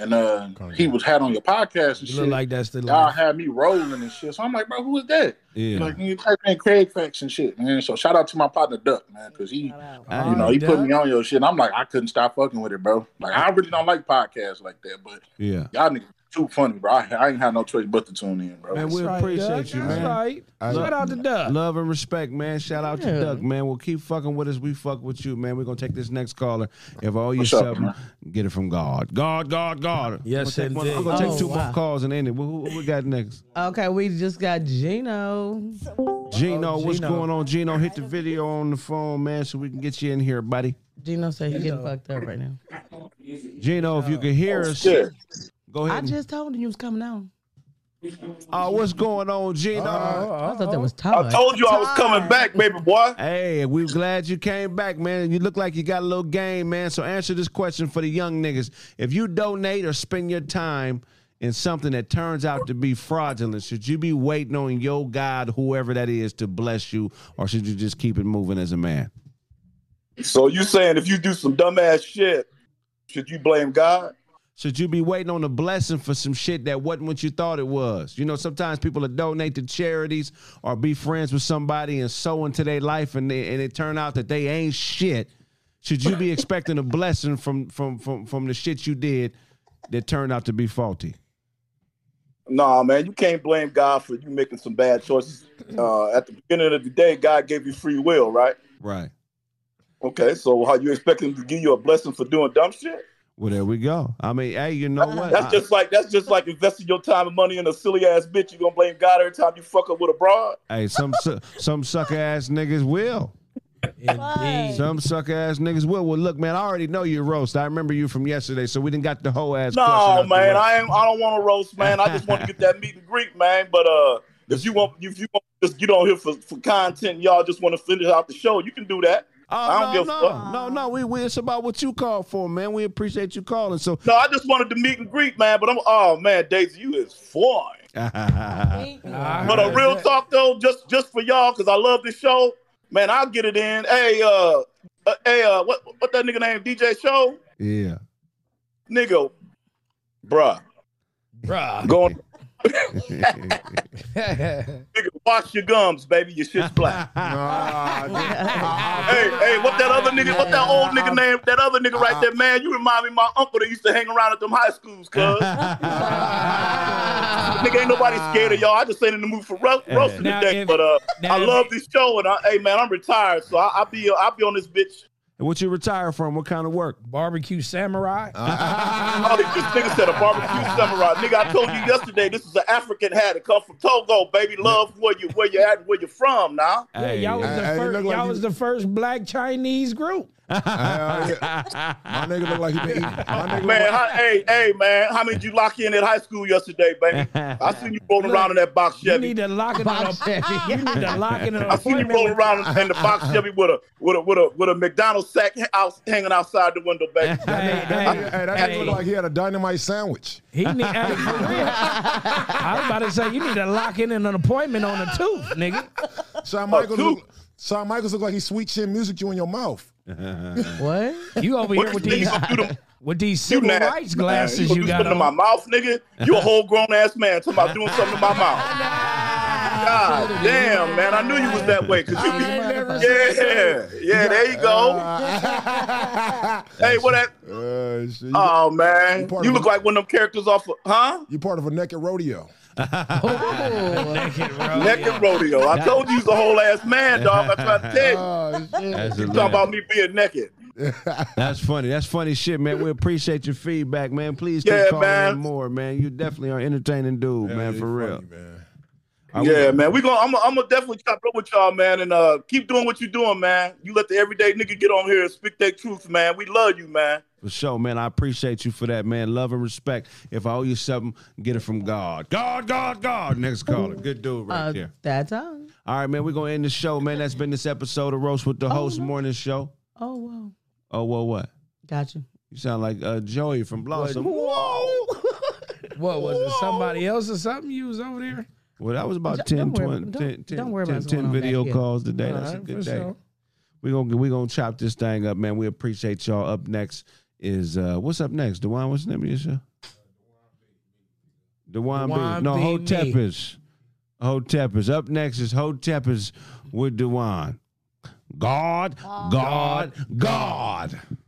[SPEAKER 13] and uh he was had on your podcast and
[SPEAKER 2] You
[SPEAKER 13] shit.
[SPEAKER 2] look like that's the
[SPEAKER 13] y'all
[SPEAKER 2] life.
[SPEAKER 13] had me rolling and shit. So I'm like, bro, who is that?
[SPEAKER 1] Yeah.
[SPEAKER 13] Like you type in Craig facts and shit, man. So shout out to my partner Duck, man, because he, you know, he
[SPEAKER 2] Duck.
[SPEAKER 13] put me on your shit. And I'm like, I couldn't stop fucking with it, bro. Like I really don't like podcasts like that, but
[SPEAKER 1] yeah.
[SPEAKER 13] y'all niggas too funny, bro. I, I ain't had no choice but to tune in, bro.
[SPEAKER 1] Man, we appreciate
[SPEAKER 2] Doug.
[SPEAKER 1] you,
[SPEAKER 2] That's
[SPEAKER 1] man.
[SPEAKER 2] right. Shout out to Doug.
[SPEAKER 1] Love and respect, man. Shout out to Duck, man. We'll keep fucking with us. We fuck with you, man. We're gonna take this next caller. If all you
[SPEAKER 13] What's up,
[SPEAKER 1] seven,
[SPEAKER 13] man?
[SPEAKER 1] get it from God. God, God, God.
[SPEAKER 2] Yes,
[SPEAKER 1] I'm gonna take, one-
[SPEAKER 2] indeed.
[SPEAKER 1] I'm gonna take
[SPEAKER 3] Oh,
[SPEAKER 1] two more
[SPEAKER 3] wow.
[SPEAKER 1] calls and end it. Who, who we got next?
[SPEAKER 3] Okay, we just got Gino. Oh,
[SPEAKER 1] Oh, Gino, what's
[SPEAKER 2] Gino.
[SPEAKER 1] going on? Gino, hit the video on the phone, man, so we can get you in here, buddy.
[SPEAKER 3] Gino said he's getting fucked up right now.
[SPEAKER 1] Gino, if you can hear us,
[SPEAKER 13] Oh, Shit.
[SPEAKER 1] go
[SPEAKER 3] I
[SPEAKER 1] ahead. and-
[SPEAKER 3] just told him you was coming out.
[SPEAKER 1] Oh, what's going on,
[SPEAKER 3] Oh,
[SPEAKER 1] Gino?
[SPEAKER 3] I thought that was
[SPEAKER 13] I
[SPEAKER 3] Todd.
[SPEAKER 13] told you I was coming back, baby boy.
[SPEAKER 1] Hey, we glad you came back, man. You look like you got a little game, man. So answer this question for the young niggas. If you donate or spend your time in something that turns out to be fraudulent, should you be waiting on your God, whoever that is, to bless you, or should you just keep it moving as a man?
[SPEAKER 15] So you saying if you do some dumbass shit, should you blame God?
[SPEAKER 1] Should you be waiting on a blessing for some shit that wasn't what you thought it was? You know, sometimes people will donate to charities or be friends with somebody and sow into their life, and they, and it turn out that they ain't shit. Should you be expecting a blessing from from from from the shit you did that turned out to be faulty?
[SPEAKER 15] Nah, man, you can't blame God for you making some bad choices. Uh, at the beginning of the day, God gave you free will, right?
[SPEAKER 1] Right.
[SPEAKER 15] Okay, so how you expect Him to give you a blessing for doing dumb shit?
[SPEAKER 1] Well, there we go. I mean, hey, you know what?
[SPEAKER 15] That's just like that's just like investing your time and money in a silly ass bitch. You gonna blame God every time you fuck up with a broad?
[SPEAKER 1] Hey, some su- some sucker ass niggas will. Some sucker ass niggas will. Well, look, man, I already know you roast. I remember you from yesterday, so we didn't got the whole ass. question
[SPEAKER 15] No,
[SPEAKER 1] out the
[SPEAKER 15] man,
[SPEAKER 1] way.
[SPEAKER 15] I am. I don't want to roast, man. I just want to get that meet and greet, man. But uh, if you want, if you want, to just get on here for, for content, and y'all just want to finish out the show, you can do that. I
[SPEAKER 1] Oh,
[SPEAKER 15] don't
[SPEAKER 1] no,
[SPEAKER 15] give a fuck.
[SPEAKER 1] no, no, no. We, we it's about what you called for, man. We appreciate you calling. So
[SPEAKER 15] No, I just wanted to meet and greet, man. But I'm, oh man, Daisy, you is fine. But a real talk though, just just for y'all, cause I love this show, man. I'll get it in. Hey, uh, uh hey, uh, what what that nigga name? DJ Show,
[SPEAKER 1] yeah,
[SPEAKER 15] nigga, bruh,
[SPEAKER 2] bruh,
[SPEAKER 15] going. Nigga, wash your gums, baby. Your shit's black. hey, hey, what that other nigga? What that old nigga name? That other nigga right there, man. You remind me of my uncle that used to hang around at them high schools, cuz. nigga, ain't nobody scared of y'all. I just ain't in the mood for ro-
[SPEAKER 2] Yeah.
[SPEAKER 15] roasting
[SPEAKER 2] Now,
[SPEAKER 15] today.
[SPEAKER 2] if-
[SPEAKER 15] but uh,
[SPEAKER 2] now,
[SPEAKER 15] I
[SPEAKER 2] if-
[SPEAKER 15] love this show, and I, hey, man, I'm retired, so I, I be I be on this bitch.
[SPEAKER 1] what you retire from? What kind of work?
[SPEAKER 2] Barbecue samurai.
[SPEAKER 15] Oh, this nigga said a barbecue samurai. Nigga, I told you yesterday this is an African hat. It come from Togo, baby. Love where you where you at, and where you from now.
[SPEAKER 2] Yeah, y'all was, the,
[SPEAKER 4] Hey,
[SPEAKER 2] first,
[SPEAKER 4] look like
[SPEAKER 2] y'all
[SPEAKER 4] you-
[SPEAKER 2] was the first black Chinese group.
[SPEAKER 4] My nigga look like he been eating. My nigga look
[SPEAKER 15] Man,
[SPEAKER 4] like,
[SPEAKER 15] how, hey, hey, man, how many did you lock in at high school yesterday, baby? I seen you rolling around in that box
[SPEAKER 2] You
[SPEAKER 15] Chevy.
[SPEAKER 2] need to lock it up. You need to lock it
[SPEAKER 15] I
[SPEAKER 2] up.
[SPEAKER 15] seen you rolling around in the box Chevy with a with a with a with a McDonald's sack ha- out, hanging outside the window, baby.
[SPEAKER 4] that nigga, hey, that nigga look like he had a dynamite sandwich.
[SPEAKER 2] He need, hey, for real. I was about to say you need to lock in an appointment on a tooth, nigga.
[SPEAKER 4] Shawn
[SPEAKER 15] Oh,
[SPEAKER 4] Michaels,
[SPEAKER 15] dude.
[SPEAKER 4] look, Shawn Michaels look like he sweet chin music you in your mouth.
[SPEAKER 3] What?
[SPEAKER 2] You over
[SPEAKER 15] What
[SPEAKER 2] here with
[SPEAKER 15] you
[SPEAKER 2] these
[SPEAKER 15] gonna do to-
[SPEAKER 2] with these
[SPEAKER 15] You
[SPEAKER 2] civil
[SPEAKER 15] nasty,
[SPEAKER 2] rights
[SPEAKER 15] man.
[SPEAKER 2] glasses
[SPEAKER 15] gonna
[SPEAKER 2] you
[SPEAKER 15] do
[SPEAKER 2] got
[SPEAKER 15] something to my
[SPEAKER 2] on.
[SPEAKER 15] mouth, nigga. You a whole grown ass man talking about doing something to my mouth. God damn, man! I knew you was that way. 'cause you be, yeah, yeah. There you go.
[SPEAKER 4] Uh,
[SPEAKER 15] Hey, what that?
[SPEAKER 4] uh, shit, you,
[SPEAKER 15] Oh man,
[SPEAKER 4] part
[SPEAKER 15] you
[SPEAKER 4] of
[SPEAKER 15] look
[SPEAKER 4] it.
[SPEAKER 15] like one of them characters off, of, huh?
[SPEAKER 4] you part of a naked rodeo.
[SPEAKER 2] Naked, bro.
[SPEAKER 15] Naked rodeo. I told you he's a whole ass man, dog. I tried to tell you.
[SPEAKER 4] Oh, shit.
[SPEAKER 1] That's,
[SPEAKER 15] You talking
[SPEAKER 1] a laugh.
[SPEAKER 15] about me being naked?
[SPEAKER 1] That's funny. That's funny shit, man. We appreciate your feedback, man. Please keep
[SPEAKER 15] Yeah,
[SPEAKER 1] calling
[SPEAKER 15] man.
[SPEAKER 1] in more, man. You definitely are an entertaining dude, man,
[SPEAKER 4] Yeah, you
[SPEAKER 1] for real.
[SPEAKER 4] funny, man.
[SPEAKER 1] All right,
[SPEAKER 15] Yeah,
[SPEAKER 1] we-
[SPEAKER 15] man. We gonna I'm gonna I'm gonna definitely chop up with y'all, man, and uh keep doing what you're doing, man. You let the everyday nigga get on here and speak their truth, man. We love you, man.
[SPEAKER 1] For sure, man. I appreciate you for that, man. Love and respect. If I owe you something, get it from God. God, God, God. Next caller. Good dude right
[SPEAKER 3] Uh,
[SPEAKER 1] there.
[SPEAKER 3] that's all.
[SPEAKER 1] All right, man. We're gonna end the show, man. That's been this episode of Roast with the Host Morning Show.
[SPEAKER 3] Oh wow,
[SPEAKER 1] Oh, well, what?
[SPEAKER 3] got you.
[SPEAKER 1] You sound like uh, Joey from Blossom.
[SPEAKER 2] What was it? Somebody else or something? You was over there.
[SPEAKER 1] Well, that was about
[SPEAKER 3] Don't
[SPEAKER 1] 10,
[SPEAKER 3] worry-
[SPEAKER 1] 20,
[SPEAKER 3] don't-
[SPEAKER 1] 10, 10,
[SPEAKER 3] don't worry about
[SPEAKER 1] 10,
[SPEAKER 3] what's going on back
[SPEAKER 1] video
[SPEAKER 3] here.
[SPEAKER 1] calls today.
[SPEAKER 2] All
[SPEAKER 1] That's a
[SPEAKER 2] right,
[SPEAKER 1] good
[SPEAKER 2] for
[SPEAKER 1] day.
[SPEAKER 2] sure.
[SPEAKER 1] We're going to we gonna chop this thing up, man. We appreciate y'all. Up next is, uh, what's up next? Dewan, what's the name of your show? Dewan B.
[SPEAKER 2] Dewan
[SPEAKER 1] No,
[SPEAKER 2] B.
[SPEAKER 1] Hotep is. Hotep is. Up next is Hotep is with Dewan. God, God, God.